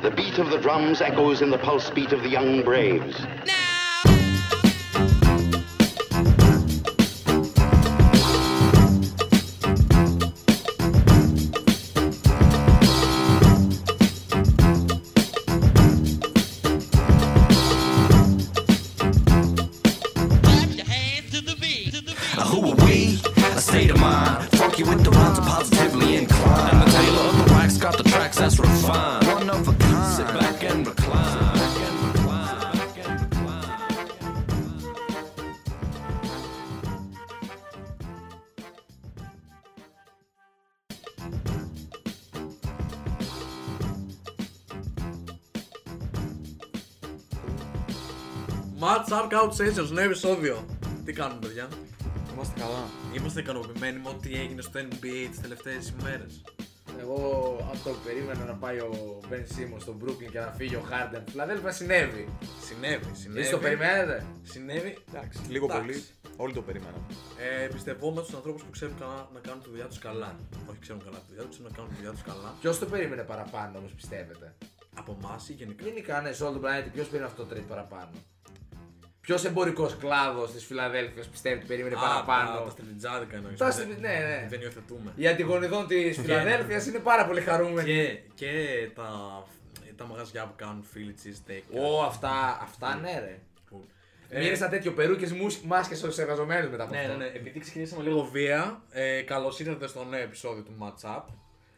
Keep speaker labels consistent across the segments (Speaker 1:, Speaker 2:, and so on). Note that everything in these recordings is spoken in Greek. Speaker 1: The beat of the drums echoes in the pulse beat of the young braves.
Speaker 2: Clap your hands to the beat. To the beat.
Speaker 3: Uh, Who are we? A state of mind. Funky with the rhymes, I'm positively inclined. And the tailor of the racks got the tracks that's refined. One of a kind. Sit back and recline.
Speaker 4: Match up couch sessions, νέο επεισόδιο. Τι κάνουμε, παιδιά.
Speaker 5: Είμαστε καλά.
Speaker 4: Είμαστε ικανοποιημένοι με ό,τι έγινε στο NBA τις τελευταίες ημέρες.
Speaker 5: Εγώ αυτό που περίμενα να πάει ο Μπεν Σίμον στο Brooklyn και να φύγει ο Χάρντεν. Φιλαδέλφια συνέβη.
Speaker 4: Συνέβη, συνέβη.
Speaker 5: Εσείς το περιμένετε.
Speaker 4: Συνέβη, εντάξει.
Speaker 6: Λίγο
Speaker 4: εντάξει.
Speaker 6: πολύ. Όλοι το περίμεναν.
Speaker 4: Ε, πιστευόμαστε στους ανθρώπους που ξέρουν καλά να κάνουν τη δουλειά τους καλά. Όχι, ξέρουν καλά τη δουλειά τους, ξέρουν να κάνουν τη δουλειά τους καλά.
Speaker 5: Ποιος το περίμενε παραπάνω όμως, πιστεύετε.
Speaker 4: Από εμάς ή γενικά.
Speaker 5: Γενικά, ναι, σε όλο τον πλανήτη, ποιος περίμενε αυτό το trade παραπάνω. Ποιος εμπορικός κλάδος της Φιλαδέλφια πιστεύει ότι περίμενε
Speaker 4: Τα, τα
Speaker 5: παραπάνω.
Speaker 4: στριτζάδικα εννοείς.
Speaker 5: Τα
Speaker 4: Δεν-
Speaker 5: στρι- ναι, ναι.
Speaker 4: Δεν υιοθετούμε.
Speaker 5: Οι αντιγονιδών της Φιλαδέλφια είναι πάρα πολύ χαρούμενοι.
Speaker 4: Και, και τα, τα μαγαζιά που κάνουν φίλοι cheesesteak.
Speaker 5: Ω, αυτά, αυτά ναι, ρε.
Speaker 4: που-
Speaker 5: Ε, Μύρισα τέτοιο περού και μάσκε στου εργαζομένους μετά από
Speaker 4: Ναι,
Speaker 5: αυτό.
Speaker 4: ναι, ναι. Επειδή ξεκινήσαμε λίγο βία, ε, καλώς ήρθατε στο νέο επεισόδιο του Match Up.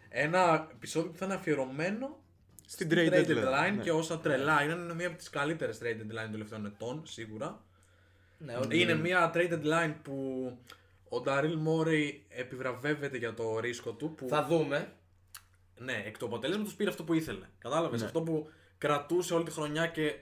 Speaker 4: Ένα επεισόδιο που θα είναι αφιερωμένο
Speaker 6: Στην
Speaker 4: trade
Speaker 6: trade
Speaker 4: deadline
Speaker 6: deadline. ναι.
Speaker 4: και όσα τρελά. Είναι, είναι μία από τις καλύτερες trade deadline των τελευταίων ετών, σίγουρα.
Speaker 5: Ναι, ότι-
Speaker 4: Είναι μία trade deadline που ο Νταρίλ Μόρι επιβραβεύεται για το ρίσκο του. Που,
Speaker 5: Θα δούμε.
Speaker 4: Ναι, εκ του αποτελέσματος πήρε αυτό που ήθελε. Κατάλαβες.
Speaker 6: Ναι.
Speaker 4: Αυτό που κρατούσε όλη τη χρονιά και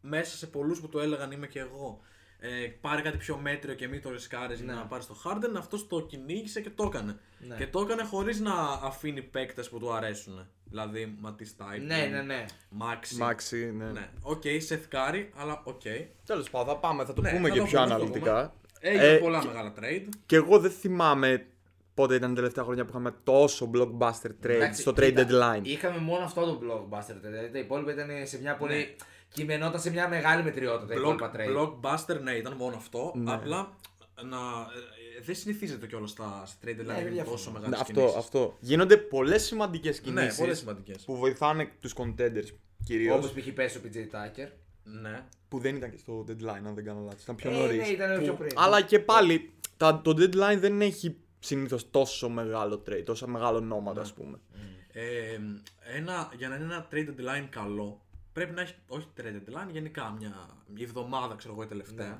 Speaker 4: μέσα σε πολλούς που το έλεγαν είμαι και εγώ. Ε, πάρε κάτι πιο μέτριο και μην το ρισκάρεις
Speaker 6: Ναι.
Speaker 4: για να πάρεις το Harden. Αυτός το κυνήγησε και το έκανε.
Speaker 5: Ναι.
Speaker 4: Και το έκανε χωρίς να αφήνει παίκτες που του αρέσουν. Δηλαδή, Ματί Τάιπ,
Speaker 5: Ναι, ναι, ναι.
Speaker 4: Μάξι.
Speaker 6: Μάξι, ναι.
Speaker 4: Ναι. Οκ, σε θκάρει, αλλά οκ.
Speaker 6: Τέλος πάντων, θα πάμε, θα το
Speaker 4: Ναι,
Speaker 6: πούμε
Speaker 4: θα
Speaker 6: και
Speaker 4: το
Speaker 6: πιο
Speaker 4: πούμε, θα το
Speaker 6: αναλυτικά.
Speaker 4: πούμε. Έγινε
Speaker 6: Ε,
Speaker 4: πολλά μεγάλα trade.
Speaker 6: Και εγώ δεν θυμάμαι πότε ήταν η τελευταία χρονιά που είχαμε τόσο blockbuster trade
Speaker 5: Εντάξει,
Speaker 6: στο trade
Speaker 5: κοίτα,
Speaker 6: deadline.
Speaker 5: Είχαμε μόνο αυτό το blockbuster. Δηλαδή τα υπόλοιπα ήταν σε μια πολύ. κειμενόταν σε μια μεγάλη μετριότητα τα
Speaker 4: Ναι. Block,
Speaker 5: υπόλοιπα trade.
Speaker 4: blockbuster, ναι, ήταν μόνο αυτό. Απλά να, ε, δεν συνηθίζεται κιόλας στα στα trade
Speaker 5: δεν
Speaker 4: deadline ναι,
Speaker 5: διαφωνώ.
Speaker 4: τόσο μεγάλες
Speaker 6: Ναι, Αυτό, αυτό. Γίνονται πολλές σημαντικές
Speaker 4: Ναι,
Speaker 6: κινήσεις
Speaker 4: πολύ σημαντικές.
Speaker 6: που βοηθάνε τους contenders κυρίως.
Speaker 5: Όπως π.χ. πέρσι ο PJ Tucker.
Speaker 4: Ναι.
Speaker 6: Που δεν ήταν και στο deadline, αν δεν κάνω λάθος. Ήταν πιο
Speaker 5: Ε,
Speaker 6: νωρί.
Speaker 5: ναι, ήταν πιο πριν.
Speaker 6: Αλλά και πάλι, τα, το deadline δεν έχει συνήθως τόσο μεγάλο trade, τόσο μεγάλο
Speaker 4: Ναι.
Speaker 6: ονόματα, ας πούμε.
Speaker 4: Ε, ένα, για να είναι ένα trade deadline καλό, πρέπει να έχει. Όχι trade deadline, γενικά μια η εβδομάδα, ξέρω εγώ, η τελευταία.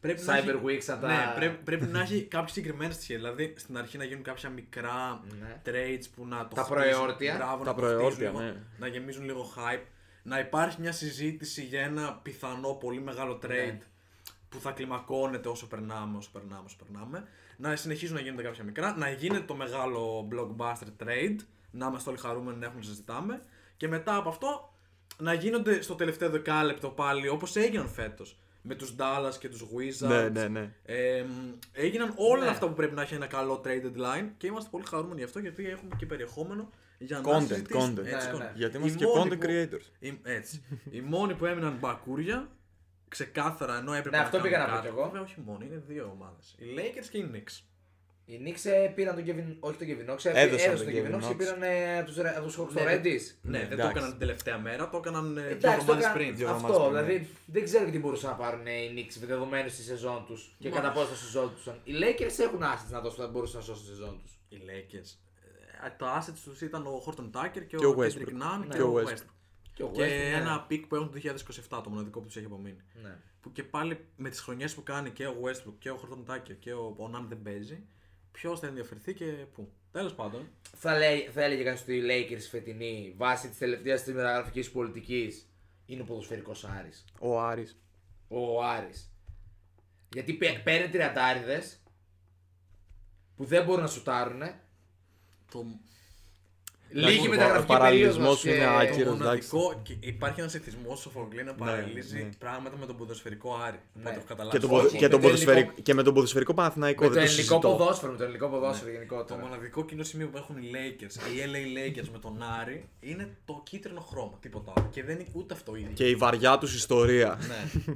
Speaker 4: Πρέπει να
Speaker 5: Ναι. Cyber
Speaker 4: έχει-
Speaker 5: Week, σαν τα-
Speaker 4: Ναι, πρέπει, πρέπει να έχει κάποιε συγκεκριμένε στοιχεία. Δηλαδή στην αρχή να γίνουν κάποια μικρά
Speaker 5: Ναι.
Speaker 4: trades που να το
Speaker 5: Τα
Speaker 4: χτίζουν,
Speaker 5: προεόρτια.
Speaker 4: μπράβο,
Speaker 6: Τα
Speaker 4: να το χτίζουν
Speaker 6: προεόρτια,
Speaker 4: λίγο,
Speaker 6: ναι.
Speaker 4: Να γεμίζουν λίγο hype. Να υπάρχει μια συζήτηση για ένα πιθανό πολύ μεγάλο
Speaker 5: Ναι.
Speaker 4: trade που θα κλιμακώνεται όσο περνάμε, όσο περνάμε, όσο περνάμε. Να συνεχίζουν να γίνονται κάποια μικρά, να γίνεται το μεγάλο blockbuster trade, να είμαστε όλοι χαρούμενοι να έχουμε να συζητάμε. Και μετά από αυτό να γίνονται στο τελευταίο δεκάλεπτο πάλι όπως έγιναν φέτος. Με τους Dallas και τους Wizards.
Speaker 6: Ναι, ναι, ναι.
Speaker 4: Ε, έγιναν όλα
Speaker 5: Ναι.
Speaker 4: αυτά που πρέπει να έχει ένα καλό trade deadline και είμαστε πολύ χαρούμενοι γι' αυτό γιατί έχουμε και περιεχόμενο για να
Speaker 6: Content,
Speaker 4: συζητήσουμε.
Speaker 6: content.
Speaker 4: Έτσι,
Speaker 5: Ναι, ναι.
Speaker 6: Γιατί
Speaker 4: Οι
Speaker 6: είμαστε και
Speaker 4: μόνοι
Speaker 6: content creators.
Speaker 4: οι- έτσι. Οι μόνοι που έμειναν μπακούρια, ξεκάθαρα ενώ έπρεπε
Speaker 5: Ναι, αυτό
Speaker 4: κάνουν
Speaker 5: πήγα να πω
Speaker 4: κάτι.
Speaker 5: κι εγώ.
Speaker 4: Βέβαια, όχι μόνοι, είναι δύο ομάδες. Οι Lakers και οι Knicks.
Speaker 5: Οι Knicks ε, πήραν τον Kevin, όχι τον Kevin Knox, ε,
Speaker 6: Έδωσαν
Speaker 5: έδωσαν
Speaker 6: τον
Speaker 5: τον
Speaker 6: Kevin
Speaker 5: Kevin Knox και
Speaker 6: Knox.
Speaker 5: πήραν ε, τους Hawks το
Speaker 4: Ναι,
Speaker 5: Redis.
Speaker 4: Ναι, δεν το
Speaker 6: εντάξει.
Speaker 4: έκαναν την τελευταία μέρα, το έκαναν ε, δύο
Speaker 5: Εντάξει, το
Speaker 4: εβδομάδες
Speaker 5: έκανα-
Speaker 4: πριν.
Speaker 6: Δύο εβδομάδες
Speaker 5: αυτό,
Speaker 6: πριν, ναι.
Speaker 5: δηλαδή δεν ξέρω και τι μπορούσαν να πάρουν ε, οι Knicks δεδομένου στη σεζόν τους και
Speaker 4: Μάλιστα.
Speaker 5: κατά πόσο στη σεζόν του. Οι Lakers έχουν assets να δώσουν, θα μπορούσαν να σώσουν στη σεζόν τους.
Speaker 4: Οι Lakers. ε, Τα assets τους ήταν ο Horton Tucker και,
Speaker 6: Και ο
Speaker 4: ο Kendrick
Speaker 6: Westbrook.
Speaker 4: Nunn
Speaker 6: Ναι.
Speaker 4: και ο
Speaker 6: Και ο
Speaker 4: Westbrook. Και ένα pick που έχουν το 2027, το μοναδικό που τους έχει απομείνει.
Speaker 5: Ναι.
Speaker 4: Που και πάλι με τις χρονιές που κάνει και ο Westbrook και ο Horton Tucker και ο Onan δεν παίζει, ποιος θα ενδιαφερθεί και πού. Τέλος πάντων.
Speaker 5: θα, λέει, θα έλεγε κανεί ότι οι Lakers φετινή βάσει της τελευταίας τη μεταγραφικής πολιτικής είναι ο ποδοσφαιρικός Άρης.
Speaker 6: Ο Άρης.
Speaker 5: Ο Άρης. Γιατί παί- παίρνει τριαντάριδες που δεν μπορούν να σουτάρουν.
Speaker 4: Το...
Speaker 5: Λίγη μεταγραφική
Speaker 6: Ο παραλληλισμός
Speaker 5: περίοδος
Speaker 6: σου είναι
Speaker 5: και-
Speaker 4: Ε, Το
Speaker 6: άκυρος, εντάξει.
Speaker 4: μοναδικό. και Υπάρχει ένας εθισμός στο Φογκλή να παραλύζει
Speaker 6: ναι.
Speaker 4: πράγματα με τον ποδοσφαιρικό Άρη. Να
Speaker 5: Ναι.
Speaker 4: το έχω
Speaker 6: Και,
Speaker 4: καταλάβει.
Speaker 6: τον
Speaker 5: Όχι,
Speaker 6: ποδο-
Speaker 5: με
Speaker 6: και,
Speaker 5: το
Speaker 6: τον ποδοσφαιρικό,
Speaker 5: ελληνικό-
Speaker 6: και με τον ποδοσφαιρικό Παναθηναϊκό
Speaker 5: Με το
Speaker 6: δεν το
Speaker 5: ελληνικό
Speaker 6: συζητώ. Ναι.
Speaker 5: ποδόσφαιρο, με το ελληνικό ποδόσφαιρο
Speaker 4: Το
Speaker 5: γενικότερα.
Speaker 4: μοναδικό κοινό σημείο που έχουν οι Lakers, οι LA Lakers με τον Άρη, είναι το κίτρινο χρώμα. Τίποτα άλλο. Και δεν είναι ούτε αυτό ίδιο.
Speaker 6: Και η βαριά τους ιστορία.
Speaker 4: Ναι.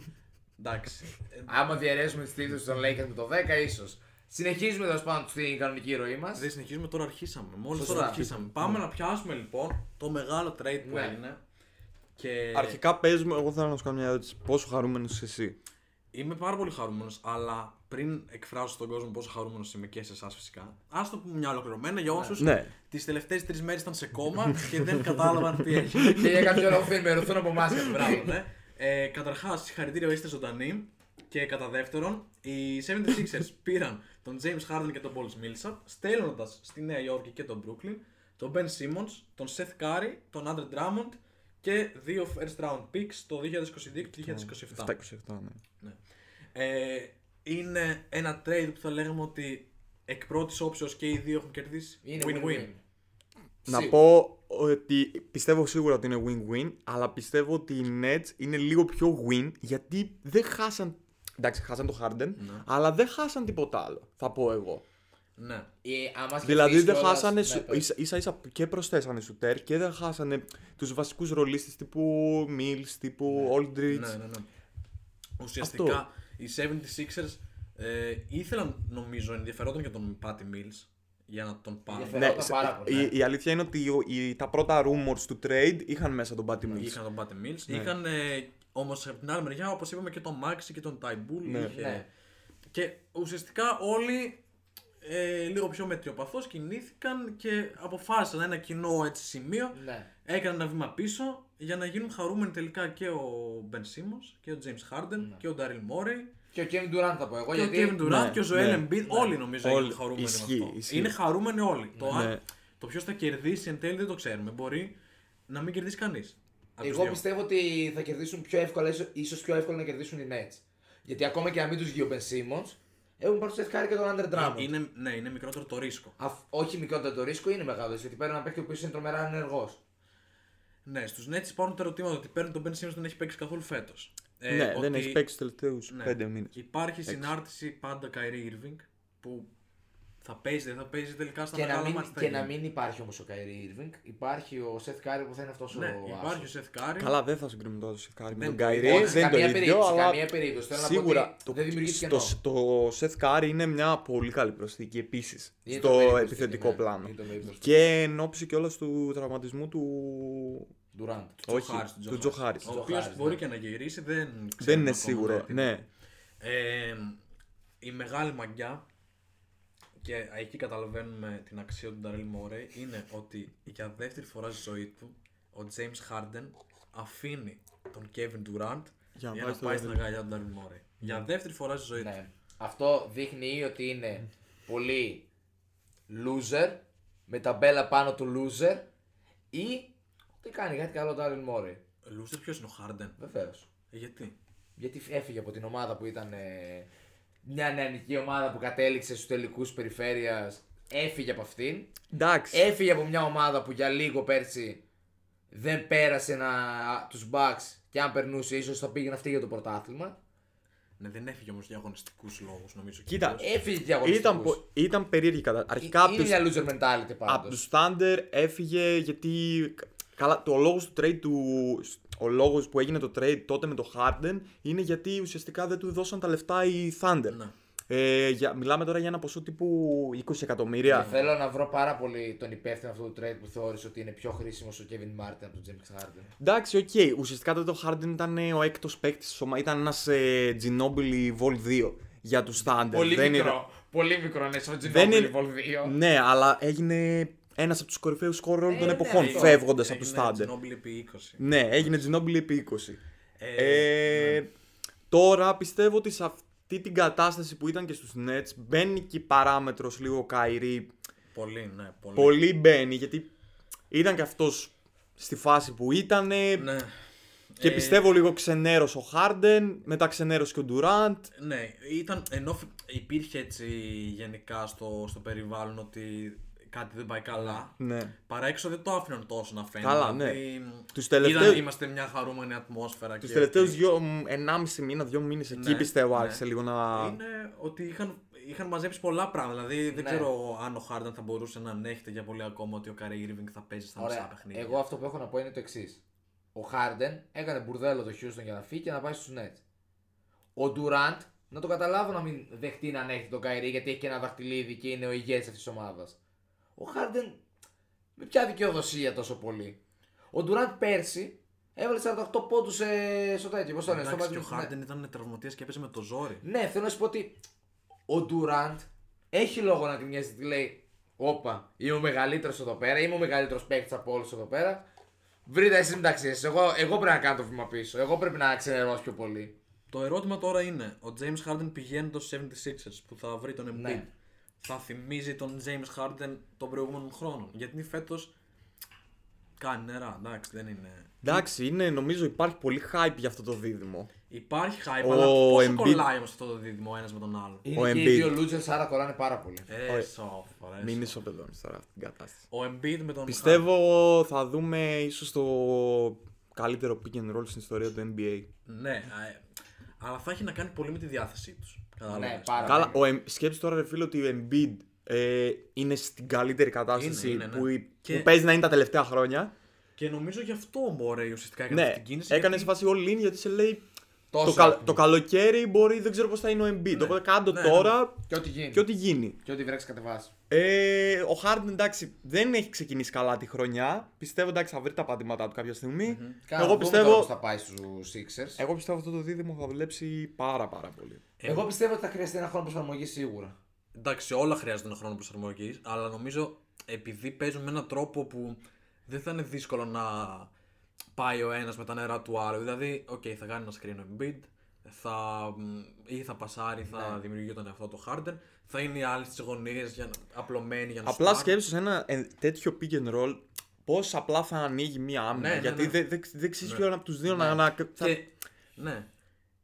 Speaker 4: Εντάξει. Ε,
Speaker 5: Άμα διαιρέσουμε τις τίτλους των Lakers με το 10, ίσως. Συνεχίζουμε τέλος πάντων στην κανονική ροή μας.
Speaker 4: Δεν συνεχίζουμε, τώρα αρχίσαμε. Μόλις
Speaker 5: Σωστά.
Speaker 4: τώρα αρχίσαμε. Πάμε να πιάσουμε λοιπόν το μεγάλο trade που
Speaker 5: Ναι.
Speaker 4: έγινε. Και
Speaker 5: ε,
Speaker 6: Αρχικά παίζουμε, εγώ θέλω να σου κάνω μια ερώτηση. Πόσο χαρούμενος εσύ.
Speaker 4: είμαι πάρα πολύ χαρούμενος, αλλά πριν εκφράσω στον κόσμο πόσο χαρούμενος είμαι και σε εσάς φυσικά, ας το πούμε μια ολοκληρωμένα για όσους
Speaker 6: Ναι.
Speaker 4: τις τελευταίες τρεις μέρες ήταν σε κόμμα και δεν κατάλαβαν τι έγινε.
Speaker 5: Και για κάποιο λόγο θα ενημερωθούν από εμάς για το βράδυ.
Speaker 4: ναι. Ε, Καταρχάς, συγχαρητήρια, είστε ζωντανοί. Και κατά δεύτερον, οι 76ers πήραν τον James Harden και τον Paul Millsap, στέλνοντας στη Νέα Υόρκη και τον Brooklyn τον Ben Simmons, τον Seth Curry, τον Andre Drummond και δύο first round picks το 2022 και το 2027.
Speaker 6: 7-27, ναι.
Speaker 4: Ε, είναι ένα trade που θα λέγαμε ότι εκ πρώτης όψεως και οι δύο έχουν κερδίσει.
Speaker 5: Είναι
Speaker 4: win-win.
Speaker 6: Να
Speaker 5: Σίγουρα.
Speaker 6: πω ότι πιστεύω σίγουρα ότι είναι win-win, αλλά πιστεύω ότι οι Nets είναι λίγο πιο win γιατί δεν χάσαν. Εντάξει, χάσαν το Harden,
Speaker 5: Ναι.
Speaker 6: αλλά δεν χάσαν τίποτα άλλο. Θα πω εγώ.
Speaker 4: Ναι.
Speaker 5: Ε, άμα σκεφτείς
Speaker 6: Δηλαδή δεν
Speaker 5: κιόλας-
Speaker 6: χάσανε
Speaker 5: ναι,
Speaker 6: σου-
Speaker 5: πες.
Speaker 6: ίσα, ίσα, ίσα και προσθέσανε σουτέρ και δεν χάσανε τους βασικούς ρολίστες τύπου Mills, τύπου Aldridge.
Speaker 4: Ναι, ναι, ναι. Ουσιαστικά οι 76ers ε, ήθελαν, νομίζω, ενδιαφερόταν για τον Patty Mills για να τον πάρουν.
Speaker 5: Ενδιαφερόταν. Φαινόταν
Speaker 6: Ναι, σε-
Speaker 5: πάρα πολύ,
Speaker 6: η, η αλήθεια είναι ότι ο- η- τα πρώτα rumors του trade είχαν μέσα τον Patty Mills.
Speaker 4: Είχαν τον Patty Mills.
Speaker 6: Ναι.
Speaker 4: Είχαν ε, όμως από την άλλη μεριά, όπως είπαμε, και τον Maxi και τον Ty Bull. Είχε...
Speaker 5: Ναι.
Speaker 4: Και ουσιαστικά όλοι ε, λίγο πιο μετριοπαθώς κινήθηκαν και αποφάσισαν ένα κοινό έτσι σημείο.
Speaker 5: Ναι.
Speaker 4: Έκαναν ένα βήμα πίσω για να γίνουν χαρούμενοι τελικά και ο Ben Simmons και ο James Harden και ο Daryl Morey
Speaker 5: Και ο Kevin Durant θα πω εγώ.
Speaker 4: Και ο
Speaker 5: Ναι. γιατί...
Speaker 4: Kevin Durant
Speaker 6: ναι,
Speaker 4: και ο Joel
Speaker 6: ναι.
Speaker 4: Embiid, όλοι νομίζω
Speaker 6: Όλοι.
Speaker 4: είναι χαρούμενοι
Speaker 6: Ισχύει,
Speaker 4: με αυτό.
Speaker 6: ισχύει.
Speaker 4: Είναι χαρούμενοι όλοι. Το, αν-
Speaker 6: Ναι.
Speaker 4: το ποιος θα κερδίσει εν τέλει δεν το ξέρουμε. Μπορεί να μην κερδίσει κανείς.
Speaker 5: Εγώ πιστεύω ότι θα κερδίσουν πιο εύκολα, ίσως- ίσως πιο εύκολα να κερδίσουν οι Nets. Γιατί ακόμα και να μην τους βγει ο Ben Simmons, έχουν πάρει το Seth Curry και τον Under Drummond.
Speaker 4: Είναι, ναι, είναι μικρότερο το ρίσκο.
Speaker 5: Αφ- όχι μικρότερο το ρίσκο, είναι μεγάλος. Γιατί παίρνει ένα παίκτη ο οποίος είναι τρομερά ενεργός.
Speaker 4: Ναι, στους Nets υπάρχουν τα ερωτήματα ότι παίρνουν τον Ben Simmons δεν έχει παίξει καθόλου φέτος.
Speaker 5: ε,
Speaker 6: ναι, δεν έχει παίξει τους τελευταίους
Speaker 4: ναι.
Speaker 6: πέντε μήνες.
Speaker 4: Υπάρχει συνάρτηση πάντα Kyrie Irving που θα παίζει, δεν θα παίζει τελικά στα
Speaker 5: Και, να
Speaker 4: μεγάλα
Speaker 5: μην,
Speaker 4: μάτια.
Speaker 5: και να μην υπάρχει όμως ο Kyrie Irving, υπάρχει ο Seth Curry που θα είναι αυτός
Speaker 4: Ναι,
Speaker 5: ο
Speaker 4: υπάρχει ο
Speaker 5: άσος.
Speaker 4: Seth Curry.
Speaker 6: Καλά, δεν θα συγκρίνουμε τώρα το Σεφκάρι με
Speaker 4: Δεν
Speaker 6: τον
Speaker 4: το-
Speaker 6: Καϊρή.
Speaker 5: όχι,
Speaker 6: Δεν
Speaker 5: σε
Speaker 6: είναι το
Speaker 5: καμία
Speaker 6: ίδιο,
Speaker 5: περίπτωση, σε
Speaker 6: αλλά
Speaker 5: καμία περίπτωση. Θέλω να πω
Speaker 6: σίγουρα
Speaker 5: ότι
Speaker 6: το,
Speaker 5: δεν δημιουργήθηκε
Speaker 6: στο,
Speaker 5: κενό.
Speaker 6: στο Σεφκάρι είναι μια πολύ καλή προσθήκη επίσης
Speaker 5: Είναι
Speaker 6: στο
Speaker 5: τρομερή προσθήκη,
Speaker 6: επιθετικό
Speaker 5: ναι.
Speaker 6: πλάνο.
Speaker 5: Είναι τρομερή προσθήκη.
Speaker 6: Και εν ώψη κιόλας του τραυματισμού του.
Speaker 5: Durant.
Speaker 6: Όχι,
Speaker 4: Harris,
Speaker 6: του Τζο Χάρι.
Speaker 4: Ο
Speaker 5: Joe
Speaker 4: οποίο
Speaker 5: Harris,
Speaker 4: μπορεί
Speaker 5: ναι.
Speaker 4: και να γυρίσει, δεν ξέρουμε
Speaker 6: Δεν είναι
Speaker 4: ακόμα
Speaker 6: σίγουρο.
Speaker 4: τώρα τι-
Speaker 6: Ναι.
Speaker 4: Ε, η μεγάλη μαγιά και εκεί καταλαβαίνουμε την αξία του Νταρέλ Μόρεϊ είναι ότι για δεύτερη φορά στη ζωή του ο James Harden αφήνει τον Kevin Durant για,
Speaker 6: Για
Speaker 4: να
Speaker 6: να πάει στο Ναι.
Speaker 4: πάει στην
Speaker 6: Νταρέλ.
Speaker 4: αγκαλιά του Νταρέλ Μόρεϊ. Για δεύτερη φορά στη ζωή του.
Speaker 5: Ναι. Αυτό δείχνει ότι είναι πολύ loser, με τα μπέλα πάνω του loser ή ότι κάνει κάτι καλό το Άριν Μόρι.
Speaker 4: Λούστερ ποιος είναι ο Harden. Ε,
Speaker 5: Βεβαίω.
Speaker 4: Γιατί.
Speaker 5: Γιατί έφυγε από την ομάδα που ήταν ε, μια νεανική ομάδα που κατέληξε στους τελικούς περιφέρειας. Έφυγε από αυτήν.
Speaker 6: Εντάξει.
Speaker 5: Έφυγε από μια ομάδα που για λίγο πέρσι δεν πέρασε να, τους Bucks και αν περνούσε ίσως θα πήγαινε αυτή για το πρωτάθλημα.
Speaker 4: Ναι, δεν έφυγε όμως για αγωνιστικούς λόγους νομίζω.
Speaker 6: Κοίτα,
Speaker 4: κυρίως.
Speaker 5: Έφυγε για
Speaker 6: Ήταν,
Speaker 5: αγωνιστικούς.
Speaker 6: πο- ήταν περίεργη κατάσταση. Αρχικά
Speaker 5: Είναι
Speaker 6: απ' τους-
Speaker 5: μια loser mentality
Speaker 6: από
Speaker 5: πάντως.
Speaker 6: τους Thunder έφυγε γιατί. Καλά, το λόγος του trade του. Ο λόγος που έγινε το trade τότε με το Harden είναι γιατί ουσιαστικά δεν του δώσαν τα λεφτά οι Thunder.
Speaker 4: Ναι.
Speaker 6: Ε, για, μιλάμε τώρα για ένα ποσό τύπου 20 εκατομμύρια.
Speaker 5: Θέλω να βρω πάρα πολύ τον υπεύθυνο αυτού του trade που θεώρησε ότι είναι πιο χρήσιμος ο Kevin Martin από τον James Harden.
Speaker 6: Εντάξει, οκ. Ουσιαστικά τότε ο Harden ήταν ε, ο έκτος παίκτης. Ήταν ένας ε, Ginobili Vol 2 για τους Thunder. Δεν ήταν-
Speaker 5: Πολύ μικρό, ναι, σαν
Speaker 6: Δεν είναι- Ναι, αλλά έγινε ένας από τους κορυφαίους σκόρ όλων των
Speaker 5: ναι,
Speaker 6: εποχών
Speaker 5: αυτό.
Speaker 6: φεύγοντας από
Speaker 5: ναι,
Speaker 6: του
Speaker 4: Έγινε
Speaker 6: Thunder.
Speaker 4: Ginobili επί 20.
Speaker 6: Ναι, έγινε Ginobili επί 20.
Speaker 4: Ε,
Speaker 6: Ε, Τώρα πιστεύω ότι σε αυτή την κατάσταση που ήταν και στους Nets μπαίνει και η παράμετρος λίγο Καϊρή.
Speaker 4: Πολύ, ναι, πολύ.
Speaker 6: Πολύ μπαίνει γιατί ήταν και αυτός στη φάση που ήταν
Speaker 4: Ναι.
Speaker 6: και
Speaker 4: Ε,
Speaker 6: πιστεύω λίγο ξενέρος ο Harden, μετά ξενέρος και ο Durant.
Speaker 4: Ναι, ήταν, ενώ φυ- υπήρχε έτσι γενικά στο, στο περιβάλλον ότι κάτι δεν πάει καλά.
Speaker 6: Ναι.
Speaker 4: Παρά έξω δεν το άφηναν τόσο να φαίνεται.
Speaker 6: Καλά, ναι.
Speaker 4: Δηλαδή,
Speaker 6: Τους
Speaker 4: ήταν-
Speaker 6: τελευταίους-
Speaker 4: Είμαστε μια χαρούμενη ατμόσφαιρα.
Speaker 6: Τους
Speaker 4: και
Speaker 6: τελευταίους
Speaker 4: Ε, οκ.
Speaker 6: δύο, μ, ενάμιση μήνα, δύο μήνες εκεί
Speaker 4: Ναι,
Speaker 6: πιστεύω
Speaker 4: ναι.
Speaker 6: άρχισε λίγο να.
Speaker 4: Είναι ότι είχαν, είχαν μαζέψει πολλά πράγματα. Δηλαδή δεν
Speaker 5: Ναι.
Speaker 4: ξέρω αν ο Χάρνταν θα μπορούσε να ανέχεται για πολύ ακόμα ότι ο Καρέι Ήρβινγκ θα παίζει στα μισά
Speaker 5: Ωραία.
Speaker 4: παιχνίδια.
Speaker 5: Εγώ αυτό που έχω να πω είναι το εξής. Ο Χάρντεν έκανε μπουρδέλο το Χιούστον για να φύγει και να πάει στους Νέτ. Ο Ντουραντ, να το καταλάβω να μην δεχτεί να ανέχει τον Καϊρή γιατί έχει και ένα δαχτυλίδι και είναι ο ηγέτης αυτής της ομάδας. Ο Χάρντεν, με ποια δικαιοδοσία τόσο πολύ. Ο Ντουραντ πέρσι έβαλε 48 πόντου σε... ε, στο τέτοιο. Πώς το λένε, στο
Speaker 4: Εντάξει,
Speaker 5: μάτι
Speaker 4: και ο
Speaker 5: με τους Nets.
Speaker 4: Χάρντεν ήταν τραυματίας και έπαιζε με το ζόρι.
Speaker 5: Ναι, θέλω να σου πω ότι ο Ντουραντ έχει λόγο να τη μοιάζει. Τη λέει: Όπα, είμαι ο μεγαλύτερος εδώ πέρα, είμαι ο μεγαλύτερος παίκτης από όλους εδώ πέρα. Βρείτε εσείς μεταξύ σα. Εγώ, εγώ πρέπει να κάνω το βήμα πίσω. Εγώ πρέπει να ξενερώσω πιο πολύ.
Speaker 4: Το ερώτημα τώρα είναι, ο James Harden πηγαίνοντας στους 76ers που θα βρει τον Embiid,
Speaker 5: Ναι.
Speaker 4: θα θυμίζει τον James Harden των προηγούμενων χρόνων. Γιατί φέτος κάνει νερά, εντάξει δεν είναι...
Speaker 6: Εντάξει, είναι, νομίζω υπάρχει πολύ hype για αυτό το δίδυμο.
Speaker 4: Υπάρχει hype,
Speaker 6: Ο
Speaker 4: αλλά πόσο
Speaker 6: Embiid-
Speaker 4: κολλάει όμως αυτό το δίδυμο ένας με τον άλλον.
Speaker 5: Είναι και οι
Speaker 6: Embiid.
Speaker 5: δύο λούτζερ, άρα κολλάνε πάρα πολύ.
Speaker 4: Ε, σόφα, ρε,
Speaker 6: Μην
Speaker 4: σόφα.
Speaker 6: ισοπεδώνεις τώρα αυτή την κατάσταση.
Speaker 4: Ο Embiid με τον
Speaker 6: Πιστεύω θα δούμε ίσως το καλύτερο pick and roll στην ιστορία του NBA.
Speaker 4: Harden. Ναι, α, αλλά θα έχει να κάνει πολύ με τη διάθεσή τους. Κατάλαβες.
Speaker 5: Ναι, πάρα
Speaker 6: Καλά,
Speaker 5: πολύ.
Speaker 6: ο, Em- σκέψου τώρα, ρε φίλε, ότι ο Embiid ε, είναι στην καλύτερη κατάσταση
Speaker 4: Είναι, είναι, ναι.
Speaker 6: που,
Speaker 4: Και-
Speaker 6: που παίζει να είναι τα τελευταία χρόνια.
Speaker 4: Και νομίζω γι' αυτό ο Μόρεϊ ουσιαστικά έκανε
Speaker 6: Ναι,
Speaker 4: Ε, αυτή την κίνηση.
Speaker 6: έκανε σε
Speaker 4: γιατί-
Speaker 6: φάση all in γιατί σε λέει το,
Speaker 5: Τόσο
Speaker 6: κα-
Speaker 5: άκουγε.
Speaker 6: το καλοκαίρι μπορεί, δεν ξέρω πώς θα είναι ο Embiid. Οπότε κάντο
Speaker 4: Ναι, ναι.
Speaker 6: τώρα
Speaker 5: Και ό,τι γίνει.
Speaker 6: και ό,τι γίνει.
Speaker 5: Και ό,τι βρέξει κατεβάσει.
Speaker 6: Ε, ο Harden εντάξει δεν έχει ξεκινήσει καλά τη χρονιά. Πιστεύω εντάξει θα βρει τα πατήματά του κάποια στιγμή. Εγώ, πιστεύω,
Speaker 5: θα πάει στους Sixers.
Speaker 6: εγώ πιστεύω αυτό το δίδυμο θα δουλέψει πάρα πάρα πολύ.
Speaker 5: Ε, Εγώ πιστεύω ότι θα χρειαστεί ένα χρόνο προσαρμογής σίγουρα.
Speaker 4: Εντάξει, όλα χρειάζονται ένα χρόνο προσαρμογής, αλλά νομίζω επειδή παίζουν με έναν τρόπο που δεν θα είναι δύσκολο να πάει ο ένας με τα νερά του άλλου. Δηλαδή, οκ, θα κάνει ένα screen on bid, θα, μ, ή θα πασάρει, θα
Speaker 6: Ναι.
Speaker 4: δημιουργεί τον εαυτό του Harden, θα είναι οι άλλοι στις γωνίες για να- απλωμένοι για να
Speaker 6: Απλά
Speaker 4: σουτάρουν.
Speaker 6: σκέψου σε ένα ε, τέτοιο pick and roll πώς απλά θα ανοίγει μία άμυνα.
Speaker 4: Ναι, ναι,
Speaker 6: γιατί
Speaker 4: ναι.
Speaker 6: δεν δεν- δεν ξέρεις ποιον από τους δύο να. να- θα-
Speaker 4: Και, ναι.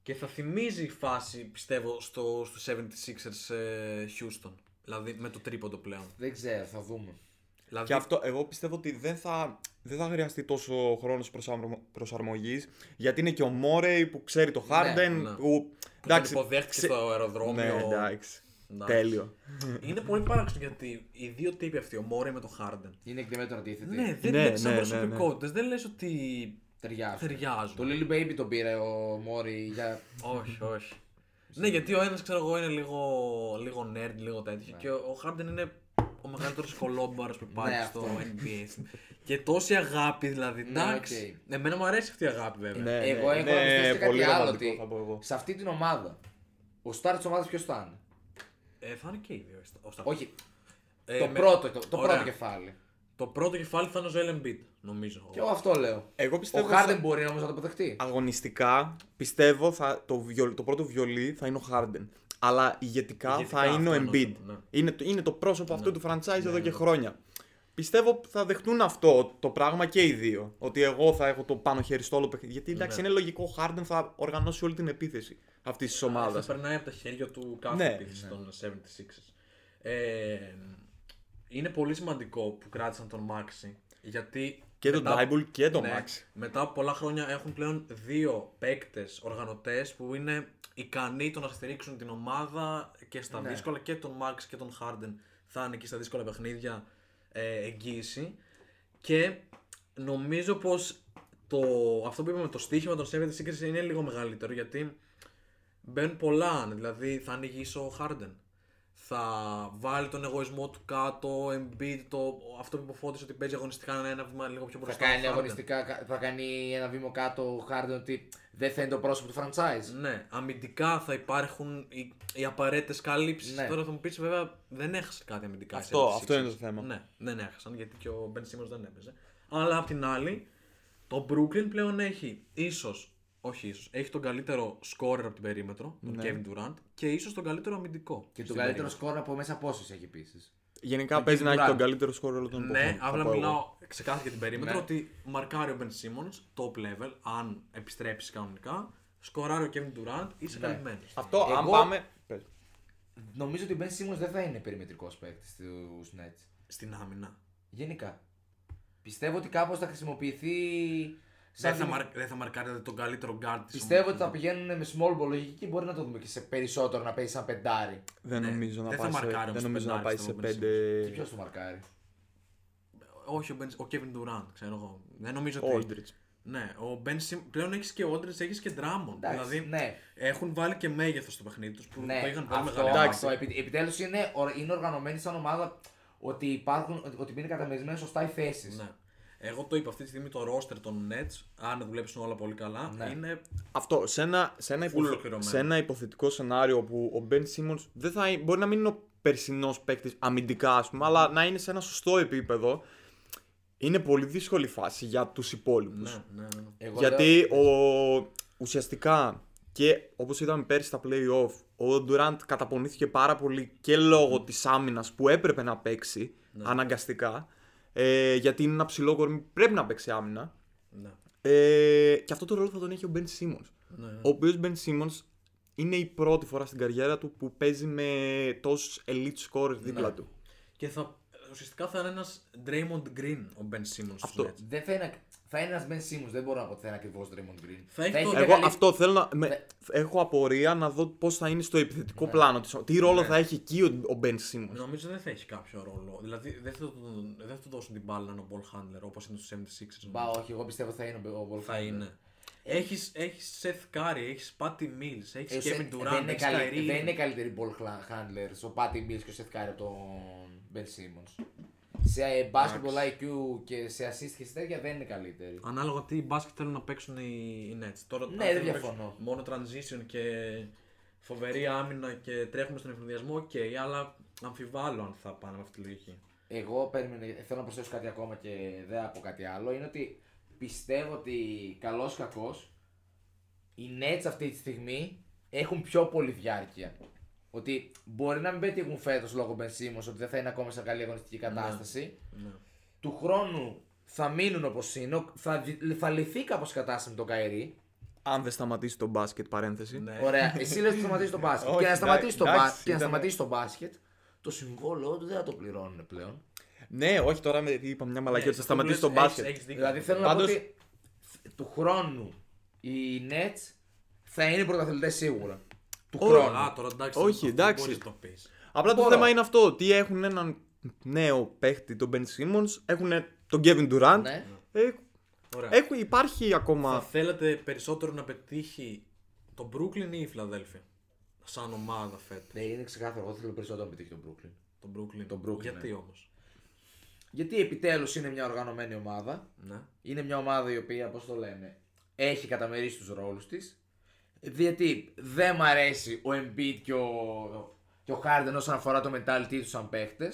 Speaker 4: Και θα θυμίζει η φάση, πιστεύω, στο, στους 76ers ε, Houston. Δηλαδή με το τρίποντο πλέον.
Speaker 5: Δεν ξέρω, θα δούμε.
Speaker 4: Δηλαδή,
Speaker 6: Και αυτό, εγώ πιστεύω ότι δεν θα, δεν θα χρειαστεί τόσο χρόνος προσαρμογής. Γιατί είναι και ο Μόρεϊ που ξέρει το Χάρντεν.
Speaker 4: ναι.
Speaker 6: Που,
Speaker 4: τον
Speaker 6: εντάξει,
Speaker 4: υποδέχτηκε
Speaker 6: ξε-
Speaker 4: στο αεροδρόμιο.
Speaker 6: Ναι, εντάξει.
Speaker 4: Εντάξει.
Speaker 6: Τέλειο.
Speaker 4: Είναι πολύ παράξενο γιατί οι δύο τύποι αυτοί, ο Μόρε με το Χάρντεν.
Speaker 5: Είναι εκτιμέτρο αντίθετη.
Speaker 4: Ναι, δεν
Speaker 6: Ναι,
Speaker 4: είναι σαν
Speaker 6: ναι,
Speaker 4: προσωπικότητε. Δεν λες ότι.
Speaker 5: Ταιριάζουν.
Speaker 4: Ταιριάζουν.
Speaker 5: Το Lily Baby τον πήρε ο Μόρι για.
Speaker 4: Όχι, όχι. ναι, γιατί ο ένας ξέρω εγώ είναι λίγο, λίγο nerd, λίγο τέτοιο. Και ο ο Χάρντεν είναι ο μεγαλύτερος κολόμπαρος που υπάρχει
Speaker 5: Ναι,
Speaker 4: στο
Speaker 5: αυτό. Ναι,
Speaker 4: NBA. και τόση αγάπη δηλαδή. Εντάξει. Εμένα μου αρέσει αυτή η αγάπη βέβαια.
Speaker 6: Ναι,
Speaker 5: εγώ
Speaker 6: ναι,
Speaker 5: έχω ναι,
Speaker 6: είναι
Speaker 5: κάτι
Speaker 6: πολύ
Speaker 5: άλλο
Speaker 6: ρομαντικό,
Speaker 5: ότι
Speaker 6: θα πω εγώ.
Speaker 5: σε αυτή την ομάδα ο στάρ της ομάδας ποιος θα είναι.
Speaker 4: Ε, θα είναι και οι δύο. στα- ο Σταύρος.
Speaker 5: Όχι,
Speaker 4: Ε,
Speaker 5: το,
Speaker 4: με-
Speaker 5: πρώτο, το, το
Speaker 4: Ωραία.
Speaker 5: πρώτο κεφάλι.
Speaker 4: Το πρώτο κεφάλι θα είναι ο Joel Embiid, νομίζω.
Speaker 5: Και εγώ αυτό λέω.
Speaker 6: Εγώ πιστεύω
Speaker 5: ο
Speaker 6: ότι
Speaker 5: Χάρντεν
Speaker 6: θα-
Speaker 5: μπορεί όμως να το αποδεχτεί.
Speaker 6: Αγωνιστικά πιστεύω θα, το, βιολ, το πρώτο βιολί θα είναι ο Χάρντεν. Αλλά ηγετικά,
Speaker 4: Ηγετικά
Speaker 6: θα είναι ο
Speaker 4: αυτό
Speaker 6: Embiid.
Speaker 4: νομίζω, ναι.
Speaker 6: Είναι, το- είναι το πρόσωπο αυτού του franchise εδώ και χρόνια. Πιστεύω που θα δεχτούν αυτό το πράγμα και οι δύο. Ότι εγώ θα έχω το πάνω χέρι στο όλο παιχνίδι. Γιατί εντάξει,
Speaker 4: Ναι.
Speaker 6: είναι λογικό. Ο Χάρντεν θα οργανώσει όλη την επίθεση αυτής της ομάδας.
Speaker 4: Θα περνάει από τα χέρια του κάθε
Speaker 6: Ναι.
Speaker 4: επίθεση των 76ers. Ε, είναι πολύ σημαντικό που κράτησαν τον Μάξι. Γιατί
Speaker 6: Και τον
Speaker 4: μετά-
Speaker 6: Ντάιμπουλ και τον
Speaker 4: ναι,
Speaker 6: Μάξι.
Speaker 4: Μετά από πολλά χρόνια έχουν πλέον δύο παίκτες, οργανωτές που είναι ικανοί το να στηρίξουν την ομάδα και στα δύσκολα και τον Μάξ και τον Χάρντεν θα είναι εκεί στα δύσκολα παιχνίδια ε, εγγύηση. Και νομίζω πως το, αυτό που είπαμε, το στοίχημα των 76ers είναι λίγο μεγαλύτερο γιατί μπαίνουν πολλά. Δηλαδή θα ανοίγει ίσο ο Χάρντεν. Θα βάλει τον εγωισμό του κάτω, Embiid, το, αυτό που υποφώτισε ότι παίζει αγωνιστικά είναι ένα βήμα λίγο πιο
Speaker 5: Θα
Speaker 4: μπροστά. ο
Speaker 5: κάνει,
Speaker 4: Harden.
Speaker 5: αγωνιστικά, θα κάνει ένα βήμα κάτω ο Χάρντεν ότι δεν θα είναι το πρόσωπο του franchise.
Speaker 4: Ναι, αμυντικά θα υπάρχουν οι, οι απαραίτητες κάλυψει.
Speaker 5: Ναι.
Speaker 4: Τώρα θα μου πεις βέβαια δεν έχασε κάτι αμυντικά.
Speaker 6: Αυτό-
Speaker 4: οι Celtics.
Speaker 6: αυτό είναι το θέμα.
Speaker 4: Ναι, δεν έχασαν γιατί και ο Μπεν Simmons δεν έπαιζε. Αλλά απ' την άλλη, το Brooklyn πλέον έχει ίσως, όχι ίσως, έχει τον καλύτερο scorer από την περίμετρο, τον
Speaker 6: Ναι.
Speaker 4: Kevin Durant, και ίσως τον καλύτερο αμυντικό.
Speaker 5: Και τον
Speaker 4: στην
Speaker 5: καλύτερο σκόρ από μέσα πόσους έχει επίσης.
Speaker 6: Γενικά παίζει να έχει
Speaker 4: Durant.
Speaker 6: τον καλύτερο σκορ όλων των εποχών,
Speaker 4: Ναι,
Speaker 6: θα
Speaker 4: απλά
Speaker 6: πω εγώ.
Speaker 4: μιλάω ξεκάθαρα για την περίμετρο
Speaker 5: Ναι.
Speaker 4: ότι μαρκάρει ο Ben Simmons top level, αν επιστρέψει κανονικά, σκοράρει ο Kevin Durant, είσαι ναι.
Speaker 6: Αυτό, αν
Speaker 5: Εγώ-
Speaker 6: πάμε. Πες.
Speaker 5: Νομίζω ότι ο Ben Simmons δεν θα είναι περιμετρικός παίκτης στους Nets.
Speaker 4: στην άμυνα.
Speaker 5: Γενικά. Πιστεύω ότι κάπως θα χρησιμοποιηθεί.
Speaker 4: Δεν
Speaker 5: σαν
Speaker 4: θα,
Speaker 5: δημι-
Speaker 4: μαρ... δεν θα μαρκάρετε τον καλύτερο guard της
Speaker 5: Πιστεύω ότι
Speaker 4: ομάδας.
Speaker 5: θα πηγαίνουν με small ball λογική και μπορεί να το δούμε και σε περισσότερο να παίζει σαν πεντάρι.
Speaker 6: Δεν
Speaker 4: Ναι.
Speaker 6: νομίζω να
Speaker 4: Δεν θα
Speaker 6: πάει σε,
Speaker 4: μαρκάρει όμως
Speaker 6: δεν
Speaker 4: το
Speaker 6: νομίζω να
Speaker 4: πεντάρι στο
Speaker 6: πάει σε
Speaker 4: Robinson.
Speaker 6: πέντε.
Speaker 5: Και ποιος το μαρκάρει.
Speaker 4: Όχι ο, ben... ο Kevin Durant, ξέρω εγώ. Δεν νομίζω
Speaker 6: Ο
Speaker 4: ότι.
Speaker 6: Aldridge.
Speaker 4: Ναι, ο ben Sim... πλέον έχεις και Όντριτ, έχεις και Drummond.
Speaker 5: Εντάξει,
Speaker 4: δηλαδή
Speaker 5: ναι.
Speaker 4: έχουν βάλει και μέγεθος στο παιχνίδι τους που
Speaker 5: Ναι,
Speaker 4: το είχαν πολύ
Speaker 5: αυτό,
Speaker 4: μεγάλο.
Speaker 5: αυτό επι, επιτέλους είναι, ορ- είναι οργανωμένη σαν ομάδα ότι υπάρχουν, ότι- ότι είναι καταμερισμένες σωστά οι θέσεις.
Speaker 4: Ναι. Εγώ το είπα αυτή τη στιγμή το roster των Nets, αν δουλέψουν όλα πολύ καλά,
Speaker 5: Ναι.
Speaker 4: είναι
Speaker 6: Αυτό, σε ένα, σε, ένα υπο-
Speaker 4: ολοκληρωμένο.
Speaker 6: σε ένα υποθετικό σενάριο που ο Μπεν Σίμον δεν θα είναι- μπορεί να μην είναι ο περσινός παίκτης αμυντικά, ας πούμε, αλλά να είναι σε ένα σωστό επίπεδο. Είναι πολύ δύσκολη φάση για τους υπόλοιπους.
Speaker 4: Ναι, ναι, ναι.
Speaker 5: Εγώ
Speaker 6: Γιατί ο, ουσιαστικά και όπως είδαμε πέρσι στα play-off, ο Durant καταπονήθηκε πάρα πολύ και λόγω της άμυνας που έπρεπε να παίξει αναγκαστικά. Ε, γιατί είναι ένα ψηλό κορμί που πρέπει να παίξει άμυνα.
Speaker 4: ναι.
Speaker 6: Ε, και αυτό το ρόλο θα τον έχει ο Ben Simmons. Ο οποίος Ben Simmons είναι η πρώτη φορά στην καριέρα του που παίζει με τόσους elite scorers δίπλα του.
Speaker 4: Και θα, ουσιαστικά θα είναι ένας Draymond Green ο Ben Simmons στους
Speaker 6: Αυτό.
Speaker 4: Nets.
Speaker 5: δεν θα είναι, θα είναι ένας Ben Simmons, δεν μπορώ να πω ότι θα είναι ακριβώς Draymond Green.
Speaker 4: Θα έχει το-
Speaker 5: και
Speaker 6: Εγώ
Speaker 5: καλή-
Speaker 6: αυτό θέλω να. με-
Speaker 4: Ναι.
Speaker 6: Έχω απορία να δω πώς θα είναι στο επιθετικό πλάνο της. Τι ρόλο
Speaker 4: Ναι.
Speaker 6: θα έχει εκεί ο, ο Μπεν Σίμον.
Speaker 4: Νομίζω δεν θα έχει κάποιο ρόλο. Δηλαδή δεν θα του, δεν θα του δώσουν την μπάλα να είναι ο ball handler όπως είναι στους 76ers.
Speaker 5: Μπα, όχι, εγώ πιστεύω θα είναι ο Ball
Speaker 4: Θα είναι. Έχεις, έχεις Seth Curry, έχεις Patty Mills,
Speaker 5: Ε, ο
Speaker 4: έχεις
Speaker 5: Seth-
Speaker 4: Kevin Durant,
Speaker 5: δεν, είναι
Speaker 4: έχεις
Speaker 5: καλύ,
Speaker 4: Kyrie.
Speaker 5: δεν είναι καλύτεροι ball cla- handlers ο Patty Mills και ο Seth Curry από τον Ben Simmons. Σε ε, basketball IQ και σε assist και σε τέτοια δεν είναι καλύτεροι.
Speaker 4: Ανάλογα τι μπάσκετ θέλουν να παίξουν οι, οι Nets. Τώρα,
Speaker 5: Ναι,
Speaker 4: αν
Speaker 5: δεν
Speaker 4: θέλουν να
Speaker 5: διαφωνώ.
Speaker 4: παίξουν Μόνο transition και φοβερή άμυνα και τρέχουμε στον ευνηδιασμό, οκ, αλλά αμφιβάλλω αν θα πάνε με αυτή τη λογική.
Speaker 5: Εγώ περίμενε, θέλω να προσθέσω κάτι ακόμα και δεν θα πω κάτι άλλο. Είναι ότι πιστεύω ότι καλός ή κακός οι Nets αυτή τη στιγμή έχουν πιο πολύ διάρκεια. Ότι μπορεί να μην πετύχουν φέτος λόγω Ben Simmons, ότι δεν θα είναι ακόμα σε καλή αγωνιστική
Speaker 6: Ναι,
Speaker 5: κατάσταση. Του χρόνου θα μείνουν όπως είναι, θα, δι- θα λυθεί κάπως η κατάσταση με τον Καηρή.
Speaker 6: Αν δεν σταματήσει το μπάσκετ, παρένθεση.
Speaker 4: Ναι.
Speaker 5: Ωραία, εσύ λες ότι σταματήσει το μπάσκετ.
Speaker 6: Όχι,
Speaker 5: και να σταματήσει,
Speaker 6: εντάξει,
Speaker 5: το, μπα...
Speaker 6: εντάξει,
Speaker 5: και να
Speaker 6: ήταν-
Speaker 5: σταματήσει το μπάσκετ, το συμβόλαιό του δεν θα το πληρώνουν πλέον.
Speaker 6: Ναι, όχι τώρα με, είπα μια μαλακία ότι θα σταματήσει το
Speaker 4: Ναι, Έχεις-
Speaker 6: μπάσκετ.
Speaker 4: έχεις δίκιο.
Speaker 5: Δηλαδή θέλω
Speaker 6: Πάντως-
Speaker 5: να πω ότι του χρόνου οι Nets θα είναι πρωταθλητές σίγουρα. Του
Speaker 6: Ωραία.
Speaker 5: χρόνου.
Speaker 4: Α, τώρα εντάξει.
Speaker 6: Όχι,
Speaker 4: αυτό
Speaker 6: εντάξει.
Speaker 4: μπορείς να το πεις.
Speaker 6: Απλά το
Speaker 5: Μπορώ.
Speaker 6: θέμα είναι αυτό. Ότι έχουν έναν νέο παίχτη, τον Ben Simmons, έχουν τον Kevin Durant.
Speaker 5: Ναι.
Speaker 6: Ε,
Speaker 4: Ωραία.
Speaker 6: έχουν- υπάρχει ακόμα.
Speaker 4: Θα θέλατε περισσότερο να πετύχει το Brooklyn ή η Φιλαδέλφια σαν ομάδα φέτο.
Speaker 5: Ναι, είναι ξεκάθαρο. Εγώ θέλω περισσότερο να πετύχει τον Brooklyn.
Speaker 4: Το Brooklyn.
Speaker 5: Το Brooklyn,
Speaker 4: Γιατί
Speaker 5: ναι.
Speaker 4: όμως.
Speaker 5: Γιατί επιτέλους είναι μια οργανωμένη ομάδα.
Speaker 4: Ναι.
Speaker 5: Είναι μια ομάδα η οποία, πώς το λέμε, έχει καταμερίσει τους ρόλους της. Γιατί δεν μ' αρέσει ο Embiid και ο, και ο Harden όσον αφορά το mentality τους σαν παίχτες.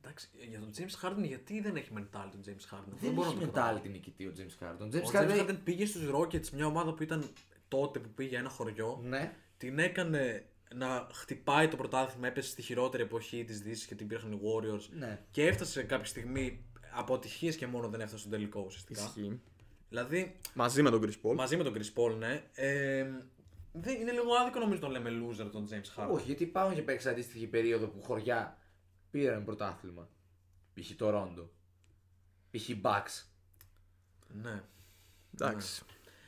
Speaker 4: Εντάξει, για τον James Harden γιατί δεν έχει mentality τον James Harden.
Speaker 5: Δεν
Speaker 4: μπορώ
Speaker 5: έχει
Speaker 4: να το καταλάβω.
Speaker 5: mentality νικητή ο James Harden. Ο
Speaker 4: Ο
Speaker 5: James
Speaker 4: James
Speaker 5: Harden.
Speaker 4: Harden πήγε στους Rockets, μια ομάδα που ήταν τότε που πήγε ένα χωριό.
Speaker 5: Ναι.
Speaker 4: Την έκανε να χτυπάει το πρωτάθλημα, έπεσε στη χειρότερη εποχή της Δύσης και την πήραν οι Warriors.
Speaker 5: Ναι.
Speaker 4: Και έφτασε κάποια στιγμή αποτυχίες και μόνο δεν έφτασε στον τελικό ουσιαστικά.
Speaker 6: Ισχύει.
Speaker 4: Δηλαδή
Speaker 6: Μαζί με τον Chris Paul.
Speaker 4: Μαζί με τον Chris Paul, ναι. Ε, δεν, είναι λίγο άδικο νομίζω να τον λέμε loser τον James Harden.
Speaker 5: Όχι, γιατί υπάρχουν και παίξει αντίστοιχη περίοδο που χωριά πήραν πρωτάθλημα. Π.χ. το Ρόντο. Π.χ. Bucks.
Speaker 4: Ναι.
Speaker 6: Εντάξει.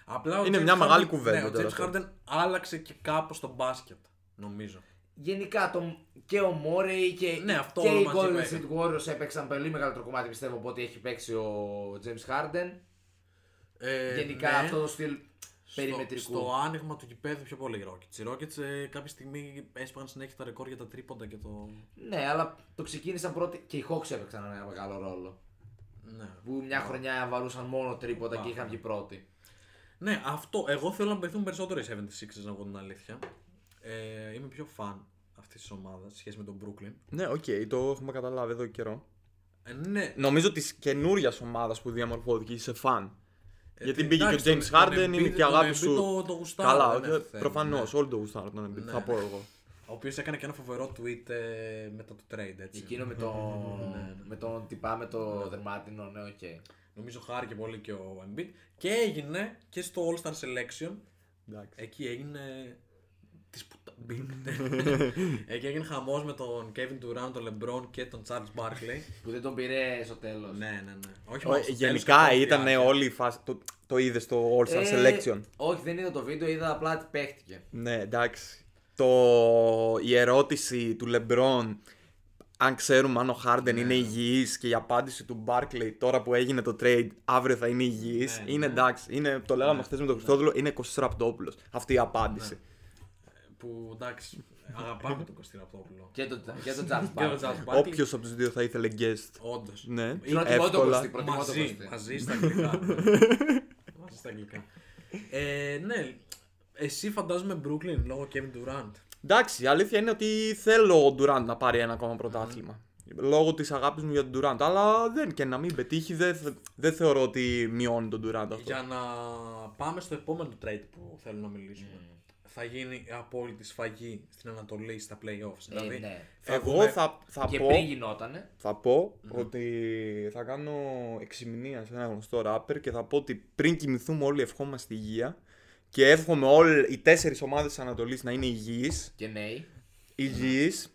Speaker 4: Απλά ο
Speaker 6: Είναι
Speaker 4: James
Speaker 6: μια
Speaker 4: Harden-
Speaker 6: μεγάλη κουβέντα
Speaker 4: Ναι, ο
Speaker 6: τώρα
Speaker 4: James
Speaker 6: αυτό.
Speaker 4: Harden άλλαξε και κάπως το μπάσκετ, νομίζω.
Speaker 5: Γενικά το, και ο Μόρεϊ και,
Speaker 4: Ναι, αυτό
Speaker 5: και
Speaker 4: όλο
Speaker 5: οι
Speaker 4: μαζί
Speaker 5: Golden
Speaker 4: παίζει.
Speaker 5: State Warriors έπαιξαν πολύ μεγαλύτερο κομμάτι πιστεύω από ό,τι έχει παίξει ο James Harden.
Speaker 4: Ε,
Speaker 5: Γενικά
Speaker 4: ναι,
Speaker 5: αυτό το στυλ
Speaker 4: στο-
Speaker 5: περιμετρικού.
Speaker 4: Στο άνοιγμα του γηπέδου πιο πολύ οι Rockets. Οι Rockets ε, κάποια στιγμή έσπαγαν συνέχεια τα ρεκόρ για τα τρίποντα και το...
Speaker 5: Ναι, αλλά το ξεκίνησαν πρώτοι και οι Hawks έπαιξαν ένα μεγάλο ρόλο.
Speaker 4: Ναι.
Speaker 5: Που μια χρονιά βαρούσαν μόνο τρίποτα και είχαν βγει πρώτοι.
Speaker 4: ναι, αυτό. Εγώ θέλω να πεθούν περισσότερο οι 76ers, να πω την αλήθεια. Ε, είμαι πιο fan αυτής της ομάδας, σε σχέση με τον Brooklyn.
Speaker 6: Ναι, οκ, το έχουμε καταλάβει εδώ και καιρό.
Speaker 4: Ε, ναι,
Speaker 6: Νομίζω της καινούρια ομάδας που διαμορφώθηκε είσαι φαν. Γιατί μπήκε και
Speaker 4: Ε, εντάξει,
Speaker 6: ο James
Speaker 4: τον-
Speaker 6: Harden,
Speaker 4: τον
Speaker 6: είναι
Speaker 4: Embiid-
Speaker 6: και η αγάπη
Speaker 4: τον Embiid
Speaker 6: σου.
Speaker 4: το- το γουστάρω,
Speaker 6: Καλά,
Speaker 4: δεν είναι
Speaker 6: όχι,
Speaker 4: θέμα,
Speaker 6: προφανώς,
Speaker 4: ναι.
Speaker 6: όλοι το γουστάρουν τον Embiid, θα πω εγώ.
Speaker 4: Ο οποίος έκανε και ένα φοβερό tweet ε, μετά το trade, έτσι.
Speaker 5: Εκείνο με τον,
Speaker 4: Ναι,
Speaker 5: με τον τυπά με το δερμάτινο, ναι, οκ.
Speaker 4: Νομίζω χάρηκε πολύ και ο Embiid. Και έγινε και στο All Star Selection.
Speaker 6: Εντάξει.
Speaker 4: Εκεί έγινε Της πουτα. Μπινγκ. Εκεί έγινε χαμός με τον Kevin Durant, τον LeBron και τον Charles Barkley.
Speaker 5: Που δεν τον πήρε στο τέλος.
Speaker 4: ναι, ναι, ναι. Όχι
Speaker 6: Ο-
Speaker 4: μόνο στο
Speaker 6: Ε, Γενικά
Speaker 4: τέλος, κατά
Speaker 6: ήταν
Speaker 4: τη διάρκεια.
Speaker 6: όλη η φάση. Το, το είδες στο All Star
Speaker 4: Ε,
Speaker 6: Selection.
Speaker 5: Ε, Όχι, δεν είδα το βίντεο, είδα απλά τι παίχτηκε.
Speaker 6: Ναι, εντάξει. Το... Η ερώτηση του Λεμπρόν, αν ξέρουμε αν ο Χάρντεν
Speaker 4: Ναι.
Speaker 6: είναι υγιής και η απάντηση του Barclay τώρα που έγινε το trade αύριο θα είναι υγιής,
Speaker 4: Ναι,
Speaker 6: είναι
Speaker 4: ναι. Ναι.
Speaker 6: εντάξει. Είναι, το λέγαμε χθες με τον Χριστόδουλο, είναι Κωστής Ραπτόπουλος. Αυτή η απάντηση.
Speaker 4: Που εντάξει, αγαπάμε τον Κωστή Ραπτόπουλο.
Speaker 5: Και το, και το Charles
Speaker 4: Και τον
Speaker 5: Barkley.
Speaker 4: Charles Barkley.
Speaker 6: Όποιος από τους δύο θα ήθελε guest.
Speaker 4: Όντως.
Speaker 6: Ναι,
Speaker 5: Προτιμώ το
Speaker 6: εύκολα.
Speaker 5: Κωστή, προτιμώ το
Speaker 4: Μαζί,
Speaker 5: Κωστή.
Speaker 4: μαζί στα αγγλικά. μαζί στα αγγλικά. Ε, ναι, εσύ φαντάζομαι Brooklyn λόγω Kevin Durant.
Speaker 6: Εντάξει, η αλήθεια είναι ότι θέλω ο Ντουράντ να πάρει ένα ακόμα πρωτάθλημα. Λόγω της αγάπης μου για τον Ντουράντ. Αλλά δεν και να μην πετύχει, δεν, θε- δεν θεωρώ ότι μειώνει τον Ντουράντ αυτό.
Speaker 4: Για να πάμε στο επόμενο trade που θέλω να μιλήσουμε.
Speaker 5: Mm.
Speaker 4: Θα γίνει απόλυτη σφαγή στην Ανατολή στα playoffs. δηλαδή,
Speaker 5: ναι.
Speaker 4: θα
Speaker 6: Εγώ
Speaker 4: δούμε-
Speaker 6: θα, θα,
Speaker 5: Και
Speaker 6: πω,
Speaker 5: πριν γινότανε.
Speaker 6: θα πω ότι θα κάνω εξημηνία σε ένα γνωστό ράπερ και θα πω ότι πριν κοιμηθούμε όλοι ευχόμαστε υγεία και εύχομαι όλοι οι τέσσερις ομάδες της Ανατολής να είναι υγιείς
Speaker 5: Και νέοι.
Speaker 6: υγιείς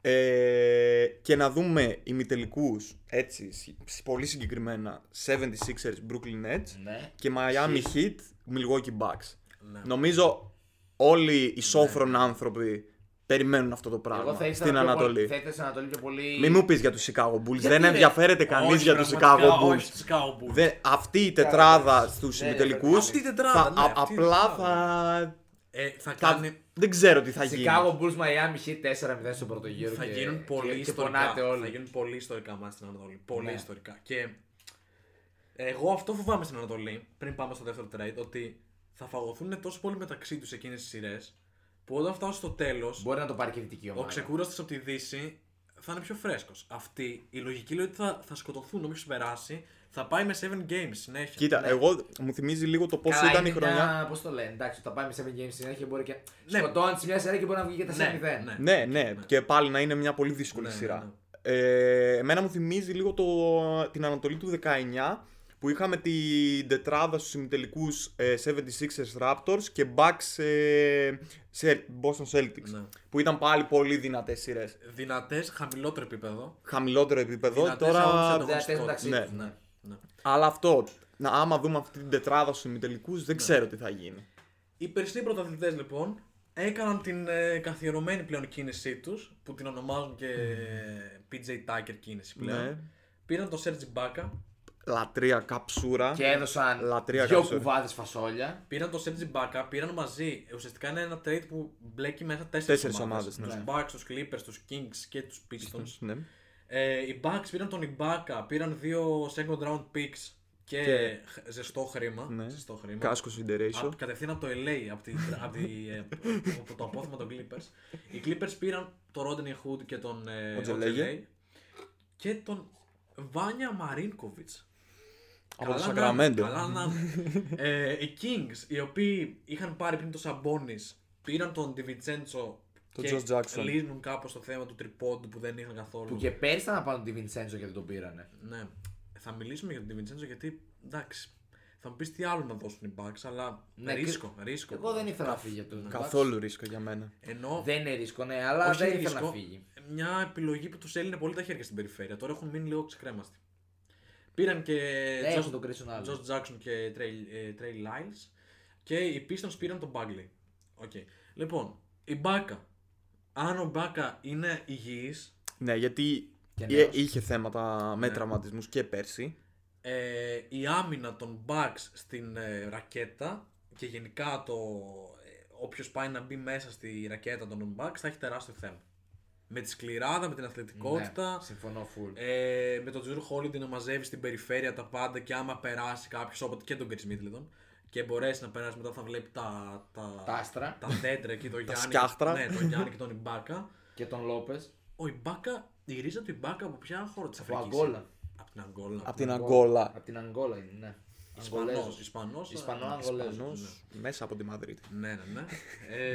Speaker 6: ε, και να δούμε ημιτελικούς έτσι συ- πολύ συγκεκριμένα 76ers Brooklyn Nets
Speaker 5: Ναι.
Speaker 6: και Miami Heat Milwaukee Bucks.
Speaker 4: Ναι.
Speaker 6: Νομίζω όλοι οι σόφρον άνθρωποι περιμένουν αυτό το
Speaker 5: Εγώ θα
Speaker 6: πράγμα
Speaker 5: ήθελα
Speaker 6: στην
Speaker 5: πιο πολύ-
Speaker 6: Ανατολή.
Speaker 5: Θα ήθελα στην Ανατολή πιο πολύ.
Speaker 6: Μην μου πεις για τους Chicago Bulls, δεν
Speaker 5: ρε?
Speaker 6: ενδιαφέρεται κανείς
Speaker 4: Όχι,
Speaker 6: για τους Chicago
Speaker 4: πραγματικά,
Speaker 6: Bulls.
Speaker 4: Όχι, τους Chicago Bulls.
Speaker 6: Δεν- αυτή η τετράδα
Speaker 5: Bulls.
Speaker 6: στους
Speaker 5: Ναι, ρε,
Speaker 6: ημιτελικούς
Speaker 4: αυτή η τετράδα,
Speaker 6: θα-
Speaker 4: ναι,
Speaker 6: α-
Speaker 4: αυτή η
Speaker 6: απλά
Speaker 4: τετράδα.
Speaker 6: θα...
Speaker 4: Ε, θα
Speaker 6: θα-
Speaker 4: κάνει
Speaker 6: Δεν ξέρω τι θα γίνει.
Speaker 5: Chicago Bulls Miami Heat 4-0 στο πρώτο γύρο.
Speaker 4: Θα
Speaker 5: και-
Speaker 4: γίνουν
Speaker 5: και-
Speaker 4: πολύ
Speaker 5: και
Speaker 4: ιστορικά.
Speaker 5: πονάτε
Speaker 4: Θα
Speaker 5: όλοι.
Speaker 4: γίνουν πολύ ιστορικά μάτια στην Ανατολή. Πολύ
Speaker 5: Ναι.
Speaker 4: ιστορικά. Και εγώ αυτό φοβάμαι στην Ανατολή, πριν πάμε στο δεύτερο trade, ότι θα φαγωθούν τόσο πολύ μεταξύ τους εκείνες τις σειρές, που όταν φτάσουν στο τέλος,
Speaker 5: Μπορεί να το πάρει και η δυτική
Speaker 4: ο
Speaker 6: Ναι.
Speaker 5: ομάδα.
Speaker 4: ξεκούραστος από τη Δύση θα είναι πιο φρέσκος. Αυτή η λογική λέει ότι θα, θα σκοτωθούν όποιο περάσει, θα πάει με 7 games συνέχεια.
Speaker 6: Κοίτα, εγώ μου θυμίζει λίγο το πόσο
Speaker 5: Καλά,
Speaker 6: ήταν η
Speaker 5: είναι
Speaker 6: χρονιά.
Speaker 5: μια- Πώς το λένε, εντάξει, τα πάμε σε 7 games συνέχεια μπορεί και.
Speaker 4: Ναι.
Speaker 5: Σκοτώνει σε μια σειρά και μπορεί να βγει και τα 4-0.
Speaker 4: ναι.
Speaker 6: Ναι, ναι, και πάλι να είναι μια πολύ δύσκολη
Speaker 4: Ναι, ναι,
Speaker 6: σειρά. Ε, εμένα μου θυμίζει λίγο το, την Ανατολή του 19 που είχαμε την τετράδα στους ημιτελικούς ε, 76ers Raptors και Bucks ε, σε Boston Celtics
Speaker 4: Ναι.
Speaker 6: που ήταν πάλι πολύ δυνατές σειρές.
Speaker 4: Δυνατές, χαμηλότερο επίπεδο.
Speaker 6: Χαμηλότερο επίπεδο
Speaker 4: Δυνατές αγώνες
Speaker 6: τώρα,
Speaker 4: ανταγωνιστικότητας.
Speaker 5: Δυνατές μεταξύ
Speaker 6: Ναι.
Speaker 5: τους, ναι.
Speaker 4: Ναι, ναι.
Speaker 6: αλλά αυτό, να, άμα δούμε αυτή την τετράδα στους ημιτελικούς δεν ξέρω τι θα γίνει.
Speaker 4: Οι περσινοί πρωταθλητές λοιπόν έκαναν την ε, καθιερωμένη πλέον κίνησή τους, που την ονομάζουν και PJ Tucker κίνηση πλέον.
Speaker 6: Ναι.
Speaker 4: Πήραν τον Serge Ibaka,
Speaker 6: Λατρεία, καψούρα.
Speaker 5: Και έδωσαν
Speaker 6: Λατρεία ε.
Speaker 5: δύο
Speaker 6: καψούρα.
Speaker 5: κουβάδες φασόλια.
Speaker 4: πήραν τον Serge Ibaka, πήραν μαζί. ε, Ουσιαστικά είναι ένα trade που μπλέκει μέσα τέσσερις
Speaker 6: Τέσσερις
Speaker 4: ομάδες.
Speaker 6: ομάδες,
Speaker 4: Τους
Speaker 6: ναι.
Speaker 4: Bucks, τους Clippers, τους Kings και τους Pistons.
Speaker 6: Ναι.
Speaker 4: Ε, οι Bucks πήραν τον Ibaka, πήραν δύο second round picks και,
Speaker 6: Και-
Speaker 4: χ- ζεστό χρήμα.
Speaker 6: Ναι.
Speaker 4: Ζεστό χρήμα.
Speaker 6: Κάσκος Συντερέισιο.
Speaker 4: Απ, κατευθείαν από το LA, από, τη, από, τη, ε, από το απόθεμα των Clippers. Οι Clippers πήραν τον Rodney Hood και τον ε,
Speaker 6: Ο Τζελέγε.
Speaker 4: Οτζελέγε και τον Βάνια Μαρίνκοβιτς.
Speaker 6: Από το
Speaker 4: Καλά να-
Speaker 6: Σακραμέντο.
Speaker 4: Καλά να ε, Οι Kings, οι οποίοι είχαν πάρει πριν το Σαμπόνις, πήραν τον Ντιβιτσέντσο
Speaker 6: Τον Josh Jackson.
Speaker 4: λύνουν κάπως το θέμα του τριπόντου που δεν είχαν καθόλου.
Speaker 5: Που και πέρυσι ήταν να πάρουν τη Βιντσέντζο και δεν τον πήρανε.
Speaker 4: Ναι. Θα μιλήσουμε για τον Ντιβιτσέντσο γιατί, εντάξει, θα μου πεις τι άλλο να δώσουν οι Bucks, αλλά
Speaker 5: Ναι,
Speaker 4: ρίσκο, ρίσκο.
Speaker 5: Εγώ δεν ήθελα να φύγει από τον
Speaker 6: Καθόλου ρίσκο για μένα.
Speaker 4: Ενώ
Speaker 5: Δεν είναι ρίσκο, ναι, αλλά
Speaker 4: Όχι
Speaker 5: δεν
Speaker 4: είναι
Speaker 5: ήθελα να
Speaker 4: ρίσκο,
Speaker 5: φύγει.
Speaker 4: Μια επιλογή που τους έλυνε πολύ τα χέρια στην περιφέρεια. Τώρα έχουν μείνει λίγο ξεκρέμαστοι. Πήραν και
Speaker 5: έχουν τον Grayson Allen.
Speaker 4: Josh Jackson και Trey, ε, Trey Lyles και οι Pistons πήραν τον Bagley. Okay. Λοιπόν, η Μπάκα. Αν ο Μπάκα είναι υγιής,
Speaker 6: Ναι, γιατί
Speaker 5: Και
Speaker 6: ε-
Speaker 5: νέος.
Speaker 6: είχε θέματα
Speaker 4: Ναι.
Speaker 6: με τραυματισμούς και πέρσι.
Speaker 4: ε, η άμυνα των Bucks στην ε, ρακέτα και γενικά το ε, όποιος πάει να μπει μέσα στη ρακέτα των Bucks θα έχει τεράστιο θέμα. Με τη σκληράδα, με την αθλητικότητα,
Speaker 5: Ναι, συμφωνώ full.
Speaker 4: Ε, με τον Τζουρ Χόλιντι να μαζεύεις στην περιφέρεια τα πάντα και άμα περάσει κάποιος, όποτε και τον Κρίς Μίτλετον και μπορέσει να περάσει μετά θα βλέπει τα, τα,
Speaker 5: Τα άστρα.
Speaker 4: τα δέντρα εκεί, το Γιάννη,
Speaker 6: σκιάχτρα.
Speaker 4: ναι, τον Γιάννη και τον Ιμπάκα.
Speaker 5: Και τον Λόπες.
Speaker 4: Ο Ιμπάκα, η ρίζα του Ιμπάκα από ποια χώρα της
Speaker 5: Από
Speaker 4: Αφρικής.
Speaker 5: Αγγόλα.
Speaker 4: Από την Αγγόλα.
Speaker 6: Από την Αγκόλα.
Speaker 5: Από την Αγγόλα είναι, ναι.
Speaker 4: Ισπανός.
Speaker 5: Αγγολέζος.
Speaker 4: Ισπανός. ε,
Speaker 5: Ισπανό Αγγολέζο.
Speaker 6: Ενός μέσα από τη Μαδρίτη.
Speaker 4: Ναι, ναι, ναι.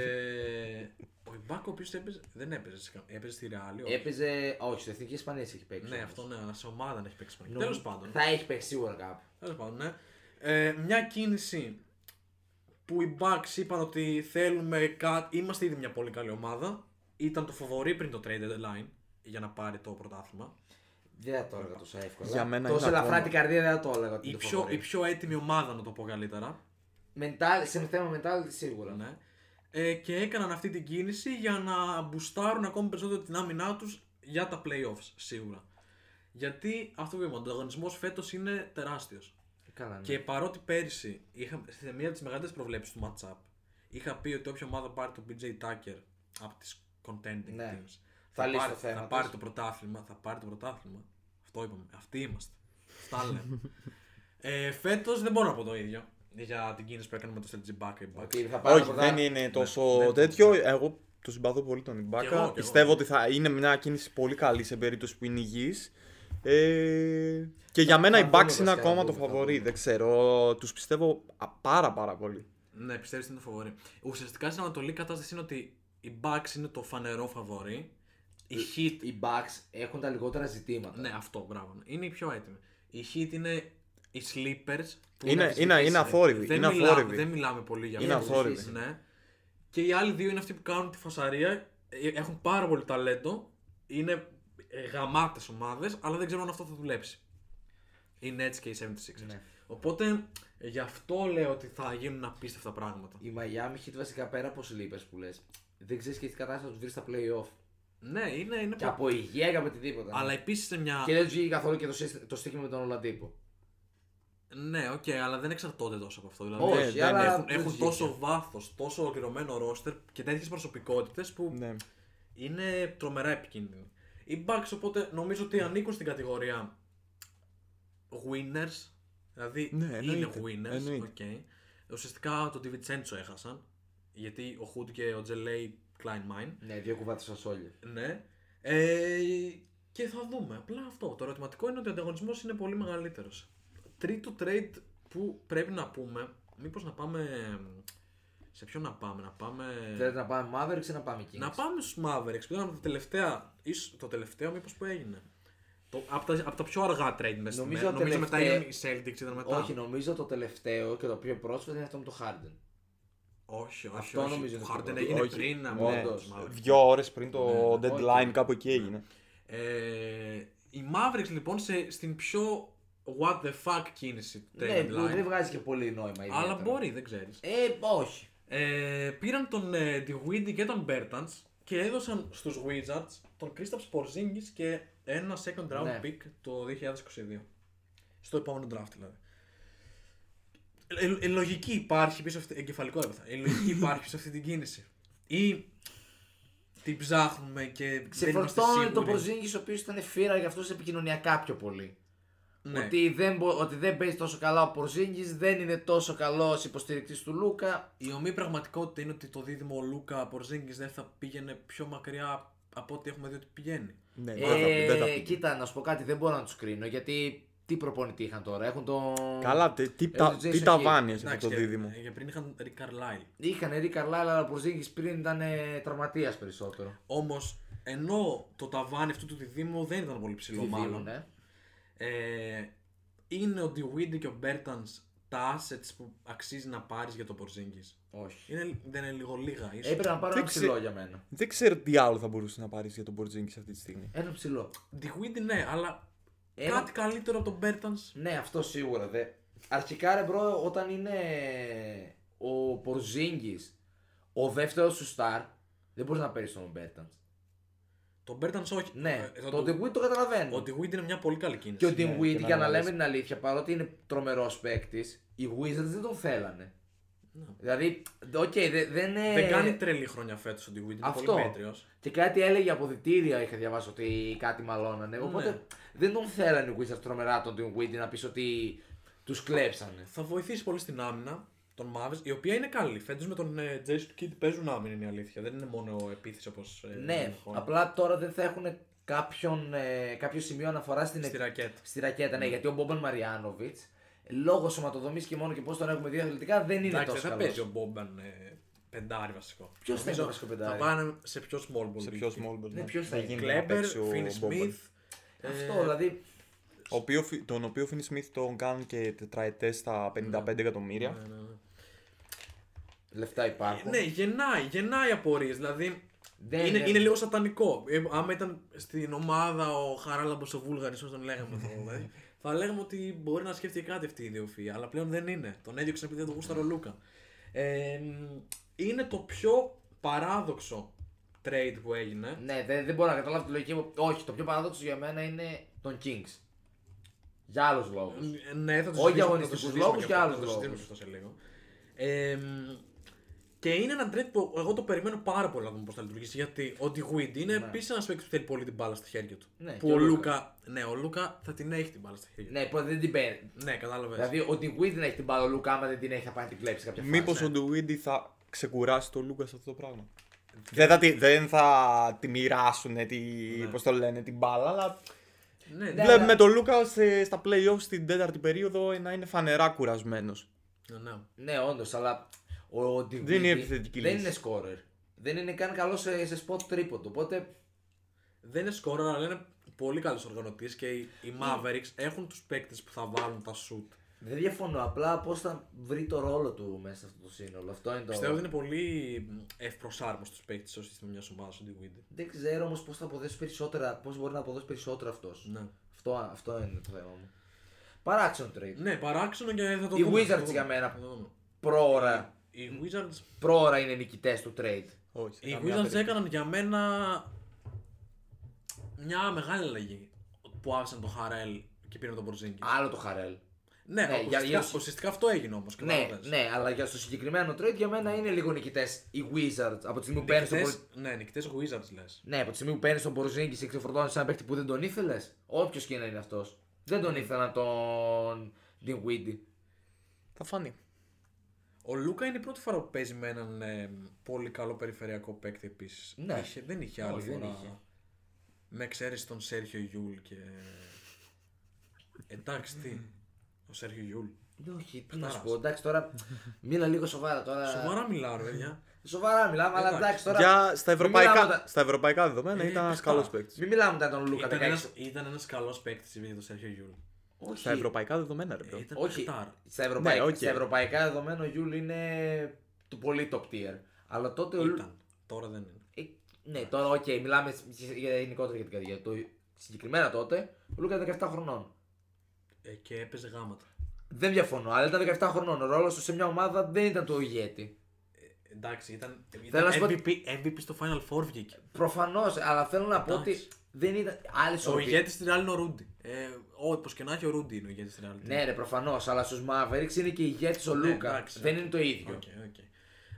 Speaker 4: ε, ο Ιμπάκα ο οποίος έπαιζε, δεν έπαιζε, σε κα- έπαιζε στη Ρεάλ. όχι.
Speaker 5: Έπαιζε. Όχι, στην εθνική Ισπανία έχει παίξει.
Speaker 4: Ναι,
Speaker 5: όμως.
Speaker 4: αυτό ναι, αλλά σε ομάδα δεν έχει παίξει Ισπανία.
Speaker 5: Νομίζω-
Speaker 4: Τέλος πάντων.
Speaker 5: Θα έχει παίξει σίγουρα κάπου.
Speaker 4: Τέλος πάντων, ναι. Ε, μια κίνηση που οι Bucks είπαν ότι θέλουμε κάτι. Είμαστε ήδη μια πολύ καλή ομάδα. Ήταν το φοβορή πριν το trade deadline για να πάρει το πρωτάθλημα.
Speaker 5: Δεν θα το έλεγα τόσο εύκολα.
Speaker 6: Για μένα
Speaker 5: τόσο
Speaker 6: είναι
Speaker 5: ελαφρά
Speaker 6: ακόμα.
Speaker 5: την καρδία δεν θα το έλεγα. ότι
Speaker 4: Η
Speaker 5: είναι το
Speaker 4: πιο,
Speaker 5: φαβορί.
Speaker 4: η πιο έτοιμη ομάδα, να το πω καλύτερα.
Speaker 5: Mental- σε θέμα mentality σίγουρα.
Speaker 4: Ναι. Ε, και έκαναν αυτή την κίνηση για να μπουστάρουν ακόμη περισσότερο την άμυνά τους για τα playoffs, σίγουρα. Γιατί αυτό που είπαμε, ο ανταγωνισμός φέτος είναι τεράστιος.
Speaker 5: Καλά, ναι.
Speaker 4: Και παρότι πέρυσι είχα, σε μία από τις μεγαλύτερες προβλέψεις του matchup, είχα πει ότι όποια ομάδα πάρει τον BJ Tucker από τις contending
Speaker 5: Ναι.
Speaker 4: teams
Speaker 5: Θα λύσει
Speaker 4: πάρει,
Speaker 5: το θέμα
Speaker 4: θα
Speaker 5: της.
Speaker 4: πάρει το πρωτάθλημα. Θα πάρει το πρωτάθλημα. Αυτό είπαμε. Αυτοί είμαστε. Αυτά λέμε. ε, Φέτος δεν μπορώ να πω το ίδιο για την κίνηση που έκανε με το Sergi Baca. οι Bucks.
Speaker 5: Ότι θα πάρει
Speaker 6: Όχι,
Speaker 5: το
Speaker 6: δεν
Speaker 5: πρωτάθλημα.
Speaker 4: ναι.
Speaker 6: είναι
Speaker 4: δεν
Speaker 6: τόσο
Speaker 4: είναι.
Speaker 6: τέτοιο. Εγώ το συμπαθώ πολύ τον
Speaker 4: Κι εγώ, κι
Speaker 6: Ιμπάκα.
Speaker 4: εγώ.
Speaker 6: Πιστεύω ότι θα είναι μια κίνηση πολύ καλή σε περίπτωση που είναι υγιής. Ε, και για μένα
Speaker 5: θα
Speaker 6: οι
Speaker 5: δούμε
Speaker 6: Bucks είναι
Speaker 5: βασικά, θα
Speaker 6: ακόμα το
Speaker 5: δούμε, θα
Speaker 6: φαβορή.
Speaker 5: δούμε.
Speaker 6: Δεν ξέρω. Τους πιστεύω α, πάρα πάρα πολύ.
Speaker 4: Ναι, πιστεύεις ότι είναι το φαβορή. Ουσιαστικά στην Ανατολή η κατάσταση είναι ότι οι Bucks είναι το φανερό φαβορή.
Speaker 6: Ε,
Speaker 4: Οι Heat.
Speaker 5: Οι Bucks έχουν τα λιγότερα ζητήματα.
Speaker 4: Ναι, αυτό, μπράβο. Είναι οι πιο έτοιμοι. Οι Heat είναι οι Sleepers. που
Speaker 6: Είναι, είναι, είναι αθόρυβη.
Speaker 4: Δεν,
Speaker 6: Είναι
Speaker 4: μιλά-
Speaker 6: αθόρυβη.
Speaker 4: δεν μιλάμε πολύ για
Speaker 6: Είναι
Speaker 4: αυτούς.
Speaker 6: αθόρυβη.
Speaker 4: Ναι. Και οι άλλοι δύο είναι αυτοί που κάνουν τη φασαρία. ε, Έχουν πάρα πολύ ταλέντο. Είναι γαμάτες ομάδες, αλλά δεν ξέρουν αν αυτό θα δουλέψει. Οι Nets και οι 76ers.
Speaker 5: Ναι.
Speaker 4: Οπότε γι' αυτό λέω ότι θα γίνουν απίστευτα πράγματα.
Speaker 5: Η Miami Heat βασικά πέρα από sleepers που λες. Δεν ξέρεις και τι κατάσταση θα τους βρει στα playoff.
Speaker 4: Ναι, είναι. είναι
Speaker 5: Και από υγεία και από οτιδήποτε. ναι.
Speaker 4: Αλλά επίσης είναι μια.
Speaker 5: Και δεν του βγήκε καθόλου και το, σύστη- το στίχημα με τον Ολαντίπο.
Speaker 4: Ναι, οκ, αλλά δεν εξαρτώνται τόσο από αυτό. Δηλαδή,
Speaker 5: Όχι,
Speaker 6: δεν
Speaker 5: αλλά
Speaker 6: έχουν-
Speaker 5: τους
Speaker 4: έχουν, έχουν
Speaker 5: βγήκε.
Speaker 4: τόσο βάθος, τόσο ολοκληρωμένο ρόστερ και τέτοιες προσωπικότητες που
Speaker 6: Ναι.
Speaker 4: είναι τρομερά επικίνδυνοι. Οι Bucks οπότε νομίζω ότι ανήκουν στην κατηγορία winners. Δηλαδή
Speaker 6: Ναι,
Speaker 4: είναι
Speaker 6: εννοείται,
Speaker 4: winners.
Speaker 6: εννοείται.
Speaker 4: οκ. Ουσιαστικά τον Divincenzo έχασαν. Γιατί ο Hood και ο Τζελέι Kleinmine.
Speaker 5: Ναι, δύο κουβάτες σας όλοι.
Speaker 4: Ναι. Ε, και θα δούμε. Απλά αυτό. Το ερωτηματικό είναι ότι ο ανταγωνισμός είναι πολύ μεγαλύτερος. Τρίτο trade που πρέπει να πούμε. Μήπως να πάμε. Σε ποιο να πάμε, να πάμε.
Speaker 5: Θέλετε να πάμε Mavericks ή να πάμε Kings.
Speaker 4: Να πάμε στους Mavericks που ήταν από τα τελευταία. ίσως το τελευταίο, μήπως που έγινε. Το, από, τα, απ' τα πιο αργά trade μέσα στη
Speaker 5: Νομίζω
Speaker 4: μέρα.
Speaker 5: τα
Speaker 4: Νομίζω μετά
Speaker 5: τελευταία-
Speaker 4: είναι οι Celtics, ήταν μετά.
Speaker 5: Όχι, νομίζω το τελευταίο και το πιο πρόσφατο είναι αυτό με το Harden.
Speaker 4: όχι, όχι.
Speaker 5: Αυτό
Speaker 4: όχι.
Speaker 5: νομίζω
Speaker 4: Το
Speaker 5: είναι το
Speaker 4: Harden
Speaker 5: πρώτο.
Speaker 4: έγινε
Speaker 6: Όχι.
Speaker 4: πριν να
Speaker 5: Ναι.
Speaker 4: μην
Speaker 5: Όντως.
Speaker 6: Δύο ώρες πριν το
Speaker 5: Ναι,
Speaker 6: deadline,
Speaker 5: όχι.
Speaker 6: κάπου εκεί έγινε.
Speaker 4: Ε, οι Mavericks λοιπόν σε, στην πιο what the fuck κίνηση του
Speaker 5: Ναι,
Speaker 4: trade
Speaker 5: που
Speaker 4: deadline.
Speaker 5: δεν βγάζει και πολύ νόημα.
Speaker 4: Αλλά
Speaker 5: ιδιαίτερα.
Speaker 4: μπορεί, δεν ξέρεις.
Speaker 5: Ε, όχι.
Speaker 4: Ε, πήραν τον ε, Ντιγουίντι και τον Μπέρταντ και έδωσαν στους Wizards τον Κρίσταπ Πορζίνγκη και ένα second round
Speaker 5: Ναι.
Speaker 4: pick το 2022. Στο επόμενο draft δηλαδή. Ε, ε, λογική υπάρχει πίσω αυτή. Εγκεφαλικό έπαθα. Ε, λογική υπάρχει πίσω αυτή την κίνηση. Ή την ψάχνουμε και δεν είμαστε
Speaker 5: Ξεφορτώνει
Speaker 4: σίγουροι.
Speaker 5: τον Ποζίνγκη, ο οποίος ήταν φύρα για αυτούς επικοινωνιακά πιο πολύ.
Speaker 4: Ναι.
Speaker 5: Ότι, δεν, μπο- ότι δεν παίζει τόσο καλά ο Ποζίνγκη, δεν είναι τόσο καλός υποστηρικτής του Λούκα.
Speaker 4: Η ομή πραγματικότητα είναι ότι το δίδυμο Λούκα Πορζίνγκη δεν θα πήγαινε πιο μακριά από ό,τι έχουμε δει ότι πηγαίνει.
Speaker 6: Ναι, δεν θα πει, δεν θα
Speaker 5: Ε,
Speaker 6: πει.
Speaker 5: κοίτα, να σου πω κάτι, δεν μπορώ να τους κρίνω γιατί τι προπονητή είχαν τώρα. Έχουν τον.
Speaker 6: Καλά, τι, τι,
Speaker 5: Έχουν
Speaker 6: τα,
Speaker 5: τον Jason
Speaker 6: τι
Speaker 5: Kidd.
Speaker 6: ταβάνι έχει Ναι, αυτό
Speaker 4: Εντάξει,
Speaker 6: το
Speaker 4: και-
Speaker 6: δίδυμο.
Speaker 5: ναι.
Speaker 4: ε, Για πριν είχαν Rick Carlisle.
Speaker 5: Είχαν Ρί Καρλάιλ, αλλά ο Ποζίνγκη πριν ήταν τραυματίας περισσότερο.
Speaker 4: Όμως, ενώ το ταβάνι αυτού του διδήμου δεν ήταν πολύ ψηλό,
Speaker 5: Διδύμου,
Speaker 4: μάλλον.
Speaker 5: ναι.
Speaker 4: Ε, είναι ο Ντιουίντι και ο Μπέρτανς τα assets που αξίζει να πάρεις για τον Πορζίνγκη.
Speaker 5: Όχι.
Speaker 4: Είναι, δεν είναι λίγο λίγα, ίσως.
Speaker 5: Έπρεπε να πάρω
Speaker 6: Δεν
Speaker 5: ένα
Speaker 6: ξε-
Speaker 5: ψηλό για μένα.
Speaker 6: Δεν ξέρω τι άλλο θα μπορούσε να πάρεις για τον Μπορτζίνκη αυτή τη στιγμή.
Speaker 5: Ένα ψηλό.
Speaker 4: Ντιουίντι, ναι, αλλά
Speaker 5: Ένα-
Speaker 4: κάτι καλύτερο από τον Μπέρτανς.
Speaker 5: Ναι, αυτό σίγουρα. Δε. Αρχικά, ρε μπρο, όταν είναι ο Πορζίνγκης ο δεύτερος σου στάρ, δεν μπορείς να παίρνεις τον Μπέρταν.
Speaker 4: Τον Μπέρτανς όχι.
Speaker 5: Ναι,
Speaker 4: Ε,
Speaker 5: το
Speaker 4: το-
Speaker 5: Ντεγκουίτ το καταλαβαίνω.
Speaker 4: Ο Ντιουίντι είναι μια πολύ καλή κίνηση.
Speaker 5: Και ο
Speaker 6: Ναι,
Speaker 5: Ντεγκουίτ,
Speaker 6: και
Speaker 5: για να
Speaker 6: να
Speaker 5: λέμε
Speaker 6: λες.
Speaker 5: την αλήθεια, παρότι είναι τρομερός παίκτης, οι Wizards δεν τον θέλανε.
Speaker 4: Ναι.
Speaker 5: Δηλαδή, οκ, δε- δεν είναι.
Speaker 4: Δεν κάνει τρελή χρόνια φέτος ο Ντιουίντι. Είναι πολύ
Speaker 5: Ε, Αυτό.
Speaker 4: μέτριος.
Speaker 5: Και κάτι έλεγε από διτήρια, είχα διαβάσει ότι κάτι μαλώνανε. Οπότε
Speaker 4: Ναι.
Speaker 5: δεν τον θέλανε οι Wizards τρομερά τον Ντεγκουίτ να πεις ότι τους κλέψανε.
Speaker 4: Θα βοηθήσει πολύ στην άμυνα των Mavis, η οποία είναι καλή. Φέτος με τον ε, Jason Kidd παίζουν άμυνα, είναι η αλήθεια. Δεν είναι μόνο επίθεση όπως. Ε,
Speaker 5: Ναι,
Speaker 4: ενδεχόταν.
Speaker 5: απλά τώρα δεν θα έχουν κάποιον, ε, κάποιο σημείο αναφορά στην
Speaker 4: Στη ρακέτα.
Speaker 5: Στη ρακέτα, ναι, γιατί ο Μπόμπαν Μαριάνοβιτ, λόγω σωματοδομής και μόνο και πώς τον έχουμε δει αθλητικά, δεν είναι
Speaker 4: Εντάξει, δεν
Speaker 5: τόσο
Speaker 4: θα
Speaker 5: καλός.
Speaker 4: παίζει ο Μπόμπαν ε, πεντάρι βασικό.
Speaker 5: Ποιος θα είναι το βασικό πεντάρι?
Speaker 4: Θα πάνε σε πιο small ball.
Speaker 6: Σε ποιο small ball.
Speaker 5: Ναι, ποιος θα γίνει.
Speaker 4: Κλέμπερ, Φίνι Σμιθ. ε,
Speaker 5: Αυτό δηλαδή.
Speaker 6: Ο οποίο, τον
Speaker 5: Ναι,
Speaker 6: οποίο Finney Smith τον κάνουν και τετραετές στα 55 εκατομμύρια.
Speaker 5: Λεφτά υπάρχουν.
Speaker 4: Ναι, γεννάει, γεννάει απορίες. Δηλαδή
Speaker 5: Δεν
Speaker 4: είναι,
Speaker 5: είναι-
Speaker 4: είναι λίγο σατανικό. Ε, άμα ήταν στην ομάδα ο Χαράλαμπος ο Βούλγαρης, όπως τον λέγαμε εδώ, δηλαδή, θα λέγαμε ότι μπορεί να σκέφτηκε κάτι αυτή η ιδιοφυα, αλλά πλέον δεν είναι. Τον έδιωξε επειδή δεν τον γούσταρε ο Λούκα. Ε, μ, είναι το πιο παράδοξο trade που έγινε.
Speaker 5: Ναι, δεν, δεν μπορώ να καταλάβω τη λογική μου. Όχι, το πιο παράδοξο για μένα είναι τον Kings. Για άλλους λόγους.
Speaker 4: Ε, Ναι, θα το
Speaker 5: Όχι
Speaker 4: συζητήσουμε-
Speaker 5: αγωνιστικούς
Speaker 4: θα το συζητήσουμε
Speaker 5: λόγους
Speaker 4: και
Speaker 5: και
Speaker 4: αυτό,
Speaker 5: άλλους
Speaker 4: Θα το συζητήσουμε
Speaker 5: λόγους.
Speaker 4: αυτό σε λίγο. Ε, μ, και είναι ένα trade που εγώ το περιμένω πάρα πολύ να δούμε πώς θα λειτουργήσει. Γιατί ο Ντιγουίντ είναι ναι. επίσης ένας παίκτη που θέλει πολύ την μπάλα στα χέρια του.
Speaker 5: Ναι,
Speaker 4: που
Speaker 5: και
Speaker 4: ο
Speaker 5: ο Λούκα.
Speaker 4: Λούκα, ναι, ο Λούκα θα την έχει την μπάλα στα χέρια του.
Speaker 5: Ναι, πρώτα δεν την παίρνει.
Speaker 4: Ναι, κατάλαβες.
Speaker 5: Δηλαδή, ο Ντιγουίτ δεν έχει την μπάλα, ο Λούκα, άμα δεν την έχει, θα πάει να την κλέψει κάποια
Speaker 6: Μήπω
Speaker 5: φάση.
Speaker 6: ο Ντουίντι θα ξεκουράσει τον Λούκα σε αυτό το πράγμα.
Speaker 5: Ε,
Speaker 6: Δεν θα, τη, δεν θα τη μοιράσουν, τη, πώς το λένε, την μπάλα, αλλά
Speaker 4: ναι, ναι,
Speaker 5: Ναι,
Speaker 6: βλέπουμε
Speaker 5: αλλά-
Speaker 6: τον Λούκα σε- στα playoffs στην τέταρτη περίοδο να είναι φανερά κουρασμένος.
Speaker 4: ναι.
Speaker 5: Ναι, όντως, αλλά ο Ντιγουίτ
Speaker 6: Δεν είναι επιθετική
Speaker 5: δεν
Speaker 6: λύση.
Speaker 5: είναι σκόρερ. Δεν είναι καν καλό σε, σε spot τρίποντο. Οπότε
Speaker 4: Δεν είναι σκόρερ, αλλά είναι πολύ καλός οργανωτής και οι, οι Mavericks έχουν τους παίκτες που θα βάλουν τα shoot.
Speaker 5: δεν διαφωνώ. Απλά πώς θα βρει το ρόλο του μέσα σε αυτό το σύνολο. Αυτό είναι το.
Speaker 4: Πιστεύω ότι είναι πολύ ευπροσάρμοστος παίκτη στο σύστημα μια ομάδα του Ντιγουίντ.
Speaker 5: Δεν ξέρω όμως πώς θα αποδώσει περισσότερα. Πώς μπορεί να αποδώσει περισσότερα αυτός.
Speaker 4: Ναι.
Speaker 5: Αυτό, αυτό είναι το θέμα μου. Παράξενο trade.
Speaker 4: ναι, παράξενο και θα το
Speaker 5: Οι
Speaker 4: δούμε, θα το
Speaker 5: Wizards
Speaker 4: δούμε,
Speaker 5: για μένα.
Speaker 4: θα το δούμε.
Speaker 5: Πρόωρα,
Speaker 4: Οι Wizards
Speaker 5: πρόωρα είναι νικητές του trade.
Speaker 6: Όχι.
Speaker 4: Οι Wizards έκαναν για μένα μια μεγάλη αλλαγή που άφησαν τον Χαρέλ και πήραν τον Μπορζίνκι.
Speaker 5: Άλλο το Χαρέλ.
Speaker 4: Ναι,
Speaker 5: ναι,
Speaker 4: ουσιαστικά,
Speaker 5: για- για-
Speaker 4: ουσιαστικά αυτό έγινε όμως.
Speaker 5: Ναι, ναι, αλλά για στο συγκεκριμένο trade για μένα είναι λίγο νικητές οι Wizards. Από τη στιγμή που παίρνει τον, Μπο-
Speaker 4: Ναι, νικητές Wizards λες.
Speaker 5: ναι, από τη στιγμή που παίρνεις τον Μπορζίνγκη και ξεφορτώνεις έναν παίχτη που δεν τον ήθελες. Όποιος και να είναι αυτός. Δεν τον ήθελα τον Dinwiddie.
Speaker 6: Θα φανεί.
Speaker 4: Ο Λούκα είναι η πρώτη φορά που παίζει με έναν ε, πολύ καλό περιφερειακό παίκτη επίσης.
Speaker 5: Ναι.
Speaker 4: δεν είχε άλλη
Speaker 5: Όχι, δεν
Speaker 4: φορά.
Speaker 5: είχε.
Speaker 4: Με εξαίρεση τον Σέρχιο Γιούλ και. Εντάξει, τι. Ο Σέρχιο Γιούλ.
Speaker 5: Ναι, όχι, τι να σου
Speaker 4: Πετάρας.
Speaker 5: πω. Εντάξει τώρα, μίλα λίγο σοβαρά τώρα.
Speaker 4: Σοβαρά μιλάω, ρε παιδιά.
Speaker 5: Σοβαρά μιλάμε, αλλά
Speaker 4: Εντάξει.
Speaker 5: εντάξει τώρα.
Speaker 6: Για, στα,
Speaker 5: μην
Speaker 6: ευρωπαϊκά,
Speaker 5: μιλάμε τα-
Speaker 6: στα ευρωπαϊκά δεδομένα ήταν ένας
Speaker 4: πιστά.
Speaker 6: καλό παίκτης.
Speaker 5: Μην μιλάμε μετά τον Λούκα
Speaker 4: Ήταν ένας-
Speaker 5: 16.
Speaker 4: Ήταν ένας καλός παίκτης για τον Σέρχιο Γιούλ.
Speaker 5: Όχι.
Speaker 6: Στα ευρωπαϊκά δεδομένα, ρε
Speaker 4: Ε,
Speaker 6: παιδί.
Speaker 4: Ήταν
Speaker 5: Όχι.
Speaker 4: παιχτάρ.
Speaker 5: Στα ευρωπαϊκά,
Speaker 6: Ναι, οκ.
Speaker 5: στα ευρωπαϊκά δεδομένο ο Γιούλ είναι του πολύ top tier. Αλλά τότε. ο Λου-
Speaker 4: Ήταν. Τώρα δεν είναι.
Speaker 5: Ε, ναι, τώρα οκ, μιλάμε σ- σ- για γενικότερα για την καριέρα του. Συγκεκριμένα τότε, ο Λούκα ήταν 17 χρονών.
Speaker 4: Ε, και έπαιζε γάματα.
Speaker 5: Δεν διαφωνώ, αλλά ήταν 17 χρονών. Ο ρόλος του σε μια ομάδα δεν ήταν το ηγέτη.
Speaker 4: Ε, Εντάξει, ήταν.
Speaker 5: Θέλω
Speaker 4: ήταν
Speaker 5: να σου πω-
Speaker 4: MVP, MVP στο Final Four βγήκε.
Speaker 5: Προφανώς, αλλά θέλω να πω ότι
Speaker 4: Εντάξει.
Speaker 5: δεν ήταν. Άλλη
Speaker 4: Ο
Speaker 5: ισορροπία.
Speaker 4: ηγέτη στην άλλη είναι ο Ρούντι. Ε, Όπως και να έχει, ο Ρούντι είναι ο ηγέτης στην άλλη.
Speaker 5: Ναι, ρε, προφανώς, αλλά στους Mavericks είναι και ηγέτης ο
Speaker 4: Ναι,
Speaker 5: Λούκα.
Speaker 4: εντάξει,
Speaker 5: δεν
Speaker 4: ναι.
Speaker 5: είναι το ίδιο.
Speaker 4: Οκ, οκ.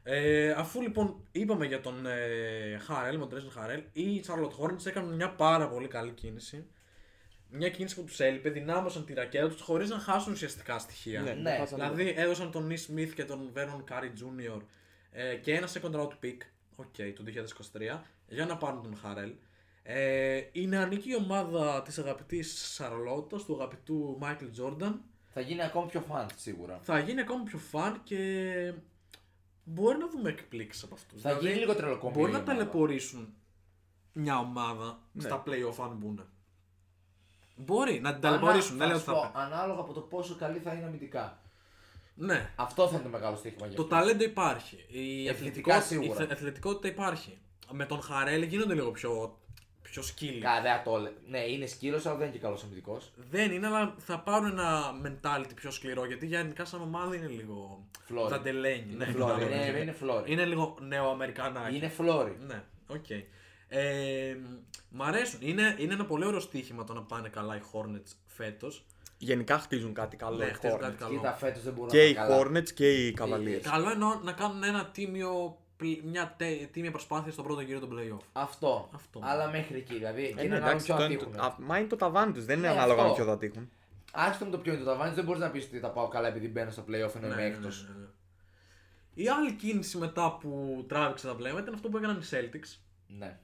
Speaker 4: Ε, αφού λοιπόν είπαμε για τον ε, Χαρέλ, τον Τρέσον Χαρέλ, οι Charlotte Hornets έκαναν μια πάρα πολύ καλή κίνηση. Μια κίνηση που τους έλειπε, δυνάμωσαν τη ρακέτα τους χωρίς να χάσουν ουσιαστικά στοιχεία.
Speaker 6: Ναι,
Speaker 5: ναι.
Speaker 4: δηλαδή έδωσαν τον Νι Σμιθ και τον Βέρον Κάρι Τζούνιορ ε, και ένα second round pick okay, του 2023 για να πάρουν τον Χαρέλ. Ε, η νεανική ομάδα της αγαπητής Σαρλότας, του αγαπητού Μάικλ Τζόρνταν,
Speaker 5: Θα γίνει ακόμη πιο φαν σίγουρα.
Speaker 4: θα γίνει ακόμη πιο φαν και μπορεί να δούμε εκπλήξεις από αυτούς. Δηλαδή,
Speaker 5: Θα γίνει λίγο τρελοκομείο.
Speaker 4: Μπορεί
Speaker 5: η
Speaker 4: να
Speaker 5: ομάδα. Ναι.
Speaker 4: ταλαιπωρήσουν μια ομάδα στα play-off αν μπουν. Μπορεί να την ταλαιπωρήσουν.
Speaker 5: Ανά-
Speaker 4: Δεν λέω ότι
Speaker 5: σου
Speaker 4: θα
Speaker 5: πω,
Speaker 4: πέ-
Speaker 5: Ανάλογα από το πόσο καλή θα είναι αμυντικά.
Speaker 4: Ναι.
Speaker 5: Αυτό θα είναι το μεγάλο στοίχημα για
Speaker 4: Το
Speaker 5: αυτούς.
Speaker 4: ταλέντο υπάρχει. Η
Speaker 5: Αθλητικά
Speaker 4: αθλητικότητα, η
Speaker 5: σίγουρα.
Speaker 4: θε- αθλητικότητα υπάρχει. Με τον Χαρέλ γίνονται λίγο πιο, πιο σκύλοι.
Speaker 5: Κα, δεν θα το λέ- Ναι, είναι σκύλος, αλλά δεν είναι και καλός αμυντικό.
Speaker 4: Δεν είναι, αλλά θα πάρουν ένα mentality πιο σκληρό. Γιατί γενικά σαν ομάδα είναι λίγο.
Speaker 5: Φλόρι.
Speaker 4: Δαντελένι. Ναι,
Speaker 5: φλόρι,
Speaker 4: ναι,
Speaker 5: είναι-
Speaker 4: ναι.
Speaker 5: είναι φλόρι.
Speaker 4: Είναι λίγο νεοαμερικανάκι.
Speaker 5: Είναι φλόρι.
Speaker 4: Ναι, οκ. Ε, μ' αρέσουν. Είναι, είναι ένα πολύ ωραίο στοίχημα το να πάνε καλά οι Hornets φέτο.
Speaker 6: Γενικά χτίζουν κάτι καλό.
Speaker 4: Ναι,
Speaker 6: οι
Speaker 4: χτίζουν
Speaker 6: Hornets.
Speaker 4: κάτι καλό.
Speaker 5: Κοίτα, φέτος δεν μπορούν
Speaker 6: Και
Speaker 5: να
Speaker 6: οι
Speaker 5: είναι καλά.
Speaker 6: Hornets και οι Cavaliers.
Speaker 4: Καλό εννοώ να κάνουν ένα τίμιο, πλη- μια τε- τίμια προσπάθεια στον πρώτο γύρο των playoff.
Speaker 5: Αυτό.
Speaker 4: Αυτό.
Speaker 5: Αλλά μέχρι εκεί. Δηλαδή,
Speaker 6: Ε,
Speaker 5: είναι
Speaker 6: ναι,
Speaker 5: ανάλογο
Speaker 6: εντάξει,
Speaker 5: ποιο
Speaker 6: το
Speaker 5: θα
Speaker 6: είναι το-
Speaker 5: τύχουν.
Speaker 6: α, Μα είναι το ταβάνι του, δεν είναι
Speaker 5: Ναι,
Speaker 6: ανάλογα με
Speaker 5: αυτό.
Speaker 6: ποιο θα τύχουν.
Speaker 5: Άστο με το ποιο είναι το ταβάνι, δεν μπορείς να πεις ότι τα πάω καλά επειδή μπαίνω στα playoff ενώ είμαι έκτος.
Speaker 4: ναι. Η άλλη κίνηση μετά που τράβηξε τα βλέμματα ήταν αυτό που έκαναν οι Celtics.
Speaker 5: Ναι.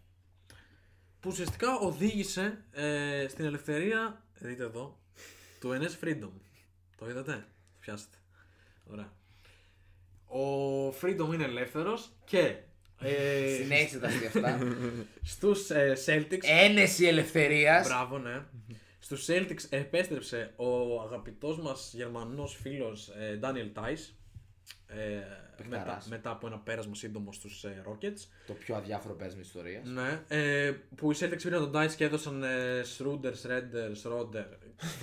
Speaker 4: Που ουσιαστικά οδήγησε ε, στην ελευθερία. ε, Δείτε εδώ. του NS Freedom. Το είδατε. Πιάσετε. Ωραία. Ο Freedom είναι ελεύθερος και. Ε,
Speaker 5: Συνέχισε τα αστεία αυτά.
Speaker 4: Στους ε, Celtics.
Speaker 5: Ένεση ελευθερίας.
Speaker 4: Μπράβο, ναι. Στους Celtics επέστρεψε ο αγαπητός μας γερμανός φίλος ε, Daniel Tice. ε, μετά,
Speaker 5: Παιχταράς.
Speaker 4: μετά από ένα πέρασμα σύντομο στους ε, Rockets.
Speaker 5: Το πιο αδιάφορο παίζουμε της ιστορίας.
Speaker 4: Ναι, ε, που οι Celtics πήραν τον Dice και έδωσαν ε, Schroeder, Schroeder, Schroeder,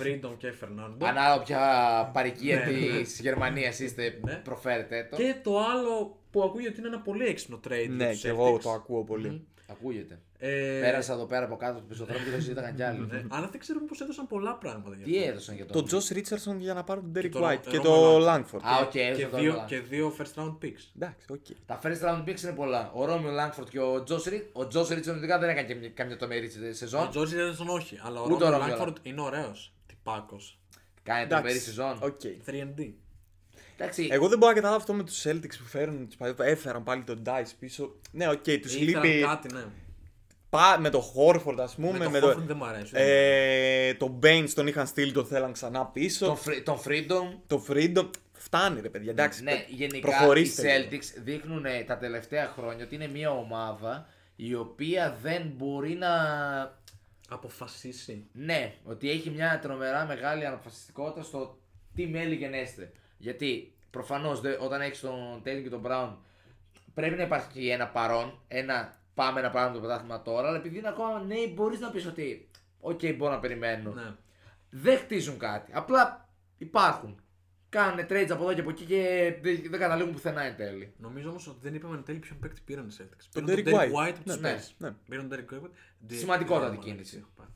Speaker 4: Freedom και Fernando.
Speaker 5: Ανάλογα ποια παροικία
Speaker 4: Ναι, ναι.
Speaker 5: της Γερμανίας είστε,
Speaker 4: Ναι.
Speaker 5: προφέρετε το.
Speaker 4: και το άλλο που ακούγεται ότι είναι ένα πολύ έξυπνο trade. για
Speaker 6: Ναι,
Speaker 4: τους
Speaker 6: και εγώ
Speaker 4: Celtics.
Speaker 6: το ακούω πολύ.
Speaker 5: Ακούγεται.
Speaker 4: Ε,
Speaker 5: Πέρασα εδώ πέρα από κάτω του πεζοδρόμου και το συζήταγαν κι άλλοι.
Speaker 4: ναι, αλλά δεν ξέρουμε πώ έδωσαν πολλά πράγματα για
Speaker 5: Τι
Speaker 4: αυτό.
Speaker 5: έδωσαν για το.
Speaker 6: Το Josh Richardson για να πάρουν τον Derek
Speaker 4: τον
Speaker 6: White ε, και
Speaker 4: Roman
Speaker 6: το
Speaker 4: Lanford.
Speaker 6: Langford.
Speaker 5: Α, οκ,
Speaker 4: και,
Speaker 5: έδωσαν το
Speaker 4: δύο,
Speaker 5: Roman
Speaker 4: και
Speaker 5: Lanford.
Speaker 4: δύο first round picks.
Speaker 6: Εντάξει, οκ.
Speaker 5: Τα first round picks είναι πολλά. Ο Ρόμιο Λάνφορτ και ο Τζο Ρίτσον. Ο Τζο Ρίτσον ειδικά δεν έκανε και μια- καμιά τρομερή σε-
Speaker 4: Ο
Speaker 5: σεζόν.
Speaker 4: George Henderson όχι, αλλά ο
Speaker 5: Ούτε
Speaker 4: Roman
Speaker 5: ο Roman
Speaker 4: Langford είναι ωραίος. Τυπάκος.
Speaker 5: Κάνει τρομερή
Speaker 6: Εντάξει,
Speaker 5: σεζόν.
Speaker 6: οκ.
Speaker 4: Ε, 3D.
Speaker 5: Εντάξει,
Speaker 6: Εγώ δεν μπορώ να καταλάβω αυτό με τους Celtics που φέρνουν. τους παλιούς- Έφεραν πάλι τον Dice πίσω. Ναι, οκ, τους
Speaker 4: Ήθελαν
Speaker 6: λείπει.
Speaker 4: κάτι, ναι.
Speaker 6: Πα, με το Χόρφορντ, ας πούμε.
Speaker 4: Με
Speaker 6: με
Speaker 4: το
Speaker 6: το-
Speaker 4: Hoffman δεν μ' αρέσει.
Speaker 6: Ε, τον Baines τον είχαν στείλει, τον θέλαν ξανά πίσω.
Speaker 5: τον, Free- τον Freedom.
Speaker 6: Το Freedom. Φτάνει, ρε παιδιά. Εντάξει,
Speaker 5: Ναι,
Speaker 6: πε-
Speaker 5: γενικά οι
Speaker 6: προχωρήστε λίγο.
Speaker 5: Celtics δείχνουν ε, τα τελευταία χρόνια ότι είναι μια ομάδα η οποία δεν μπορεί να.
Speaker 4: Αποφασίσει.
Speaker 5: Ναι, ότι έχει μια τρομερά μεγάλη αναποφασιστικότητα στο τι μέλη γενέστε. Γιατί προφανώς όταν έχεις τον Τέιν και τον Brown πρέπει να υπάρχει και ένα παρόν, ένα πάμε να πάρουμε το πρωτάθλημα τώρα. Αλλά επειδή είναι ακόμα νέοι, μπορείς να πεις ότι οκ, μπορώ να περιμένω.
Speaker 4: Ναι.
Speaker 5: Δεν χτίζουν κάτι. Απλά υπάρχουν. Κάνουν trades από εδώ και από εκεί και δεν δεν καταλήγουν πουθενά εν τέλει.
Speaker 4: Νομίζω όμως ότι δεν είπαμε εν τέλει ποιον παίκτη πήραν οι Celtics.
Speaker 6: Τον
Speaker 4: Πήραν
Speaker 6: Derrick White.
Speaker 4: White από τους
Speaker 5: Ναι,
Speaker 4: Spurs.
Speaker 6: ναι.
Speaker 4: Πήραν τον Derrick White. Ντε-
Speaker 5: Σημαντικότατη
Speaker 4: Μαλάκα,
Speaker 5: κίνηση.
Speaker 4: έχω πάθει.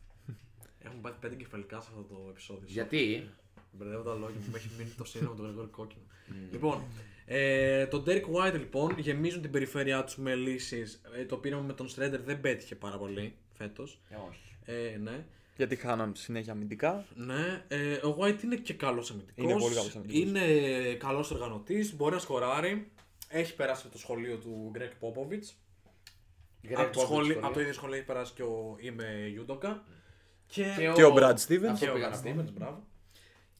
Speaker 4: Έχουν πάθει πέντε κεφαλικά σε αυτό το επεισόδιο.
Speaker 5: Γιατί
Speaker 4: Μπερδεύω τα λόγια μου, μου έχει μείνει το σύνδρομο του Γρηγόρη Κόκκινο. λοιπόν, ε, τον Derek White λοιπόν γεμίζουν την περιφέρειά τους με λύσεις. Ε, το πείραμα με τον Στρέντερ δεν πέτυχε πάρα πολύ φέτος.
Speaker 5: όχι.
Speaker 4: Ε, ναι.
Speaker 6: Γιατί χάναμε συνέχεια αμυντικά.
Speaker 4: ναι. Ε, ο White είναι και καλός αμυντικός.
Speaker 6: Είναι πολύ καλός αμυντικός.
Speaker 4: Είναι καλός οργανωτής, μπορεί να σκοράρει. Έχει περάσει από το σχολείο του Greg Popovich. Από, το σχολείο- από το ίδιο σχολείο έχει περάσει και ο Είμαι Ιούντοκα. Και,
Speaker 6: Και ο Brad Stevens.
Speaker 5: Αυτό
Speaker 4: και ο
Speaker 5: πήγα
Speaker 4: Brad
Speaker 5: να πω.
Speaker 4: Stevens, μπράβο.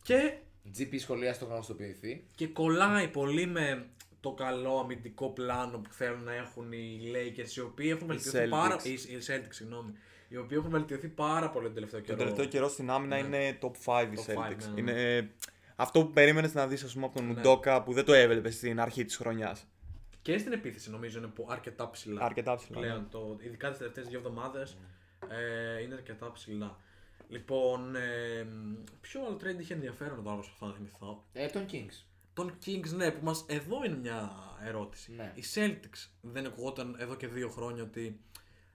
Speaker 4: Και
Speaker 5: GP σχολεία στο γνωστοποιηθεί.
Speaker 4: Και κολλάει πολύ με το καλό αμυντικό πλάνο που θέλουν να έχουν οι Lakers, οι οποίοι έχουν βελτιωθεί
Speaker 6: Celtics.
Speaker 4: πάρα οι, οι Celtics, συγγνώμη. Οι οποίοι έχουν βελτιωθεί πάρα πολύ τον τελευταίο
Speaker 6: Τον
Speaker 4: καιρό.
Speaker 6: τελευταίο καιρό στην άμυνα είναι top 5 οι
Speaker 4: Ναι. Top five,
Speaker 6: Celtics.
Speaker 4: ναι, ναι.
Speaker 6: Είναι αυτό που περίμενες να δεις, ας πούμε, από τον Μουντόκα που δεν το έβλεπες στην αρχή της χρονιάς.
Speaker 4: Και στην επίθεση νομίζω είναι που αρκετά ψηλά.
Speaker 6: Αρκετά ψηλά,
Speaker 4: Πλέον,
Speaker 6: ναι.
Speaker 4: το, ειδικά τις τελευταίες δύο εβδομάδες
Speaker 5: Ναι.
Speaker 4: ε, είναι αρκετά ψηλά. Λοιπόν, ε, ποιο άλλο trade είχε ενδιαφέρον εδώ, όπως θα θυμηθώ.
Speaker 5: Ε, τον Kings.
Speaker 4: Τον Kings, ναι, που μας... Εδώ είναι μια ερώτηση.
Speaker 5: Ναι.
Speaker 4: Οι Celtics δεν ακουγόταν εδώ και δύο χρόνια ότι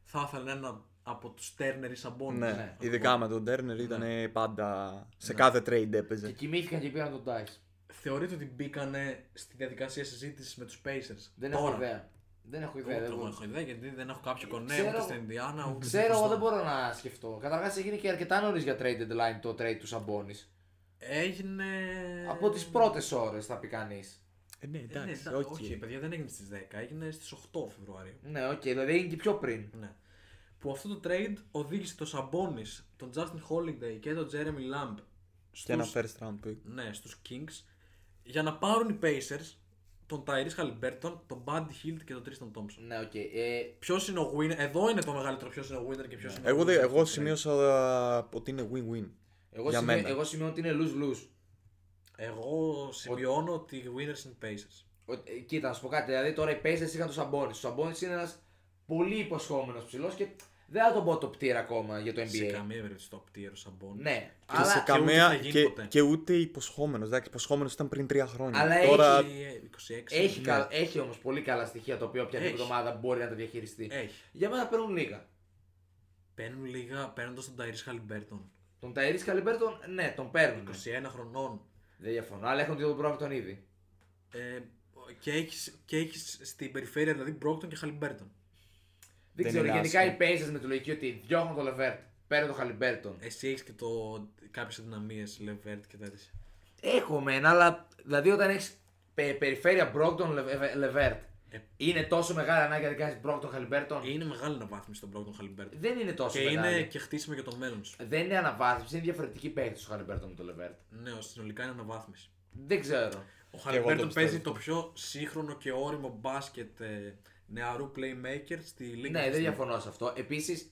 Speaker 4: θα ήθελαν ένα από τους Turner ή Sabonis.
Speaker 6: Ναι,
Speaker 5: ναι.
Speaker 6: ειδικά με τον Turner ήταν
Speaker 4: Ναι.
Speaker 6: πάντα σε κάθε trade
Speaker 5: Και
Speaker 6: έπαιζε.
Speaker 5: κοιμήθηκαν και πήραν τον Dice.
Speaker 4: Θεωρείτε ότι μπήκανε στη διαδικασία συζήτησης με τους Pacers.
Speaker 5: Δεν
Speaker 4: Τώρα.
Speaker 5: έχω ιδέα. Δεν έχω ιδέα.
Speaker 4: Ούτε
Speaker 5: δεν
Speaker 4: εγώ
Speaker 5: μπορώ. Ε,
Speaker 4: έχω ιδέα γιατί δεν έχω κάποιο κονέ
Speaker 5: Ξέρω
Speaker 4: ούτε
Speaker 5: εγώ.
Speaker 4: στην Ινδιάνα ούτε στην
Speaker 5: Ξέρω, εγώ δεν
Speaker 4: Βοστόνη.
Speaker 5: μπορώ να σκεφτώ. Καταρχάς έγινε και αρκετά νωρίς για trade deadline το trade του Σαμπόνι.
Speaker 4: Έγινε.
Speaker 5: Από τις πρώτες ώρες θα πει κανείς.
Speaker 6: Ε, ναι,
Speaker 4: Ε, ναι,
Speaker 6: εντάξει,
Speaker 4: εντά-
Speaker 6: οκ.
Speaker 4: Όχι, παιδιά, δεν έγινε στις 10, έγινε στις 8 Φεβρουαρίου.
Speaker 5: Ναι, οκ, δηλαδή έγινε και πιο πριν.
Speaker 4: Ναι. Που αυτό το trade οδήγησε τον Σαμπόνι, τον Justin Holiday και τον Jeremy Lamb στους,
Speaker 6: Και ένα first round pick.
Speaker 4: ναι, στους Kings για να πάρουν οι Pacers τον Tyrese Halliburton, τον Buddy Hield και τον Tristan Thompson.
Speaker 5: Ναι, οκ. ε,
Speaker 4: Ποιος είναι ο winner, εδώ είναι το μεγαλύτερο ποιος είναι ο winner και ποιος είναι ο
Speaker 6: Εγώ,
Speaker 4: loser
Speaker 6: δεν- εγώ
Speaker 4: του trade.
Speaker 6: σημείωσα ε, ότι είναι win-win.
Speaker 5: εγώ,
Speaker 6: για
Speaker 5: σημειώ,
Speaker 6: μένα.
Speaker 5: εγώ σημειώνω ότι είναι lose-lose.
Speaker 4: Εγώ σημειώνω ότι οι winners είναι Pacers.
Speaker 5: Ο- ε, Κοίτα, να σου πω κάτι. Δηλαδή τώρα οι Pacers είχαν τον Σαμπόνι. Ο Σαμπόνι είναι ένας πολύ υποσχόμενος ψηλός και δεν θα τον πω το πτήρα ακόμα για το NBA.
Speaker 4: Σε καμία περίπτωση το tier ο Σαμπόνι.
Speaker 5: Ναι,
Speaker 6: Και
Speaker 5: αλλά,
Speaker 6: σε
Speaker 4: ούτε θα
Speaker 6: καμία,
Speaker 4: γίνει
Speaker 6: και,
Speaker 4: ποτέ.
Speaker 6: και ούτε υποσχόμενος. Εντάξει, υποσχόμενος ήταν πριν τρία χρόνια.
Speaker 5: Αλλά
Speaker 6: Τώρα
Speaker 4: Έχει 26.
Speaker 5: έχει,
Speaker 4: ναι.
Speaker 5: κα- έχει όμως πολύ καλά στοιχεία τα οποία οποιαδήποτε
Speaker 4: Έχει.
Speaker 5: ομάδα μπορεί να τα διαχειριστεί.
Speaker 4: Έχει.
Speaker 5: Για μένα παίρνουν λίγα.
Speaker 4: Παίρνουν λίγα παίρνοντας τον Tyrese Halliburton.
Speaker 5: Τον Ταϊρή Καλιμπέρτον, ναι, τον παίρνουν.
Speaker 4: 21 χρονών.
Speaker 5: Δεν διαφωνώ, αλλά έχουν και τον Μπρόκτον ήδη.
Speaker 4: Ε, και έχεις, και έχεις στην περιφέρεια δηλαδή Μπρόκτον και Χαλιμπέρτον.
Speaker 5: Δεν,
Speaker 6: Δεν
Speaker 5: ξέρω,
Speaker 6: είναι
Speaker 5: γενικά οι
Speaker 6: άσχημο.
Speaker 5: Pacers με τη λογική ότι διώχνουν τον Λεβέρτ, παίρνουν τον Χαλιμπέρτον.
Speaker 4: Εσύ έχεις και το, κάποιες αδυναμίες, Λεβέρτ και τέτοια.
Speaker 5: Έχω μεν, αλλά δηλαδή όταν έχεις περιφέρεια Μπρόκτον Λεβέρτ,
Speaker 4: Ε.
Speaker 5: είναι τόσο μεγάλη ανάγκη να κάνει Μπρόκτον Χαλιμπέρτον.
Speaker 4: Είναι μεγάλη αναβάθμιση τον Μπρόκτον Χαλιμπέρτον.
Speaker 5: Δεν Ε. είναι τόσο
Speaker 4: Και
Speaker 5: μεγάλη.
Speaker 4: είναι και χτίσιμο για το μέλλον σου.
Speaker 5: Δεν είναι αναβάθμιση, είναι διαφορετική παίχτη ο Χαλιμπέρτον με τον Λεβέρτ.
Speaker 4: Ναι, συνολικά είναι αναβάθμιση.
Speaker 5: Δεν ξέρω.
Speaker 4: Ο
Speaker 6: το
Speaker 4: Χαλιμπέρτον
Speaker 6: πιστεύω
Speaker 4: παίζει
Speaker 6: αυτό.
Speaker 4: το πιο σύγχρονο και όριμο μπάσκετ ε, νεαρού playmaker στη λίγα.
Speaker 5: Ναι, δεν διαφωνώ σε αυτό. Επίσης,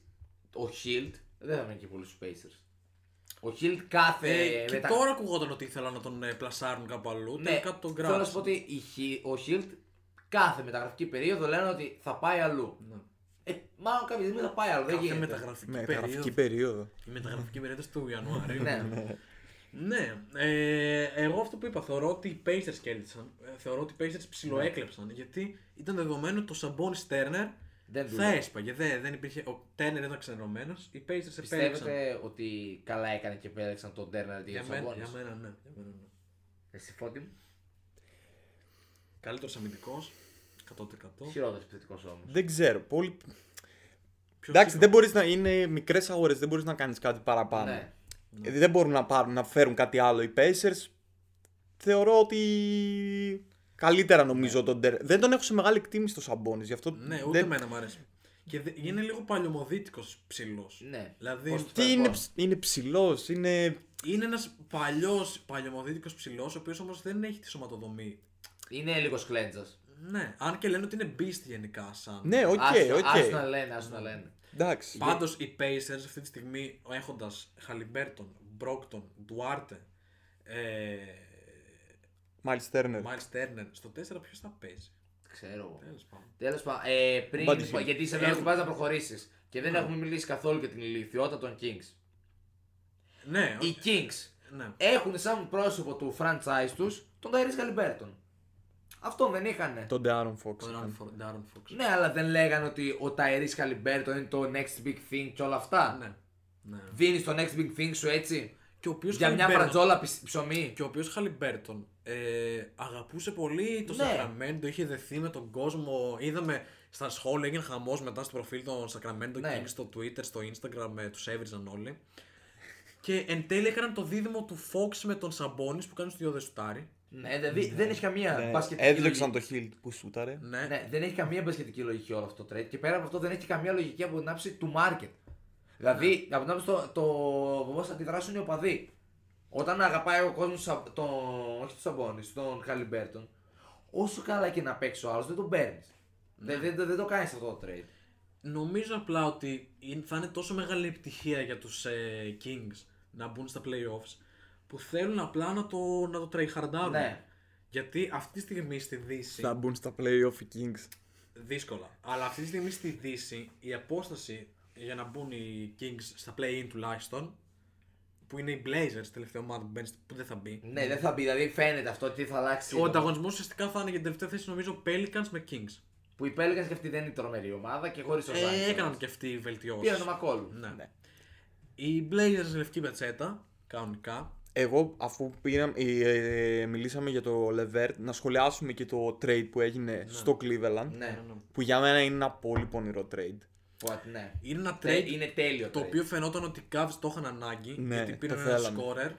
Speaker 5: ο Χιλτ δεν θα μείνει και πολύ στους Pacers. Ο Χιλ κάθε.
Speaker 4: Ε, και
Speaker 5: μετά-
Speaker 4: τώρα ακουγόταν ότι ήθελαν να τον ε, πλασάρουν κάπου αλλού.
Speaker 5: Ναι,
Speaker 4: τελικά τον
Speaker 5: θέλω να σου πω
Speaker 4: κράτησαν.
Speaker 5: ότι η Χι- ο Χιλτ κάθε μεταγραφική περίοδο λένε ότι θα πάει αλλού. Ε, μάλλον κάποια στιγμή θα πάει αλλού. Δεν
Speaker 4: Κάθε
Speaker 5: γίνεται.
Speaker 4: Ναι. μεταγραφική
Speaker 6: Ναι,
Speaker 4: περίοδο.
Speaker 6: γραφική περίοδο.
Speaker 4: Η μεταγραφική περίοδος του Ιανουαρίου.
Speaker 5: ναι.
Speaker 4: Ναι, ε, εγώ αυτό που είπα, θεωρώ ότι οι Pacers κέρδισαν. Ε, Θεωρώ ότι οι Pacers ψιλοέκλεψαν. Γιατί ήταν δεδομένο ότι το Σαμπόνι Τέρνερ
Speaker 5: Ναι. Δεν
Speaker 4: θα
Speaker 5: δούλευε.
Speaker 4: έσπαγε. Δεν, δεν υπήρχε, ο Τέρνερ ήταν ξενερωμένος. Οι Pacers επέλεξαν.
Speaker 5: Πιστεύετε ότι καλά έκανε και επέλεξαν τον Τέρνερ αντί για
Speaker 4: Για
Speaker 5: του
Speaker 4: μένα, για
Speaker 5: Σαμπόνι.
Speaker 4: μένα, ναι. Για μένα, ναι.
Speaker 5: Εσύ φώτη μου.
Speaker 4: Καλύτερος αμυντικός. 100%.
Speaker 5: Χειρότερος επιθετικός όμως.
Speaker 6: Δεν ξέρω. Πολύ...
Speaker 4: Ποιος
Speaker 6: Εντάξει,
Speaker 4: είπε?
Speaker 6: δεν μπορείς να είναι μικρές αγορές, δεν μπορείς να κάνεις κάτι παραπάνω.
Speaker 5: Ναι.
Speaker 6: Ε, Δεν μπορούν να, πάρουν, να φέρουν κάτι άλλο οι Pacers. Θεωρώ ότι καλύτερα νομίζω τον Τέρ. Δεν τον έχω σε μεγάλη εκτίμηση το Σαμπόνι. Γι' αυτό
Speaker 4: Ναι, ούτε
Speaker 6: δεν...
Speaker 4: εμένα μου αρέσει. Και δε- είναι λίγο παλιωμοδίτικος ψηλός.
Speaker 5: Ναι.
Speaker 4: Δηλαδή
Speaker 5: Πώς-
Speaker 6: Τι είναι,
Speaker 5: Λοιπόν.
Speaker 6: ψ- είναι ψηλός, είναι.
Speaker 4: είναι ένας παλιός παλιωμοδίτικος ψηλός, ο οποίος όμως δεν έχει τη σωματοδομή.
Speaker 5: Είναι λίγος κλέντζας.
Speaker 4: Ναι, αν και λένε ότι είναι beast γενικά σαν.
Speaker 6: Ναι, οκ, οκ.
Speaker 5: Άσου να λένε, άσου
Speaker 4: Ναι.
Speaker 5: να λένε.
Speaker 6: Εντάξει.
Speaker 4: Πάντως οι Pacers αυτή τη στιγμή έχοντας Χαλιμπέρτον, Μπρόκτον, Ντουάρτε, ε,
Speaker 6: Μάλιστα, Τέρνερ.
Speaker 4: Miles Turner, στο 4 ποιος θα παίζει.
Speaker 5: Ξέρω εγώ.
Speaker 4: Τέλος πάντων.
Speaker 5: Τέλος πάντων, ε, πριν.
Speaker 6: Μπάντι Χιλ.
Speaker 5: γιατί σε
Speaker 4: Ε,
Speaker 5: λέω ότι πα να προχωρήσεις. Και δεν έχουμε μιλήσει καθόλου για την ηλικιότητα των Kings.
Speaker 4: Ναι,
Speaker 5: Οι Kings
Speaker 4: ναι.
Speaker 5: έχουν σαν πρόσωπο του franchise τους τον Ταϊρή Καλιμπέρτον. Αυτό δεν είχανε.
Speaker 6: Τον Ντεάρον Φόξ.
Speaker 4: Τον Darren Fox.
Speaker 5: Ναι, αλλά δεν λέγανε ότι ο Ταϊρή Καλιμπέρτον είναι το next big thing και όλα αυτά.
Speaker 4: Ναι. ναι.
Speaker 5: Δίνεις το next big thing σου έτσι.
Speaker 4: Και ο οποίος
Speaker 5: για μια
Speaker 4: Χαλιμπέρτον-
Speaker 5: φρατζόλα πισ- ψωμί.
Speaker 4: Και ο οποίος Χαλιμπέρτον ε, αγαπούσε πολύ το
Speaker 5: Ναι.
Speaker 4: Σακραμέντο, είχε δεθεί με τον κόσμο. Είδαμε στα σχόλια, έγινε χαμός μετά στο προφίλ των Σακραμέντο
Speaker 5: Ναι.
Speaker 4: Kings στο Twitter, στο Instagram, ε, τους έβριζαν όλοι. Και εν τέλει έκαναν το δίδυμο του Fox με τον Σαμπόνι που κάνει στο δύο δεστάρι.
Speaker 5: Ναι, δηλαδή δεν έχει καμία μπασκετική
Speaker 6: Ναι. Ε, Έδιωξαν
Speaker 5: λογική.
Speaker 6: το Χιλτ που σούταρε.
Speaker 4: Ναι.
Speaker 5: Ναι, δεν έχει καμία μπασκετική λογική όλο αυτό το trade. Και πέρα από αυτό δεν έχει καμία λογική από την άψη του market. Δηλαδή,
Speaker 4: Ναι.
Speaker 5: από την άψη το, το πώς θα αντιδράσουν οι οπαδοί. Όταν αγαπάει ο κόσμος τον. Όχι τους Σαμπόνι, τον Χαλιμπέρτον, όσο καλά και να παίξει ο άλλος, δεν τον παίρνεις.
Speaker 4: Ναι.
Speaker 5: Δεν, δεν, δεν το κάνεις αυτό το trade.
Speaker 4: Νομίζω απλά ότι είναι- θα είναι τόσο μεγάλη επιτυχία για τους ε, Kings να μπουν στα playoffs που θέλουν απλά να το, να το τραϊχαρντάρουν.
Speaker 5: Ναι.
Speaker 4: Γιατί αυτή τη στιγμή στη Δύση.
Speaker 6: Θα μπουν στα playoff οι Kings.
Speaker 4: Δύσκολα. Αλλά αυτή τη στιγμή στη Δύση η απόσταση για να μπουν οι Kings στα play-in τουλάχιστον που είναι οι Blazers, τελευταία ομάδα που μπαίνεις, στη- που δεν θα μπει.
Speaker 5: Ναι, δεν θα μπει, δηλαδή φαίνεται αυτό τι θα αλλάξει.
Speaker 4: Ο ανταγωνισμός ουσιαστικά θα είναι για την τελευταία θέση νομίζω Pelicans με Kings.
Speaker 5: Που η Pelicans και αυτή δεν είναι τρομερή ομάδα και χωρίς το Zion.
Speaker 4: Ε, έκαναν και αυτοί οι βελτιώσεις.
Speaker 5: ναι. Πήραν τον Μακόλου.
Speaker 4: Ναι.
Speaker 6: Ναι.
Speaker 4: Οι Blazers λευκή πετσέτα, κανονικά.
Speaker 6: Εγώ, αφού πήρα, ε, ε, μιλήσαμε για το Levert, να σχολιάσουμε και το trade που έγινε στο Cleveland.
Speaker 5: Ναι,
Speaker 6: Που για μένα είναι ένα πολύ πονηρό trade.
Speaker 5: What, ναι.
Speaker 4: Είναι ένα
Speaker 5: Τε-
Speaker 4: trade
Speaker 5: Είναι τέλειο.
Speaker 4: το
Speaker 5: trade.
Speaker 4: οποίο φαινόταν ότι οι Cavs το είχαν ανάγκη
Speaker 6: Ναι,
Speaker 4: γιατί πήραν
Speaker 6: το
Speaker 4: ένα
Speaker 6: θέλαμε.
Speaker 4: scorer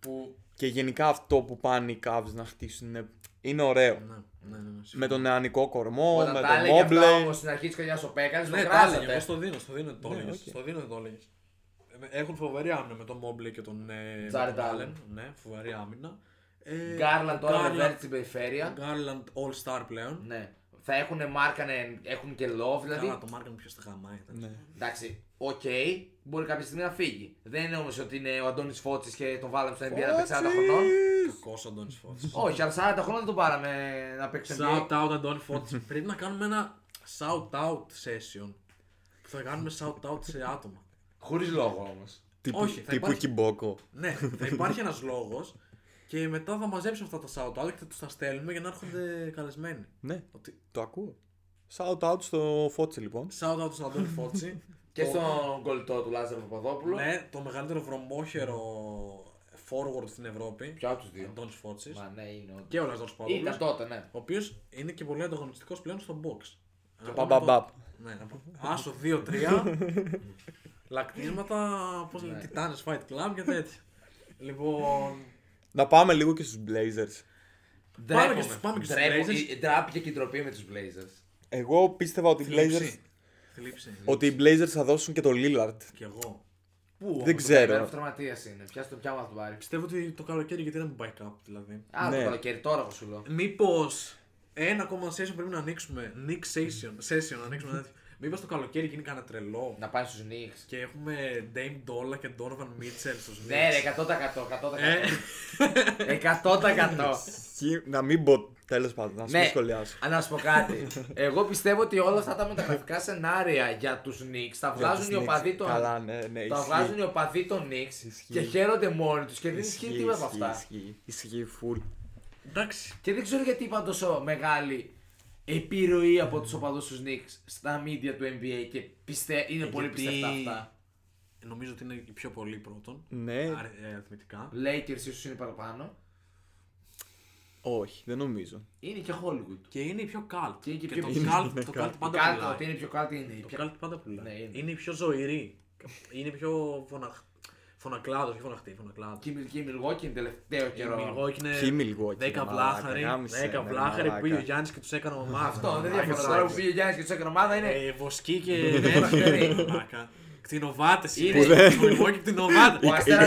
Speaker 4: που.
Speaker 6: Και γενικά αυτό που πάνε οι Cavs να χτίσουν είναι, είναι ωραίο.
Speaker 4: Ναι, ναι, ναι, ναι,
Speaker 6: Με τον νεανικό κορμό,
Speaker 5: Όταν
Speaker 6: με
Speaker 5: τα
Speaker 6: τον
Speaker 5: έλεγε αυτά
Speaker 6: Μόμπλε.
Speaker 5: όμως στην αρχή της χρονιάς ο Πέκανης,
Speaker 4: Ναι,
Speaker 5: το
Speaker 4: τα έλεγε. Εγώ
Speaker 5: κράζατε.
Speaker 4: στο δίνω, στο δίνω το
Speaker 6: Ναι,
Speaker 4: έλεγες,
Speaker 6: οκ.
Speaker 4: Στο δίνω το έλεγες. Ε, Έχουν φοβερή άμυνα με τον Μόμπλε και τον ε,
Speaker 5: Jared
Speaker 4: με τον
Speaker 5: Allen.
Speaker 4: Allen. Ναι, φοβερή άμυνα. Ε,
Speaker 5: Γκάρλαντ τώρα με
Speaker 4: Garland,
Speaker 5: βέρτη στην περιφέρεια.
Speaker 4: Garland All Star πλέον.
Speaker 5: Ναι. Θα έχουν μάρκανε, έχουν και love,
Speaker 4: Καλά,
Speaker 5: δηλαδή.
Speaker 4: το Μάρκαν ποιος τα χαμάει. εντάξει.
Speaker 6: Ναι.
Speaker 5: Εντάξει, οκ, μπορεί κάποια στιγμή να φύγει. Δεν είναι όμως ότι είναι ο Αντώνης Φώτσης και τον βάλαμε στο NBA να παίξει 40 χρονών.
Speaker 4: Κακός Αντώνης Φώτης.
Speaker 5: Όχι, αλλά 40 χρονών δεν τον πάραμε να παίξει στο NBA.
Speaker 4: Shout out Αντώνη Φώτης. Πρέπει να κάνουμε ένα shout out session. Που θα κάνουμε shout out σε άτομα.
Speaker 5: Χωρίς λόγο όμως.
Speaker 6: Τύπου,
Speaker 4: Όχι, θα
Speaker 6: τύπου
Speaker 4: υπάρχει-
Speaker 6: Κυμπόκο.
Speaker 4: Ναι, θα υπάρχει ένας λόγος και μετά θα μαζέψουμε αυτά τα shout out και θα τους τα στέλνουμε για να έρχονται καλεσμένοι.
Speaker 6: Ναι,
Speaker 4: Ότι-
Speaker 6: το ακούω. Shout out στο Φώτσι λοιπόν.
Speaker 4: Shout out στον Αντώνη Φώτση.
Speaker 5: Και
Speaker 4: Το-
Speaker 5: στον κολλητό του Λάζαρου Παπαδόπουλου.
Speaker 4: Ναι, το μεγαλύτερο βρωμόχερο forward στην Ευρώπη.
Speaker 5: Ποιο από τους δύο.
Speaker 4: Αντώνης Φώτσης.
Speaker 5: Μα ναι, είναι όντως.
Speaker 4: Και ο Λαζάρος Παπαδόπουλος.
Speaker 5: Ήταν τότε, ναι.
Speaker 4: Ο οποίος είναι και πολύ ανταγωνιστικός πλέον στο box. Να πούμε
Speaker 6: Παμπαμπαπ.
Speaker 4: το- Ναι, να πούμε. Άσο 2-3. Λακτίσματα, πώς λένε,
Speaker 5: Ναι.
Speaker 4: Titanes Fight Club και τέτοια. Λοιπόν.
Speaker 6: Να πάμε λίγο και στους Blazers.
Speaker 4: Πάμε και
Speaker 5: Ντρέπομαι.
Speaker 4: στους- πάμε και στους
Speaker 5: Ντρέπω-
Speaker 4: Blazers.
Speaker 5: η- Ντράπηκε και η ντροπή με τους Blazers.
Speaker 6: Εγώ πίστευα ότι οι Blazers,
Speaker 4: Θλίψη. Θλίψη.
Speaker 6: ότι οι Blazers θα δώσουν και το Lillard.
Speaker 4: Κι εγώ. Πού.
Speaker 6: Δεν
Speaker 4: όμως,
Speaker 5: Πέρα
Speaker 6: ξέρω.
Speaker 5: τραυματίας είναι. Πιάσε το πιάμα του Μπάρι.
Speaker 4: Πιστεύω ότι το καλοκαίρι γιατί να μην πάει κάπου δηλαδή.
Speaker 5: Α,
Speaker 6: Ναι.
Speaker 5: το καλοκαίρι τώρα εγώ σου λέω.
Speaker 4: Μήπως ένα ακόμα session πρέπει να ανοίξουμε. Nick session. Session, να ανοίξουμε ένα τέτοιο. Μήπως το καλοκαίρι γίνει κανένα τρελό.
Speaker 5: Να πάει στους Knicks.
Speaker 4: Και έχουμε Dame Dolla και Donovan Mitchell στους Knicks.
Speaker 5: Ναι, ρε, 100%. 100%.
Speaker 4: Ε,
Speaker 6: Ε.
Speaker 5: 100%.
Speaker 6: Και να μην πω τέλος πάντων, να σου
Speaker 5: Ναι,
Speaker 6: ναι. σχολιάσω.
Speaker 5: α, να σου πω κάτι. Εγώ πιστεύω ότι όλα αυτά τα μεταγραφικά σενάρια για τους Νίξ τα βγάζουν οι
Speaker 6: τους
Speaker 5: οπαδοί
Speaker 6: Knicks.
Speaker 5: των
Speaker 6: Καλά, ναι, ναι,
Speaker 5: Τα
Speaker 6: ισχύει.
Speaker 5: βγάζουν οι οπαδοί των Νίξ
Speaker 6: Ισχύει.
Speaker 5: και χαίρονται μόνοι τους και δεν ισχύει τίποτα από
Speaker 6: ισχύει,
Speaker 5: αυτά.
Speaker 6: Ισχύει, ισχύει, full.
Speaker 4: εντάξει.
Speaker 5: Και δεν ξέρω γιατί είπαν τόσο μεγάλη επιρροή από τους οπαδούς τους Νίξ στα μίντια του NBA και πιστε...
Speaker 6: Ε,
Speaker 5: είναι πολύ
Speaker 4: Γιατί-
Speaker 5: πιστευτά αυτά.
Speaker 4: Νομίζω ότι είναι οι πιο πολλοί πρώτον.
Speaker 6: Ναι.
Speaker 4: αρ- ε, αριθμητικά.
Speaker 5: Lakers ίσως είναι παραπάνω.
Speaker 6: Όχι, δεν νομίζω.
Speaker 5: Είναι και Hollywood.
Speaker 4: Και είναι οι πιο cult.
Speaker 5: Και είναι και
Speaker 4: και
Speaker 5: πιο- Ναι,
Speaker 4: το
Speaker 5: είναι
Speaker 4: cult,
Speaker 6: cult.
Speaker 4: το cult πάντα
Speaker 5: Κάλτα, ότι
Speaker 4: πουλάει.
Speaker 5: είναι πιο κάλτα είναι. η
Speaker 4: Το
Speaker 5: πιο-
Speaker 4: cult πάντα πουλάει.
Speaker 5: Ναι, είναι.
Speaker 4: Είναι οι πιο ζωηροί. Είναι οι πιο φωναχ... φωνακλάδος, όχι φωναχτή, φωνακλάδος.
Speaker 5: Και η Μιλ- και η Milwaukee είναι τελευταίο καιρό.
Speaker 4: Μιλγόκι είναι
Speaker 6: Ποιοι Milwaukee,
Speaker 4: 10
Speaker 6: ρε
Speaker 4: βλάχαροι,
Speaker 6: μαλάκα, γάμισε,
Speaker 4: 10
Speaker 6: ρε
Speaker 4: βλάχαροι που
Speaker 6: μαλάκα.
Speaker 4: πήγε ο Γιάννης και τους έκανε ομάδα.
Speaker 5: Αυτό δεν
Speaker 4: Μαλάκα,
Speaker 5: διαφορά. Τώρα
Speaker 4: μαλάκα.
Speaker 5: που πήγε ο Γιάννης και τους έκανε ομάδα είναι.
Speaker 4: Ε, Βοσκή και δεν
Speaker 5: ξέρει.
Speaker 4: μαλάκα. Κτηνοβάτες
Speaker 5: Είναι.
Speaker 4: είναι.
Speaker 5: Που δεν-
Speaker 4: Ο Μιλγόκι κτηνοβάτες.
Speaker 5: Ο Αστέρας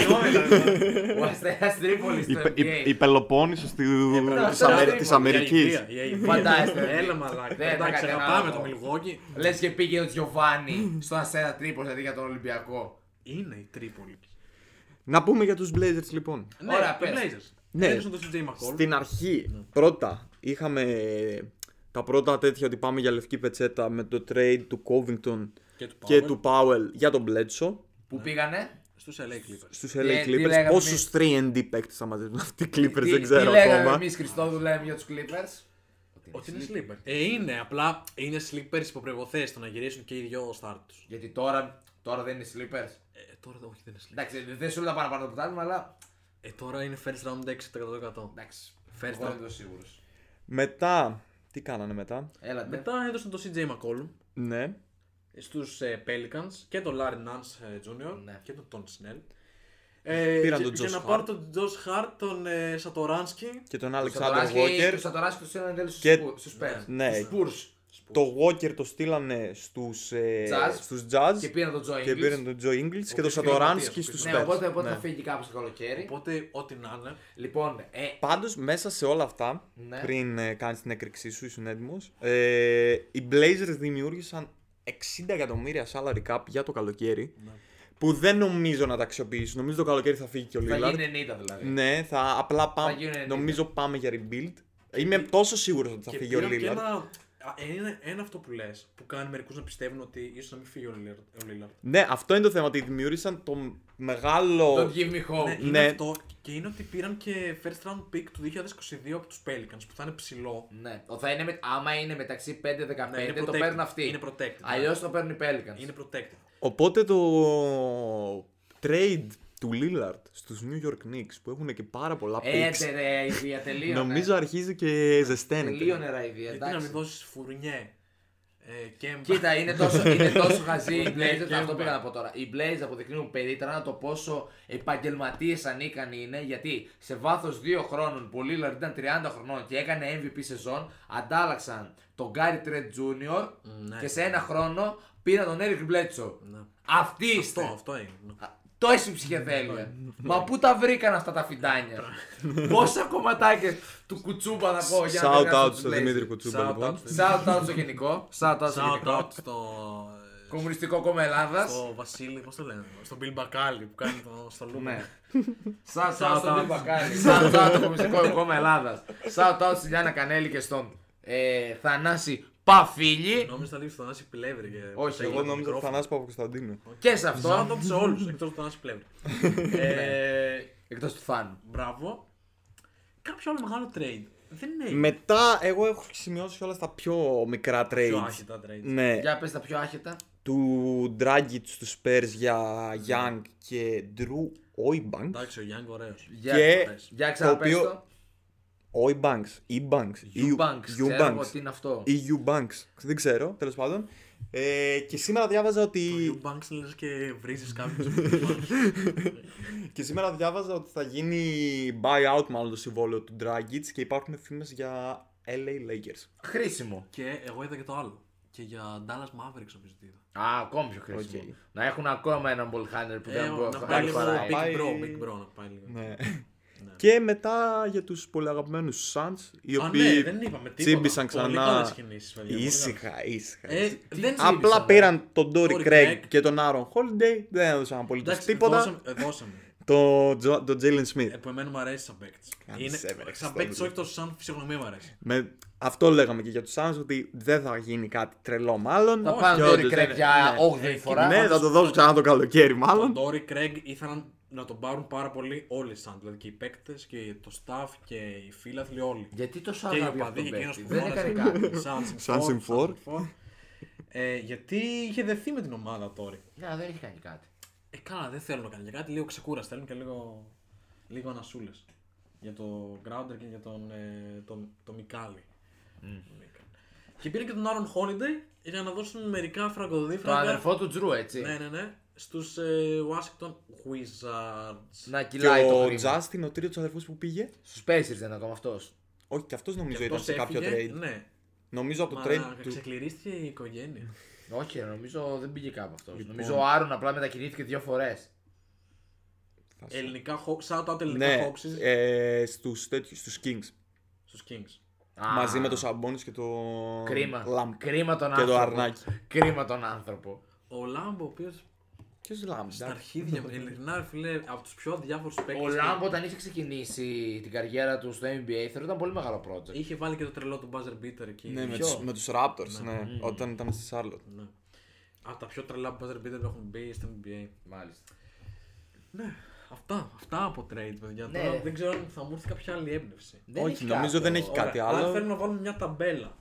Speaker 5: Ο Αστέρα Τρίπολη
Speaker 7: Η,
Speaker 5: στο
Speaker 7: Πε- η,
Speaker 5: NBA.
Speaker 7: η Πελοπόννησος του-
Speaker 6: ναι.
Speaker 5: μπράβο,
Speaker 7: της
Speaker 5: μπράβο,
Speaker 7: Αμε-
Speaker 5: μπράβο,
Speaker 7: της
Speaker 5: για
Speaker 7: Αμερικής.
Speaker 4: Για η Βία.
Speaker 5: Φαντάζεστε.
Speaker 4: Έλα μαλάκα.
Speaker 5: Δεν τα
Speaker 4: Εντάξει,
Speaker 5: κατεβάζω.
Speaker 4: αγαπάμε το Μιλγόκι.
Speaker 5: Λες και πήγε ο Τζοβάνι στον Αστέρα Τρίπολης δηλαδή για τον Ολυμπιακό.
Speaker 4: Είναι η Τρίπολη.
Speaker 6: Να πούμε για τους Blazers λοιπόν.
Speaker 4: Ναι,
Speaker 5: Ωραία,
Speaker 4: οι
Speaker 5: πες.
Speaker 4: Blazers.
Speaker 6: Ναι.
Speaker 4: Έδωσαν τον CJ McCollum.
Speaker 6: Στην αρχή,
Speaker 5: Ναι.
Speaker 6: πρώτα, είχαμε τα πρώτα τέτοια ότι πάμε για λευκή πετσέτα με το trade του Covington
Speaker 4: Και του
Speaker 6: και
Speaker 4: Powell.
Speaker 6: του Powell για τον Bledsoe
Speaker 5: Που πήγανε.
Speaker 4: Στους LA Clippers.
Speaker 6: στους
Speaker 5: Ναι, τι
Speaker 6: LA
Speaker 5: λέγαμε
Speaker 6: Clippers. Πόσους 3D παίκτες θα μαζέψουν αυτοί οι Clippers, δεν ξέρω
Speaker 5: τι λέγαμε
Speaker 6: ακόμα.
Speaker 5: εμείς Χριστόδου λέμε για τους Clippers.
Speaker 4: Ότι είναι sleeper. Ε, είναι, απλά είναι sleepers υποπρεπωθέ το να γυρίσουν και οι δυο start τους.
Speaker 5: Γιατί τώρα, τώρα δεν είναι sleepers.
Speaker 4: Ε, τώρα όχι, δεν είναι sleeper.
Speaker 5: Εντάξει, δεν σου λέω να πάνε πάνω το πρωτάθλημα, αλλά.
Speaker 4: Ε, τώρα είναι first round 6%.
Speaker 5: Εντάξει.
Speaker 4: First
Speaker 5: Εγώ δεν
Speaker 4: round.
Speaker 5: είμαι σίγουρος.
Speaker 6: Μετά, τι κάνανε μετά.
Speaker 5: Έλατε.
Speaker 4: Μετά έδωσαν το CJ McCollum
Speaker 6: Ναι,
Speaker 4: ναι. στους ε, Pelicans και τον Larry Nance ε, Jr.
Speaker 5: Ναι.
Speaker 4: και τον Tom Snell. Ε,
Speaker 6: Πήραν
Speaker 4: και-
Speaker 6: τον
Speaker 4: για
Speaker 6: Josh
Speaker 4: να
Speaker 6: Hart.
Speaker 4: πάρουν τον Josh Hart, τον ε, Satoransky.
Speaker 6: και τον Alexander Walker.
Speaker 5: Του Ατοράς και του Σέλαν τέλος
Speaker 6: Και-
Speaker 5: στους Spurs.
Speaker 6: Ναι.
Speaker 5: Στους Spurs.
Speaker 6: Το Walker το στείλανε στους, ε,
Speaker 5: Jazz.
Speaker 6: στους Jazz
Speaker 5: Και πήραν τον Τζο
Speaker 6: και πήραν
Speaker 5: Ingles.
Speaker 6: τον Joe Ingles και τον
Speaker 4: οποίος είναι
Speaker 6: Σατοράνσκι
Speaker 4: Ματίας, ο
Speaker 6: στους
Speaker 5: Ναι,
Speaker 6: Spurs.
Speaker 5: οπότε, οπότε
Speaker 6: Ναι.
Speaker 5: θα φύγει κάπου το καλοκαίρι.
Speaker 4: Οπότε, ό,τι να είναι.
Speaker 5: Λοιπόν, ε,
Speaker 6: Πάντως μέσα σε όλα αυτά,
Speaker 5: Ναι.
Speaker 6: πριν ε, κάνεις την έκρηξή σου, ήσουν έτοιμος, ε, οι Blazers δημιούργησαν 60 εκατομμύρια salary cap για το καλοκαίρι, που δεν νομίζω να τα αξιοποιήσουν. Νομίζω το καλοκαίρι θα φύγει και ο
Speaker 5: θα
Speaker 6: Lillard.
Speaker 5: γίνει 90 δηλαδή.
Speaker 6: Ναι, θα απλά πάμε,
Speaker 5: γίνουν ενίκια.
Speaker 6: νομίζω πάμε για rebuild. Είμαι τόσο σίγουρος ότι θα
Speaker 4: Και
Speaker 6: φύγει ο
Speaker 4: πήραν και
Speaker 6: Lillard.
Speaker 4: ένα, α, είναι ένα αυτό που λες, που κάνει μερικούς να πιστεύουν ότι ίσως να μην φύγει ο Lillard- ο Lillard.
Speaker 6: Ναι, αυτό είναι το θέμα, ότι δημιούργησαν το μεγάλο...
Speaker 5: Don't give me
Speaker 4: Ναι,
Speaker 5: hope.
Speaker 4: είναι
Speaker 6: Ναι.
Speaker 4: αυτό και είναι ότι πήραν και first round pick του 2022 από τους Pelicans που θα είναι ψηλό.
Speaker 5: Ναι. Ο- Θα είναι με, άμα είναι μεταξύ 5-15
Speaker 4: Ναι, είναι
Speaker 5: το
Speaker 4: protected.
Speaker 5: παίρνουν αυτοί.
Speaker 4: Είναι protected, ναι.
Speaker 5: Αλλιώς το παίρνουν οι Pelicans.
Speaker 4: Είναι protected.
Speaker 6: Οπότε το trade του Lillard στους New York Knicks που έχουν και πάρα πολλά picks,
Speaker 5: Έτε ρε, η βία τελείωνε.
Speaker 6: νομίζω αρχίζει και ζεσταίνεται.
Speaker 5: Τελείωνε ρε η βία,
Speaker 4: Γιατί να
Speaker 5: εντάξει.
Speaker 4: μην δώσεις φουρνιέ ε, και
Speaker 5: Κοίτα, είναι τόσο, είναι τόσο χαζή οι
Speaker 4: Ναι,
Speaker 5: Blazers,
Speaker 4: και
Speaker 5: αυτό
Speaker 4: εγώ.
Speaker 5: πήγα να πω τώρα. Οι Blazers αποδεικνύουν περίτρανα το πόσο επαγγελματίες ανίκανοι είναι, γιατί σε βάθος δύο χρόνων που ο Lillard ήταν 30 χρονών και έκανε MVP σεζόν, αντάλλαξαν τον Gary Trent Jr.
Speaker 4: Ναι.
Speaker 5: και σε ένα χρόνο πήραν τον Eric Bledsoe.
Speaker 4: Ναι.
Speaker 5: Αυτή
Speaker 4: Αυτό,
Speaker 5: είστε.
Speaker 4: αυτό είναι. ναι.
Speaker 5: Α, Το έσυ ψυχεδέλεια. Μα πού τα βρήκαν αυτά τα φιντάνια. Πόσα κομματάκια του κουτσούμπα να πω για να
Speaker 6: Shout
Speaker 5: περάσω
Speaker 6: out
Speaker 5: τους
Speaker 6: στον
Speaker 5: Blazers.
Speaker 6: Δημήτρη Κουτσούμπα
Speaker 4: Shout
Speaker 6: λοιπόν.
Speaker 4: out.
Speaker 5: Shout out στο γενικό. Shout out στο
Speaker 4: Shout
Speaker 5: γενικό.
Speaker 4: out στο,
Speaker 5: Κομμουνιστικό κόμμα Ελλάδας.
Speaker 4: στο Βασίλη, πώς το λένε, στον Bill Μπακάλι που κάνει το, στο Λούμπερ.
Speaker 5: Ναι. Shout out
Speaker 4: Shout
Speaker 5: στον
Speaker 4: out.
Speaker 5: Νίκο Μπακάλι. Shout out στο Κομμουνιστικό κόμμα Ελλάδας. Shout out στη Λιάννα Κανέλη και στον ε, Θανάση Παφίλη.
Speaker 4: Νόμιζα ότι θα δείξει τον Άση Πλεύρη. και-
Speaker 5: Όχι,
Speaker 4: θα έγινε
Speaker 6: Εγώ νόμιζα ότι θα
Speaker 4: μικρόφωνο.
Speaker 6: ανάσπα από Κωνσταντίνο.
Speaker 5: Και σε αυτό.
Speaker 4: Shout out σε όλους, εκτός του Άση Πλεύρη. Ε, Ναι.
Speaker 5: Εκτός του Θάνου.
Speaker 4: Μπράβο. Κάποιο άλλο μεγάλο trade. Δεν είναι.
Speaker 6: Μετά εγώ έχω σημειώσει όλα τα πιο μικρά
Speaker 4: Πιο
Speaker 6: trades.
Speaker 4: άχυτα trades.
Speaker 6: Ναι,
Speaker 5: Για πες τα πιο άχετα.
Speaker 6: του Dragic στους Spurs για Young και Drew Oibanks.
Speaker 4: Εντάξει, ο Γιάνγκ ωραίος.
Speaker 5: Για-
Speaker 6: Και
Speaker 5: Για
Speaker 6: το οποίο...
Speaker 5: ξαναπέστο.
Speaker 6: Oibanks, Ebanks,
Speaker 5: Ubanks. Ξέρω εγώ
Speaker 6: Eubanks.
Speaker 5: τι είναι αυτό.
Speaker 6: ή Eubanks, δεν ξέρω, τέλος πάντων. Ε, και σήμερα διάβαζα ότι.
Speaker 4: Ο Banks λες και βρίζεις κάποιον.
Speaker 6: Και σήμερα διάβαζα ότι θα γίνει buyout μάλλον το συμβόλαιο του Dragic και υπάρχουν φήμες για LA Lakers.
Speaker 5: Χρήσιμο.
Speaker 4: και εγώ είδα και το άλλο. Και για Dallas Mavericks νομίζω ότι είδα.
Speaker 5: Α, ακόμη πιο χρήσιμο.
Speaker 6: Οκ.
Speaker 5: Να έχουν ακόμα έναν ball handler που
Speaker 4: Ε,
Speaker 5: δεν μπορεί
Speaker 4: να πάει λίγο
Speaker 6: παράει.
Speaker 4: Big
Speaker 6: Πάει-
Speaker 4: Bro, Big Bro να πάει λίγο.
Speaker 6: Ναι. Και μετά για τους πολύ αγαπημένου Suns, οι
Speaker 4: Α,
Speaker 6: οποίοι
Speaker 4: ναι, δεν είπαμε τίποτα.
Speaker 6: τσίμπησαν
Speaker 4: Πολύ
Speaker 6: ξανά.
Speaker 4: καλές κινήσεις, παιδιά, πολύ
Speaker 6: Ήσυχα, ήσυχα.
Speaker 4: Ε,
Speaker 6: ήσυχα.
Speaker 4: δεν
Speaker 6: Απλά
Speaker 4: τσίμπησαν,
Speaker 6: πήραν τον Ντόρι
Speaker 4: Tory
Speaker 6: Craig
Speaker 4: Craig.
Speaker 6: και τον Άρον Holiday, δεν έδωσαν απολύτως
Speaker 4: Εντάξει,
Speaker 6: τίποτα.
Speaker 4: Δώσαμε, ε, δώσαμε.
Speaker 6: Το Τζο- τον Τζέιλεν
Speaker 4: Ε,
Speaker 6: Σμιθ.
Speaker 4: που εμένα μου αρέσει σαν παίκτης.
Speaker 6: Κάνε
Speaker 4: Είναι
Speaker 6: σε, βρε,
Speaker 4: σαν
Speaker 6: στο
Speaker 4: παίκτη,
Speaker 6: βρε.
Speaker 4: όχι τόσο σαν φυσιογνωμία μου αρέσει.
Speaker 6: Με... Αυτό λέγαμε και για τους Suns ότι δεν θα γίνει κάτι τρελό μάλλον.
Speaker 5: Θα
Speaker 6: Και
Speaker 5: πάνε
Speaker 6: όντως
Speaker 5: Ντόρι
Speaker 6: δεν
Speaker 5: Κρέκ
Speaker 6: είναι.
Speaker 5: για
Speaker 6: Ναι.
Speaker 4: Ε,
Speaker 5: 8η φορά.
Speaker 6: Ναι, θα το δώσω ξανά το καλοκαίρι
Speaker 4: Τον
Speaker 6: μάλλον.
Speaker 4: Ντόρι Κρέγκ ήθελαν να τον πάρουν πάρα πολύ όλοι οι σαν. Δηλαδή και οι παίκτες και το staff και οι φίλαθλοι όλοι.
Speaker 5: Γιατί τόσο
Speaker 4: και οι
Speaker 5: αγάπη
Speaker 4: οπαδοί
Speaker 5: αυτό
Speaker 4: και εκείνος που
Speaker 5: Δεν έκανε
Speaker 4: φώναζε.
Speaker 5: κάτι.
Speaker 6: Σαν
Speaker 4: Σαν
Speaker 6: συμφόρ.
Speaker 4: συμφόρ. Ε, γιατί είχε δεθεί με την ομάδα τώρα.
Speaker 5: Ναι, δεν έχει κάνει κάτι.
Speaker 4: Ε, καλά, δεν θέλουν να κάνουν για κάτι. Λίγο ξεκούραστα, θέλουν και λίγο, λίγο ανασούλες. Για το Grounder και για τον, ε, τον, το Μικάλη. Και πήρε και τον Άρον Holiday για να δώσουν μερικά
Speaker 5: Το
Speaker 4: φραγκοδίφραγκα.
Speaker 5: αδερφό του Τζρου, έτσι.
Speaker 4: Ναι, ναι, ναι. Στους ε, Washington Wizards.
Speaker 5: Να
Speaker 6: Και
Speaker 5: κυλάει το
Speaker 6: ο
Speaker 5: χρήμα.
Speaker 6: Justin, ο τρίτος αδερφός που πήγε.
Speaker 5: Στους Pacers δεν ακόμα αυτός.
Speaker 6: Όχι, και αυτός νομίζω
Speaker 4: Και
Speaker 6: ήταν
Speaker 4: αυτός
Speaker 6: σε κάποιο
Speaker 4: έφυγε,
Speaker 6: trade.
Speaker 4: Ναι.
Speaker 6: Νομίζω από το
Speaker 4: Μα
Speaker 6: trade του.
Speaker 4: ξεκληρίστηκε η οικογένεια.
Speaker 5: Όχι, ρε, νομίζω δεν πήγε κάπου αυτός.
Speaker 6: Λοιπόν.
Speaker 5: Νομίζω ο Άρον απλά μετακινήθηκε δύο φορές.
Speaker 6: θα σου-
Speaker 4: ελληνικά χο- shout out ελληνικά
Speaker 6: Ναι,
Speaker 4: Hawks
Speaker 6: ε, στους, τέτοιους, στους Kings.
Speaker 4: στους Kings.
Speaker 6: Μαζί με το Σαμπόνις και το
Speaker 5: Κρίμα.
Speaker 6: Λαμπ.
Speaker 5: Κρίμα τον
Speaker 6: Και το
Speaker 5: άνθρωπο.
Speaker 6: Αρνάκι.
Speaker 5: Κρίμα τον άνθρωπο.
Speaker 4: Ο Λάμπο, ο οποίος
Speaker 6: Ποιος Λαμπ,
Speaker 4: στα αρχίδια μου, ειλικρινά, ρε φίλε, από τους πιο αδιάφορου παίκτες.
Speaker 5: Ο Λάμπο όταν είχε ξεκινήσει την καριέρα του στο NBA θεωρούταν πολύ μεγάλο project.
Speaker 4: Είχε βάλει και το τρελό του buzzer beater εκεί.
Speaker 6: Ναι, με
Speaker 5: Ποιο?
Speaker 6: τους, με τους Raptors, ναι, όταν ήταν στη Σάρλοτ.
Speaker 4: Ναι. Από τα πιο τρελά buzzer beater που έχουν μπει στο NBA.
Speaker 5: Μάλιστα.
Speaker 4: Ναι, αυτά, αυτά από trade, παιδιά.
Speaker 5: Ναι.
Speaker 4: Τώρα δεν ξέρω αν θα μου έρθει κάποια άλλη έμπνευση.
Speaker 5: Δεν
Speaker 6: Όχι,
Speaker 5: έχει κάτι
Speaker 6: νομίζω δεν
Speaker 5: άλλο.
Speaker 6: έχει κάτι.
Speaker 4: Ωραία,
Speaker 6: άλλο.
Speaker 4: Αν θέλουμε να βάλουμε μια ταμπέλα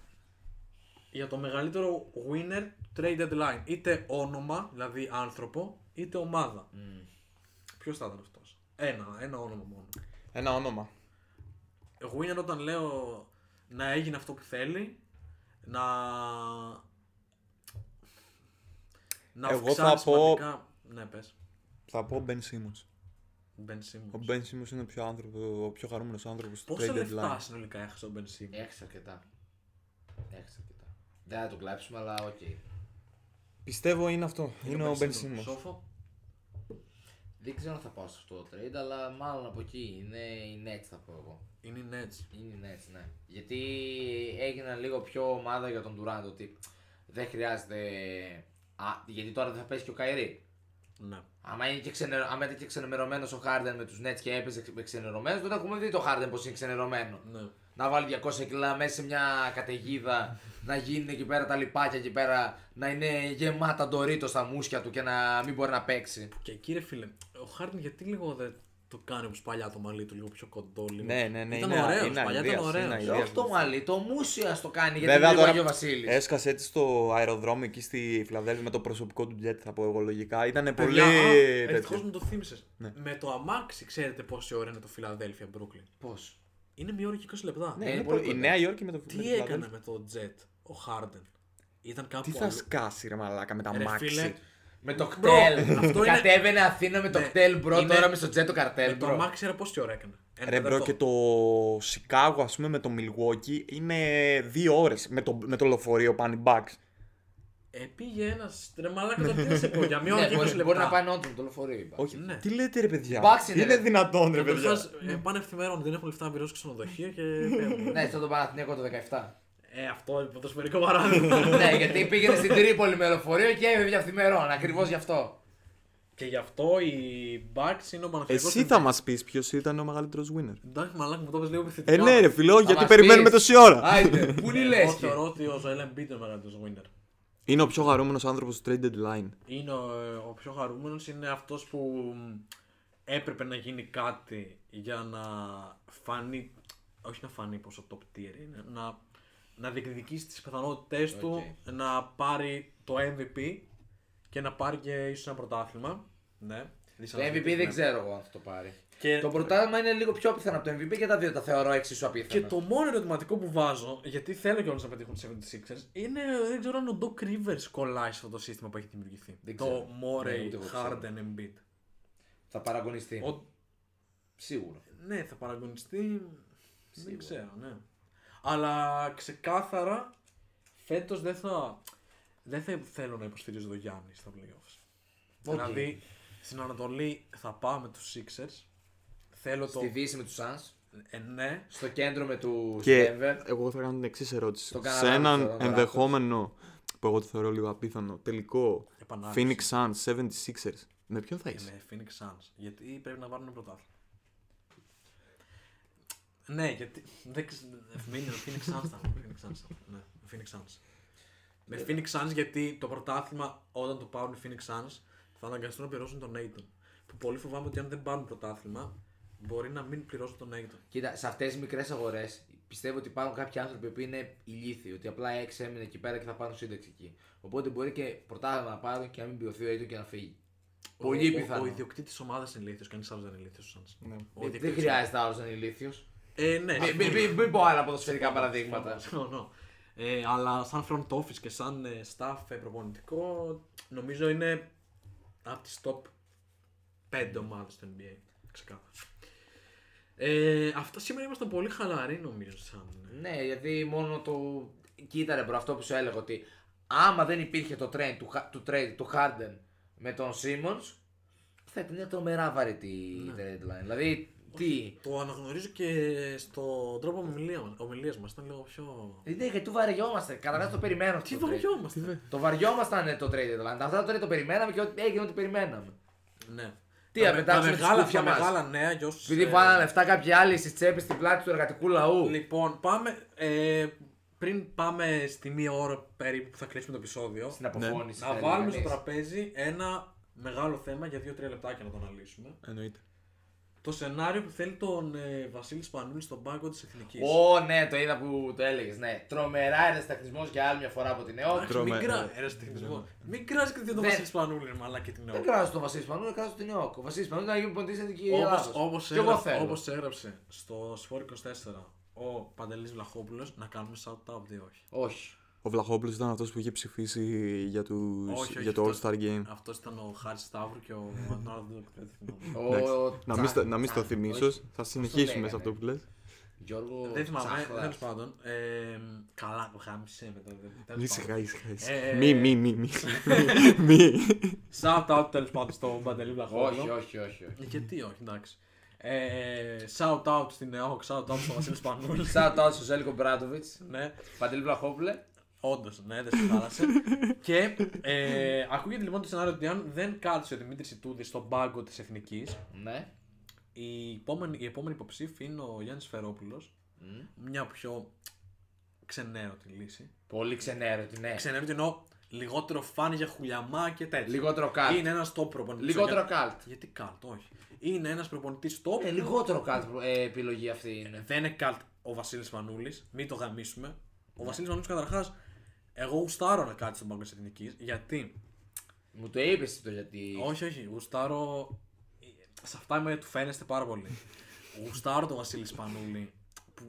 Speaker 4: για το μεγαλύτερο winner trade deadline, είτε όνομα, δηλαδή άνθρωπο, είτε ομάδα.
Speaker 5: Mm.
Speaker 4: Ποιος θα ήταν αυτός. Ένα, ένα όνομα μόνο.
Speaker 6: Ένα όνομα.
Speaker 4: Εγώ είναι όταν λέω να έγινε αυτό που θέλει, να. να
Speaker 6: Εγώ
Speaker 4: αυξάνει
Speaker 6: θα πω-
Speaker 4: σημαντικά- Ναι, πες.
Speaker 6: Θα πω Ben Simmons.
Speaker 4: Ben
Speaker 6: Ο
Speaker 4: Simmons.
Speaker 6: Ben Simmons είναι ο πιο, άνθρωπο, ο πιο χαρούμενος άνθρωπος του
Speaker 4: Πόσα
Speaker 6: trade
Speaker 4: λεφτά
Speaker 6: deadline.
Speaker 4: συνολικά έχασε ο Ben Simmons.
Speaker 5: Έχεις αρκετά. Έχεις αρκετά. Δεν θα το κλάψουμε, αλλά οκ.
Speaker 6: Πιστεύω είναι αυτό. Είναι ο Ben Simmons.
Speaker 4: Σόφο.
Speaker 5: Δεν ξέρω αν θα πάω σε αυτό το trade, αλλά μάλλον από εκεί είναι η Nets θα πω εγώ.
Speaker 4: Είναι οι Nets.
Speaker 5: Είναι η Nets, ναι. Γιατί έγιναν λίγο πιο ομάδα για τον Durant, ότι δεν χρειάζεται... Α, γιατί τώρα δεν θα πέσει και ο Καϊρή.
Speaker 4: Ναι.
Speaker 5: Άμα, είναι και ξενε... Άμα ήταν και ξενερωμένος ο Χάρντεν με τους Nets και έπαιζε ξενερωμένο, τότε έχουμε δει το Χάρντεν πώ είναι ξενερωμένο.
Speaker 4: ναι.
Speaker 5: Να βάλει 200 κιλά μέσα σε μια καταιγίδα, να γίνουν εκεί πέρα τα λιπάκια εκεί πέρα, να είναι γεμάτα ντορίτο στα μουσια του και να μην μπορεί να παίξει.
Speaker 4: Και κύριε φίλε, ο Χάρντιν γιατί λίγο δεν το κάνει όπως παλιά το μαλλί του, λίγο πιο κοντό. Λίγο.
Speaker 6: Ναι, ναι, ναι,
Speaker 4: Ήταν
Speaker 6: είναι-
Speaker 4: ωραίος,
Speaker 6: είναι
Speaker 4: παλιά ήταν
Speaker 6: αηδίας,
Speaker 4: ωραίος.
Speaker 6: είναι
Speaker 5: Και
Speaker 6: αηδίας.
Speaker 5: όχι το μαλλί, το μουσια το κάνει γιατί είναι
Speaker 6: Βέβαια
Speaker 5: λίγο
Speaker 6: τώρα
Speaker 5: Άγιο Βασίλης.
Speaker 6: έσκασε έτσι στο αεροδρόμιο εκεί στη Φιλαδέλφια με το προσωπικό του jet θα πω εγώ λογικά. Ήταν πολύ
Speaker 4: Ευτυχώ
Speaker 6: τέτοιο. Ναι.
Speaker 4: μου το θύμισες. Με το αμάξι, ξέρετε πόση ώρα είναι το Φιλαδέλφια Brooklyn.
Speaker 5: Πώς.
Speaker 4: Είναι μία ώρα και 20 λεπτά.
Speaker 6: Ναι,
Speaker 5: είναι
Speaker 6: είναι
Speaker 5: πολύ
Speaker 6: πολύ- Η
Speaker 5: κοντά.
Speaker 6: Νέα Υόρκη με το με τη
Speaker 4: Τι έκανε
Speaker 6: Φιλαδέλφια.
Speaker 4: με το Jet ο Χάρντεν. Ήταν κάπου
Speaker 6: Τι θα σκάσει ρε μαλάκα με τα
Speaker 4: Ρε φίλε,
Speaker 6: μάξι.
Speaker 5: Με το κτέλ.
Speaker 4: αυτό είναι-
Speaker 5: Κατέβαινε Αθήνα με το
Speaker 4: Ναι,
Speaker 5: κτέλ, μπρο.
Speaker 4: είναι-
Speaker 5: Τώρα με στο τζέτο καρτέλ,
Speaker 4: με το
Speaker 5: μπρο.
Speaker 4: αμάξι ξέρε πόση ώρα έκανε. Ένα
Speaker 6: Ε, Ρε μπρο
Speaker 4: τέταρτο.
Speaker 6: και το Σικάγο ας πούμε με το Milwaukee είναι δύο ώρες με το, με το λεωφορείο πάνε οι Bucks.
Speaker 4: Ε, πήγε ένας. Ρε μαλάκα,
Speaker 6: Ναι.
Speaker 4: τώρα τι να σε πω για μία ώρα
Speaker 5: Ναι,
Speaker 4: και 20
Speaker 5: μπορείς,
Speaker 4: λεπτά.
Speaker 5: μπορεί να πάει νότιο με το λεωφορείο. είπα.
Speaker 6: Όχι,
Speaker 4: Ναι.
Speaker 6: τι λέτε ρε παιδιά,
Speaker 5: Bucks είναι,
Speaker 6: είναι
Speaker 5: ρε.
Speaker 6: δυνατόν ρε παιδιά.
Speaker 4: Καταρχάς, ε, πάνε ευθυμερών, δεν έχουν λεφτά να πληρώσουν ξενοδοχεία και. φεύγουν.
Speaker 5: Ναι, στον Παναθηναίκο το 17.
Speaker 4: ε, αυτό είναι ποδοσφαιρικό παράδειγμα.
Speaker 5: ναι, γιατί πήγαινε στην Τρίπολη με λεωφορείο και έβγαινε αυθημερών. Ακριβώς γι' αυτό.
Speaker 4: Και γι' αυτό οι Bucks είναι ο Παναθηναϊκός.
Speaker 6: Εσύ θα μας πεις ποιος ήταν ο μεγαλύτερος winner.
Speaker 4: Εντάξει, μαλάκα μου το πες λίγο επιθετικά.
Speaker 6: Ε ναι ρε φίλο,
Speaker 5: Θα
Speaker 6: γιατί
Speaker 5: μας
Speaker 6: περιμένουμε
Speaker 5: πεις.
Speaker 6: τόση ώρα.
Speaker 5: Άιντε, πού είναι η
Speaker 4: Εγώ
Speaker 5: λέσχη.
Speaker 4: θεωρώ ότι Ναι, ο Joel Embiid είναι ο μεγαλύτερος winner.
Speaker 6: Είναι ο πιο χαρούμενος άνθρωπος του trade deadline.
Speaker 4: Είναι ο, ο πιο χαρούμενος, είναι αυτός που μ, έπρεπε να γίνει κάτι για να φανεί, όχι να φανεί πόσο top tier είναι, να, να διεκδικήσει τις πιθανότητες του να πάρει το MVP και να πάρει και ίσως ένα πρωτάθλημα. Ναι.
Speaker 5: Το MVP δεν ξέρω εγώ αν θα το πάρει.
Speaker 4: Και-
Speaker 5: Το πρωτάθλημα είναι λίγο πιο απίθανο από το MVP και τα δύο τα θεωρώ εξίσου
Speaker 4: Και
Speaker 5: απίθανα.
Speaker 4: το μόνο ερωτηματικό που βάζω, γιατί θέλω κιόλας να πετύχουν τους 76ers, είναι δεν ξέρω αν ο Doc Rivers κολλάει σε αυτό το σύστημα που έχει δημιουργηθεί.
Speaker 5: Δεν
Speaker 4: το
Speaker 5: ξέρω. Ναι,
Speaker 4: Morey,
Speaker 5: ούτε εγώ ξέρω.
Speaker 4: Harden, Embiid.
Speaker 5: Θα παραγωνιστεί.
Speaker 4: Ο-
Speaker 5: Σίγουρα.
Speaker 4: Ναι, θα παραγωνιστεί. Δεν ξέρω, ναι. Αλλά ξεκάθαρα φέτος δεν θα. Δεν θα θέλω να υποστηρίζω τον Γιάννη στα playoffs.
Speaker 5: Οκ.
Speaker 4: Δηλαδή στην Ανατολή θα πάω με τους Sixers. Θέλω το.
Speaker 5: Στη Δύση με τους Suns,
Speaker 4: Ε, ναι.
Speaker 5: στο κέντρο με τους
Speaker 6: Και
Speaker 5: Denver.
Speaker 6: εγώ θα κάνω την εξής ερώτηση.
Speaker 5: Τον
Speaker 6: Σε
Speaker 5: Καναδά
Speaker 6: έναν
Speaker 5: τον θεωρώ τον
Speaker 6: ενδεχόμενο που εγώ το θεωρώ λίγο απίθανο τελικό Phoenix
Speaker 4: Επανάληψη.
Speaker 6: Suns 76ers, με ποιον θα είσαι.
Speaker 4: Ναι, Phoenix Suns. Γιατί πρέπει να πάρουν πρωτάθλημα. Ναι, γιατί. Δεν ξέρω. Μείνει ο Phoenix Suns. θα μου, Phoenix Suns. θα μου, Ναι, Phoenix Suns. Με
Speaker 5: Ε,
Speaker 4: Phoenix Suns γιατί το πρωτάθλημα όταν το πάρουν οι Phoenix Suns θα αναγκαστούν να πληρώσουν τον Aiton. Που πολύ φοβάμαι ότι αν δεν πάρουν πρωτάθλημα μπορεί να μην πληρώσουν τον Aiton.
Speaker 5: Κοίτα, σε αυτές τις μικρές αγορές πιστεύω ότι υπάρχουν κάποιοι άνθρωποι που είναι ηλίθιοι, ότι απλά έξι έμεινε εκεί πέρα και θα πάρουν σύνταξη εκεί. Οπότε μπορεί και πρωτάθλημα να πάρουν και να μην πληρωθεί ο Aiton και να φύγει. Πολύ
Speaker 4: Ο- ο-
Speaker 5: πιθανό.
Speaker 4: Ο ιδιοκτήτης ομάδας είναι ηλίθιος, κανείς άλλος δεν είναι ηλίθιος. Ναι.
Speaker 5: Ε, Δεν χρειάζεται άλλος να είναι ηλίθιος.
Speaker 4: Ε, ναι,
Speaker 5: Μην μη, μη πω άλλα ποδοσφαιρικά παραδείγματα.
Speaker 4: Συμφωνώ. Ε, αλλά σαν front office και σαν ε, staff ε, προπονητικό, νομίζω είναι από τις top 5 ομάδες του NBA. Ξεκάθαρα. Ε, αυτά σήμερα ήμασταν πολύ χαλαροί νομίζω σαν. ε.
Speaker 5: Ναι, γιατί μόνο το. Κοίτα ρε μπρο, αυτό που σου έλεγα ότι άμα δεν υπήρχε το trade του, Χα- του, trade, του Harden με τον Simmons, θα ήταν μια τρομερά βαρύτη η deadline. Δηλαδή, τι.
Speaker 4: Το αναγνωρίζω και στον τρόπο ομιλία- ομιλίας μας, ήταν λίγο πιο...
Speaker 5: Ναι, γιατί του βαριόμαστε. Καταρχάς το περιμένω.
Speaker 4: Τι
Speaker 5: αυτό το trade.
Speaker 4: βαριόμαστε.
Speaker 5: Το βαριόμασταν ε, το trade deadline. Αυτό το trade το περιμέναμε και ό,τι έγινε ό,τι περιμέναμε.
Speaker 4: ναι.
Speaker 5: Τι,
Speaker 4: Τα-
Speaker 5: να
Speaker 4: τα,
Speaker 5: πετάξουμε τη
Speaker 4: μεγάλα,
Speaker 5: σκούφια
Speaker 4: τα
Speaker 5: μας.
Speaker 4: μεγάλα νέα για όσους...
Speaker 5: Επειδή
Speaker 4: ε,
Speaker 5: βάλανε λεφτά κάποιοι άλλοι στις τσέπες στην πλάτη του εργατικού λαού.
Speaker 6: Ναι.
Speaker 4: Λοιπόν, πάμε... ε, πριν πάμε στη μία ώρα περίπου που θα κλείσουμε το επεισόδιο.
Speaker 6: Ναι.
Speaker 5: Στην αποφώνηση.
Speaker 4: Να
Speaker 5: θα έλεγα
Speaker 4: βάλουμε στο
Speaker 5: κανείς.
Speaker 4: τραπέζι ένα μεγάλο θέμα για 2-3 λεπτάκια να το αναλύσουμε.
Speaker 6: Εννοείται.
Speaker 4: Το σενάριο που θέλει τον ε, Βασίλη Σπανούλη στον πάγκο της Εθνικής.
Speaker 5: Ω, ναι, το είδα που το έλεγες. Ναι, τρομερά ερασιτεχνισμό για άλλη μια φορά από την ΕΟΚ.
Speaker 6: Τρο- Τρώμε,
Speaker 4: Μικρά,
Speaker 6: ναι.
Speaker 4: ε, ρε στιγμισμό. Μην κράζει και τον
Speaker 5: Δεν-
Speaker 4: Βασίλη Σπανούλη, ρε μαλάκα και την
Speaker 5: Ναι. Δεν
Speaker 4: ΕΟΚ.
Speaker 5: κράζω τον Βασίλη Σπανούλη, κράζω την ΕΟΚ. Ο Βασίλης Σπανούλη να γίνει ποντή εθνική Ελλάδα.
Speaker 4: Όπως, όπως,
Speaker 5: Και εγώ
Speaker 4: έγραψε,
Speaker 5: θέλω.
Speaker 4: όπως έγραψε στο Σφόρ 24 ο Παντελής Βλαχόπουλος να κάνουμε shout out ή όχι.
Speaker 5: Όχι.
Speaker 6: Ο Βλαχόπουλος ήταν αυτός που είχε ψηφίσει για, τους, για το All
Speaker 4: αυτός-
Speaker 6: Star Game.
Speaker 4: Αυτός ήταν ο Χάρης Σταύρου και ο Αντώνας
Speaker 5: Ο-
Speaker 6: Εντάξει.
Speaker 5: ο-
Speaker 6: Να μην, στο- να μην
Speaker 5: Τσάχ-
Speaker 6: στο θυμίσως,
Speaker 5: όχι.
Speaker 6: θα συνεχίσουμε
Speaker 4: ναι,
Speaker 5: λέγανε.
Speaker 6: σε αυτό που λες.
Speaker 5: Γιώργο.
Speaker 4: Δεν θυμάμαι,
Speaker 5: Τσάχλα.
Speaker 4: τέλος πάντων. Ε, Καλά, χάμισε με το. τέλος
Speaker 6: Μη
Speaker 4: πάντων.
Speaker 6: σιγά, ήσυχα, ήσυχα.
Speaker 4: Ε,
Speaker 6: Μη, μη, μη. μη. Μη.
Speaker 4: Shout out τέλος πάντων στον Παντελή Βλαχόπουλο.
Speaker 5: Όχι, όχι, όχι. όχι.
Speaker 4: Ε, Γιατί όχι, εντάξει. Ε, shout out στην ΕΟΚ, shout out στον Βασίλη Σπανούλη.
Speaker 5: Shout out στο Ζέλικο Μπράντοβιτ.
Speaker 4: ναι,
Speaker 5: Παντελή Βλαχόπουλε.
Speaker 4: όντως, ναι, δεν σε χάλασε. και ε, ακούγεται λοιπόν το σενάριο ότι αν δεν κάτσει ο Δημήτρης Ιτούδης στον πάγκο της Εθνικής,
Speaker 5: Ναι.
Speaker 4: η επόμενη, η επόμενη υποψήφη είναι ο Γιάννης Φερόπουλος. Μια πιο ξενέρωτη λύση.
Speaker 5: Πολύ ξενέρωτη, ναι.
Speaker 4: Ξενέρωτη εννοώ λιγότερο φαν για χουλιαμά και τέτοια.
Speaker 5: Λιγότερο κάλτ.
Speaker 4: Είναι ένας top προπονητής.
Speaker 5: Λιγότερο κάλτ.
Speaker 4: Γιατί καλτ, όχι. Είναι ένας προπονητής top.
Speaker 5: Ε, λιγότερο κάλτ ε, επιλογή αυτή είναι.
Speaker 4: Δεν είναι καλτ ο Βασίλης Μανούλης. Μην το γαμίσουμε. Ο
Speaker 5: Ναι.
Speaker 4: Βασίλης Μανούλης καταρχάς. Εγώ γουστάρω να κάτσεις στον πάγκο της Εθνικής. Γιατί.
Speaker 5: Μου το είπες το γιατί.
Speaker 4: Όχι, όχι. Γουστάρω. Σε αυτά είμαι του φαίνεστε πάρα πολύ. γουστάρω τον Βασίλη Σπανούλη που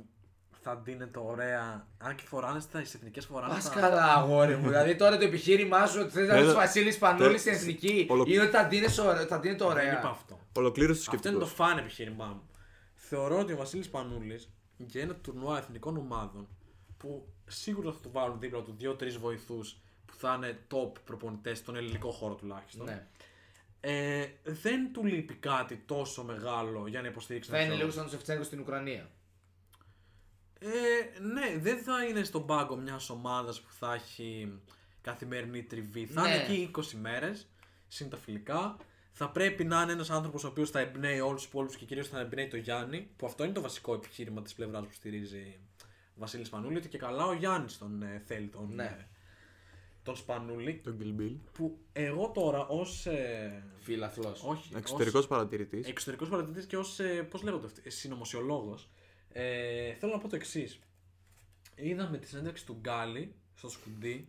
Speaker 4: θα ντύνεται ωραία. Αν και φοράνε τα εθνικές φοράνε.
Speaker 5: Πας
Speaker 4: τα-
Speaker 5: καλά, αγόρι μου. δηλαδή τώρα το επιχείρημά σου ότι θες να
Speaker 6: Έλα.
Speaker 5: δεις Βασίλη Σπανούλη
Speaker 6: Τε-
Speaker 5: στην εθνική
Speaker 6: Ολο-
Speaker 5: είναι ότι τα δίνεις ωραίο- τα δίνει
Speaker 4: Δεν
Speaker 5: ωραία.
Speaker 4: είπα αυτό.
Speaker 6: Ολοκλήρωση του
Speaker 4: Αυτό είναι το
Speaker 6: σκεπτικού.
Speaker 4: φαν επιχείρημά μου. Θεωρώ ότι ο Βασίλης Πανούλη για ένα τουρνουά εθνικών ομάδων που σίγουρα θα του βάλουν δίπλα του 2-3 βοηθούς που θα είναι top προπονητές στον ελληνικό χώρο τουλάχιστον.
Speaker 5: Ναι.
Speaker 4: Ε, δεν του λείπει κάτι τόσο μεγάλο για να υποστηρίξει
Speaker 5: Θα
Speaker 4: τον
Speaker 5: είναι λίγο
Speaker 4: εαυτό
Speaker 5: σαν τον Σεφτσέγκο στην Ουκρανία.
Speaker 4: του. Ε, ναι, δεν θα είναι στον πάγκο μιας ομάδας που θα έχει καθημερινή τριβή. Θα
Speaker 5: Ναι.
Speaker 4: είναι εκεί 20 μέρε, συν τα φιλικά. Θα πρέπει να είναι ένας άνθρωπος ο οποίος θα εμπνέει όλους τους υπόλοιπους και κυρίως θα εμπνέει το Γιάννη, που αυτό είναι το βασικό επιχείρημα της πλευράς που στηρίζει ο Βασίλη Σπανούλη. Ότι και καλά ο Γιάννης τον ε, θέλει τον,
Speaker 5: Ναι.
Speaker 4: ε, τον Σπανούλη.
Speaker 6: Το Kill Bill.
Speaker 4: Που εγώ τώρα ως. Ε,
Speaker 5: Φιλαθλός.
Speaker 4: όχι. ως-
Speaker 6: Εξωτερικός παρατηρητής.
Speaker 4: Εξωτερικός παρατηρητής και ως. Ε, Πώς λέγονται αυτοί, συνωμοσιολόγος. Ε, θέλω να πω το εξής. Είδαμε τη συνέντευξη του Γκάλι στο σκουντί.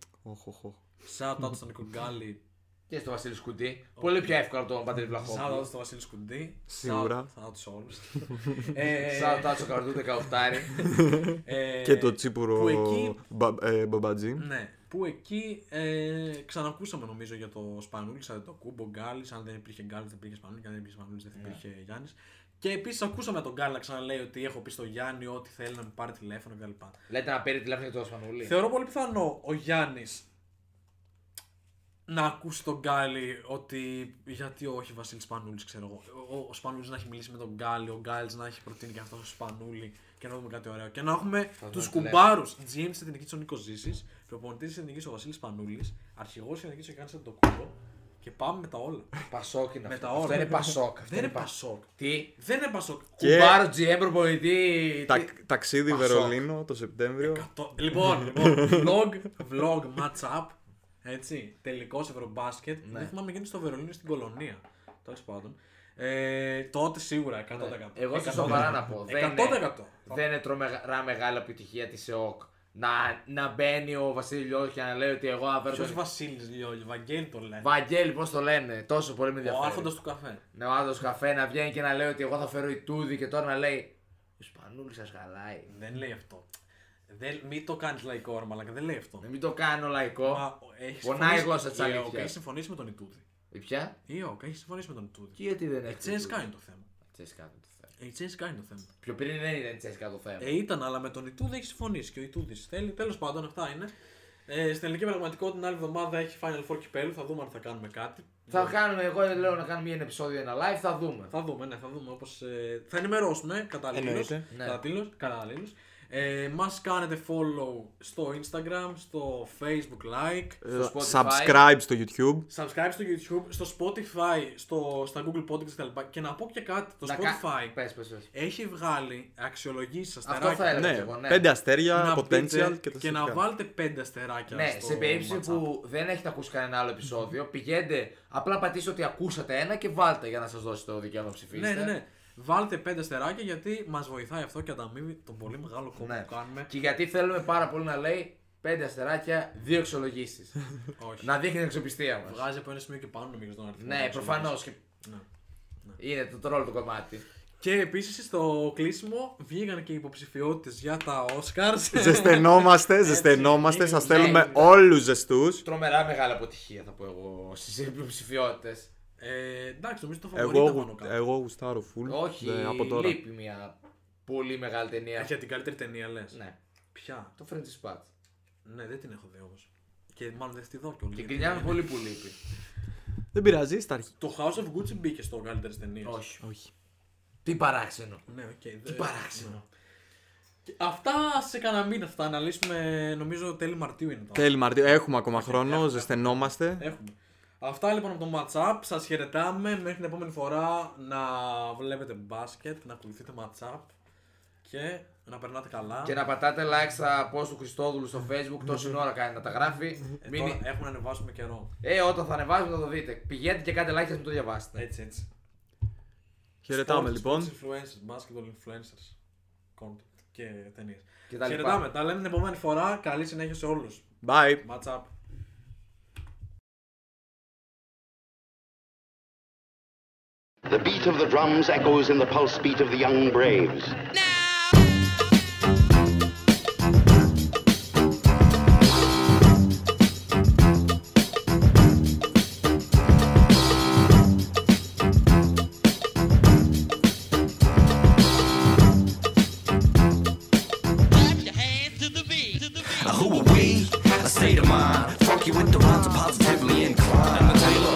Speaker 4: Shout out στον Νίκο Γκάλι.
Speaker 5: Και στο Βασίλη Σκουντή. Πολύ πιο εύκολο από τον Παντελή
Speaker 4: Shout out
Speaker 5: Βλαχόπουλο.
Speaker 4: στον Βασίλη Σκουντί.
Speaker 6: Σίγουρα.
Speaker 4: Shout out σε όλους. ε.
Speaker 5: Shout out στο καρδού 18.
Speaker 6: Και το
Speaker 4: Που
Speaker 6: τσίπουρο
Speaker 4: εκεί.
Speaker 6: Μπα- ε, Μπαμπατζή.
Speaker 4: Ναι, που εκεί ε, ξανακούσαμε νομίζω για το Σπανούλης, σαν το κούμπο Γκάλι. Αν δεν υπήρχε Γκάλι, δεν υπήρχε Σπανούλης. Και αν δεν υπήρχε Σπανούλης, δεν
Speaker 6: Ναι.
Speaker 4: υπήρχε Γιάννης. Και επίσης ακούσαμε τον Γκάλι να ξαναλέει ότι έχω πει στο Γιάννη ότι θέλει να μου πάρει τηλέφωνο κτλ.
Speaker 5: Λέτε να παίρνει τηλέφωνο για τον Σπανούλη.
Speaker 4: Θεωρώ πολύ πιθανό ο Γιάννης να ακούσει τον Γκάλι ότι γιατί όχι Βασίλης Σπανούλης, ξέρω εγώ. Ο, ο Σπανούλης να έχει μιλήσει με τον Γκάλι, ο Γκάλι να έχει προτείνει και αυτός ο Σπανούλη και να δούμε κάτι ωραίο. Και να έχουμε του
Speaker 5: ναι.
Speaker 4: κουμπάρου. GM τη Εθνική ο Νίκο Ζήσης, προπονητής της Εθνικής ο Βασίλης Σπανούλης, αρχηγός της Εθνικής ο Γιάννης Αντοκούρο. Και πάμε με τα όλα.
Speaker 5: Πασόκ είναι
Speaker 4: με
Speaker 5: αυτό.
Speaker 4: τα όλα.
Speaker 5: Αυτό είναι Πασόκ. αυτό
Speaker 4: Δεν είναι Πασόκ.
Speaker 5: Τι.
Speaker 4: Δεν είναι Πασόκ.
Speaker 6: Και-
Speaker 5: Κουμπάρο GM προπονητή.
Speaker 6: Τα,
Speaker 5: τι-
Speaker 6: ταξίδι
Speaker 5: Ε, Πασόκ. Ε,
Speaker 6: Βερολίνο το Σεπτέμβριο.
Speaker 4: Το- λοιπόν, λοιπόν, vlog, vlog, match up. Έτσι, τελικός ευρωμπάσκετ.
Speaker 5: Ναι.
Speaker 4: Δεν θυμάμαι γίνεται στο Βερολίνο ή στην Κολονία. Τέλος πάντων. Ε, τότε σίγουρα 100%.
Speaker 5: Ναι. Εγώ στο
Speaker 4: 100%.
Speaker 5: σοβαρά να πω. Δεν
Speaker 4: 100%.
Speaker 5: είναι, δεν είναι τρομερά μεγάλη επιτυχία της ΕΟΚ. Να, να μπαίνει ο Βασίλη Λιώδη και να λέει ότι εγώ θα
Speaker 4: Ποιο
Speaker 5: φέρω.
Speaker 4: Βασίλη Λιόλιο, Βαγγέλη τον λέει.
Speaker 5: Βαγγέλη, πώς το λένε, τόσο πολύ με
Speaker 4: Ο
Speaker 5: ενδιαφέρει.
Speaker 4: άρχοντας του καφέ.
Speaker 5: Ναι, ο άντρα καφέ να βγαίνει και να λέει ότι εγώ θα φέρω η Τούδη και τώρα να λέει. Ο Σπανούλη σας χαλάει.
Speaker 4: Δεν λέει αυτό. Δεν, μην το κάνεις λαϊκό όρμα, αλλά δεν λέει αυτό.
Speaker 5: Να μην το κάνω λαϊκό.
Speaker 4: Μα, έχεις
Speaker 5: Πονάει η
Speaker 4: συμφωνήσει-
Speaker 5: γλώσσα της
Speaker 4: η ΕΟΚ
Speaker 5: αλήθειας.
Speaker 4: Έχει συμφωνήσει με τον Ιτούδη.
Speaker 5: Η ποια?
Speaker 4: Η ΕΟΚ έχει συμφωνήσει με τον Ιτούδη.
Speaker 5: Και γιατί δεν έχει.
Speaker 4: Η Τσέσκα είναι το θέμα.
Speaker 5: Τσέσκα είναι το θέμα.
Speaker 4: Η Τσέσκα είναι το θέμα.
Speaker 5: Πιο πριν δεν ήταν η Τσέσκα το θέμα.
Speaker 4: Ε, ήταν, αλλά με τον Ιτούδη έχει συμφωνήσει και ο Ιτούδης θέλει. Τέλος πάντων, αυτά είναι. Ε, στην ελληνική πραγματικότητα την άλλη εβδομάδα έχει Final Four κυπέλου. Θα δούμε αν θα κάνουμε κάτι.
Speaker 5: Θα κάνουμε, εγώ λέω να κάνουμε ένα επεισόδιο, ένα live, θα δούμε.
Speaker 4: Θα δούμε, ναι, θα δούμε. Όπως, ε, θα ενημερώσουμε καταλήλως.
Speaker 6: Εννοείται.
Speaker 5: Ναι.
Speaker 4: Καταλήλως, καταλήλως. Ε, μας κάνετε follow στο Instagram, στο Facebook like,
Speaker 6: Ε,
Speaker 5: Στο Spotify.
Speaker 6: Subscribe στο YouTube.
Speaker 4: subscribe στο YouTube, στο Spotify, στο, στα Google Podcasts κτλ. Και να πω και κάτι, το
Speaker 5: Να κα-
Speaker 4: Spotify
Speaker 5: Πες, πες, πες.
Speaker 4: έχει βγάλει αξιολογήσεις
Speaker 5: Αυτό θα
Speaker 4: αστεράκια.
Speaker 5: έλεγα και
Speaker 6: Ναι,
Speaker 5: εγώ, ναι.
Speaker 6: πέντε αστέρια,
Speaker 4: να
Speaker 6: potential
Speaker 4: μπείτε
Speaker 6: και τα
Speaker 4: και να
Speaker 6: σχετικά.
Speaker 4: βάλετε πέντε αστεράκια
Speaker 5: Ναι,
Speaker 4: στο
Speaker 5: σε περίπτωση
Speaker 4: WhatsApp.
Speaker 5: που δεν έχετε ακούσει κανένα άλλο επεισόδιο, πηγαίνετε, απλά πατήστε ότι ακούσατε ένα και βάλτε για να σας δώσει το δικαίωμα να ψηφίσετε.
Speaker 4: Ναι, ναι, ναι. Βάλτε πέντε αστεράκια γιατί μας βοηθάει αυτό και ανταμείβει τον πολύ μεγάλο κόμμα
Speaker 5: Ναι.
Speaker 4: που κάνουμε.
Speaker 5: Και γιατί θέλουμε πάρα πολύ να λέει πέντε αστεράκια, δύο εξολογήσεις.
Speaker 4: Όχι.
Speaker 5: να δείχνει την εξοπιστία μας.
Speaker 4: Βγάζει από ένα σημείο και πάνω νομίζω τον αριθμό.
Speaker 5: Ναι,
Speaker 4: των
Speaker 5: προφανώς. Και...
Speaker 4: Ναι.
Speaker 5: Είναι το τρόλ το κομμάτι.
Speaker 4: Και επίσης στο κλείσιμο βγήκαν και οι υποψηφιότητες για τα Oscars.
Speaker 6: Ζεσθενόμαστε, ζεσθενόμαστε.
Speaker 4: είναι μια
Speaker 6: Σας θέλουμε
Speaker 5: ιδέα.
Speaker 6: όλους ζεστούς.
Speaker 5: Τρομερά μεγάλη αποτυχία θα πω εγώ στις υποψηφιότητες.
Speaker 4: ε, εντάξει, νομίζω το φαβορεί
Speaker 6: Εγώ,
Speaker 4: ήταν πάνω
Speaker 6: γου-
Speaker 4: κάτω.
Speaker 6: εγώ γουστάρω full.
Speaker 5: Όχι,
Speaker 6: ναι, από τώρα.
Speaker 5: λείπει μια πολύ μεγάλη ταινία.
Speaker 4: Για την καλύτερη ταινία λες.
Speaker 5: Ναι,
Speaker 4: Ποια.
Speaker 5: το French Dispatch.
Speaker 4: Ναι, δεν την έχω δει όμως. Και μάλλον δεν θα τη δω
Speaker 5: Και
Speaker 4: κιόλα.
Speaker 5: γκρινιάμε πολύ που λείπει.
Speaker 6: Δεν πειράζει, στα αρχή.
Speaker 4: Το House of Gucci μπήκε στο καλύτερη ταινία.
Speaker 5: Όχι.
Speaker 6: Όχι.
Speaker 5: Τι παράξενο.
Speaker 4: Ναι, οκ. Okay,
Speaker 5: Τι παράξενο.
Speaker 4: Αυτά σε κανένα μήνα θα τα αναλύσουμε. Νομίζω τέλη Μαρτίου είναι τα.
Speaker 6: Τέλει Μαρτίου, έχουμε ακόμα χρόνο, ζεσθενόμαστε.
Speaker 5: Ε,
Speaker 4: Έχουμε. Αυτά λοιπόν από το Matchup. Σας χαιρετάμε. Μέχρι την επόμενη φορά να βλέπετε μπάσκετ, να ακολουθείτε Matchup και να περνάτε καλά.
Speaker 5: Και να πατάτε like στα post του Χριστόδουλου στο facebook, τόση ώρα κάνει να τα γράφει.
Speaker 4: Ε,
Speaker 5: Μην-
Speaker 4: τώρα έχουμε να ανεβάσουμε καιρό.
Speaker 5: Ε, όταν θα ανεβάζουμε θα το δείτε. Πηγαίνετε και κάντε like και να το διαβάσετε.
Speaker 4: Έτσι, έτσι.
Speaker 6: Χαιρετάμε
Speaker 4: Sports,
Speaker 6: λοιπόν.
Speaker 4: sports influencers, basketball influencers, content και ταινίες.
Speaker 5: Και τα λοιπά.
Speaker 4: Χαιρετάμε. Τα λέμε την επόμενη φορά. Καλή συνέχεια σε όλους.
Speaker 6: Bye.
Speaker 4: Matchup.
Speaker 1: The beat of the drums echoes in the pulse beat of the young braves.
Speaker 2: Now. Clap your hands to the beat, to the beat.
Speaker 3: Who are we? A state of mind. Funky with the rhymes, I'm positively inclined. I'm the tailor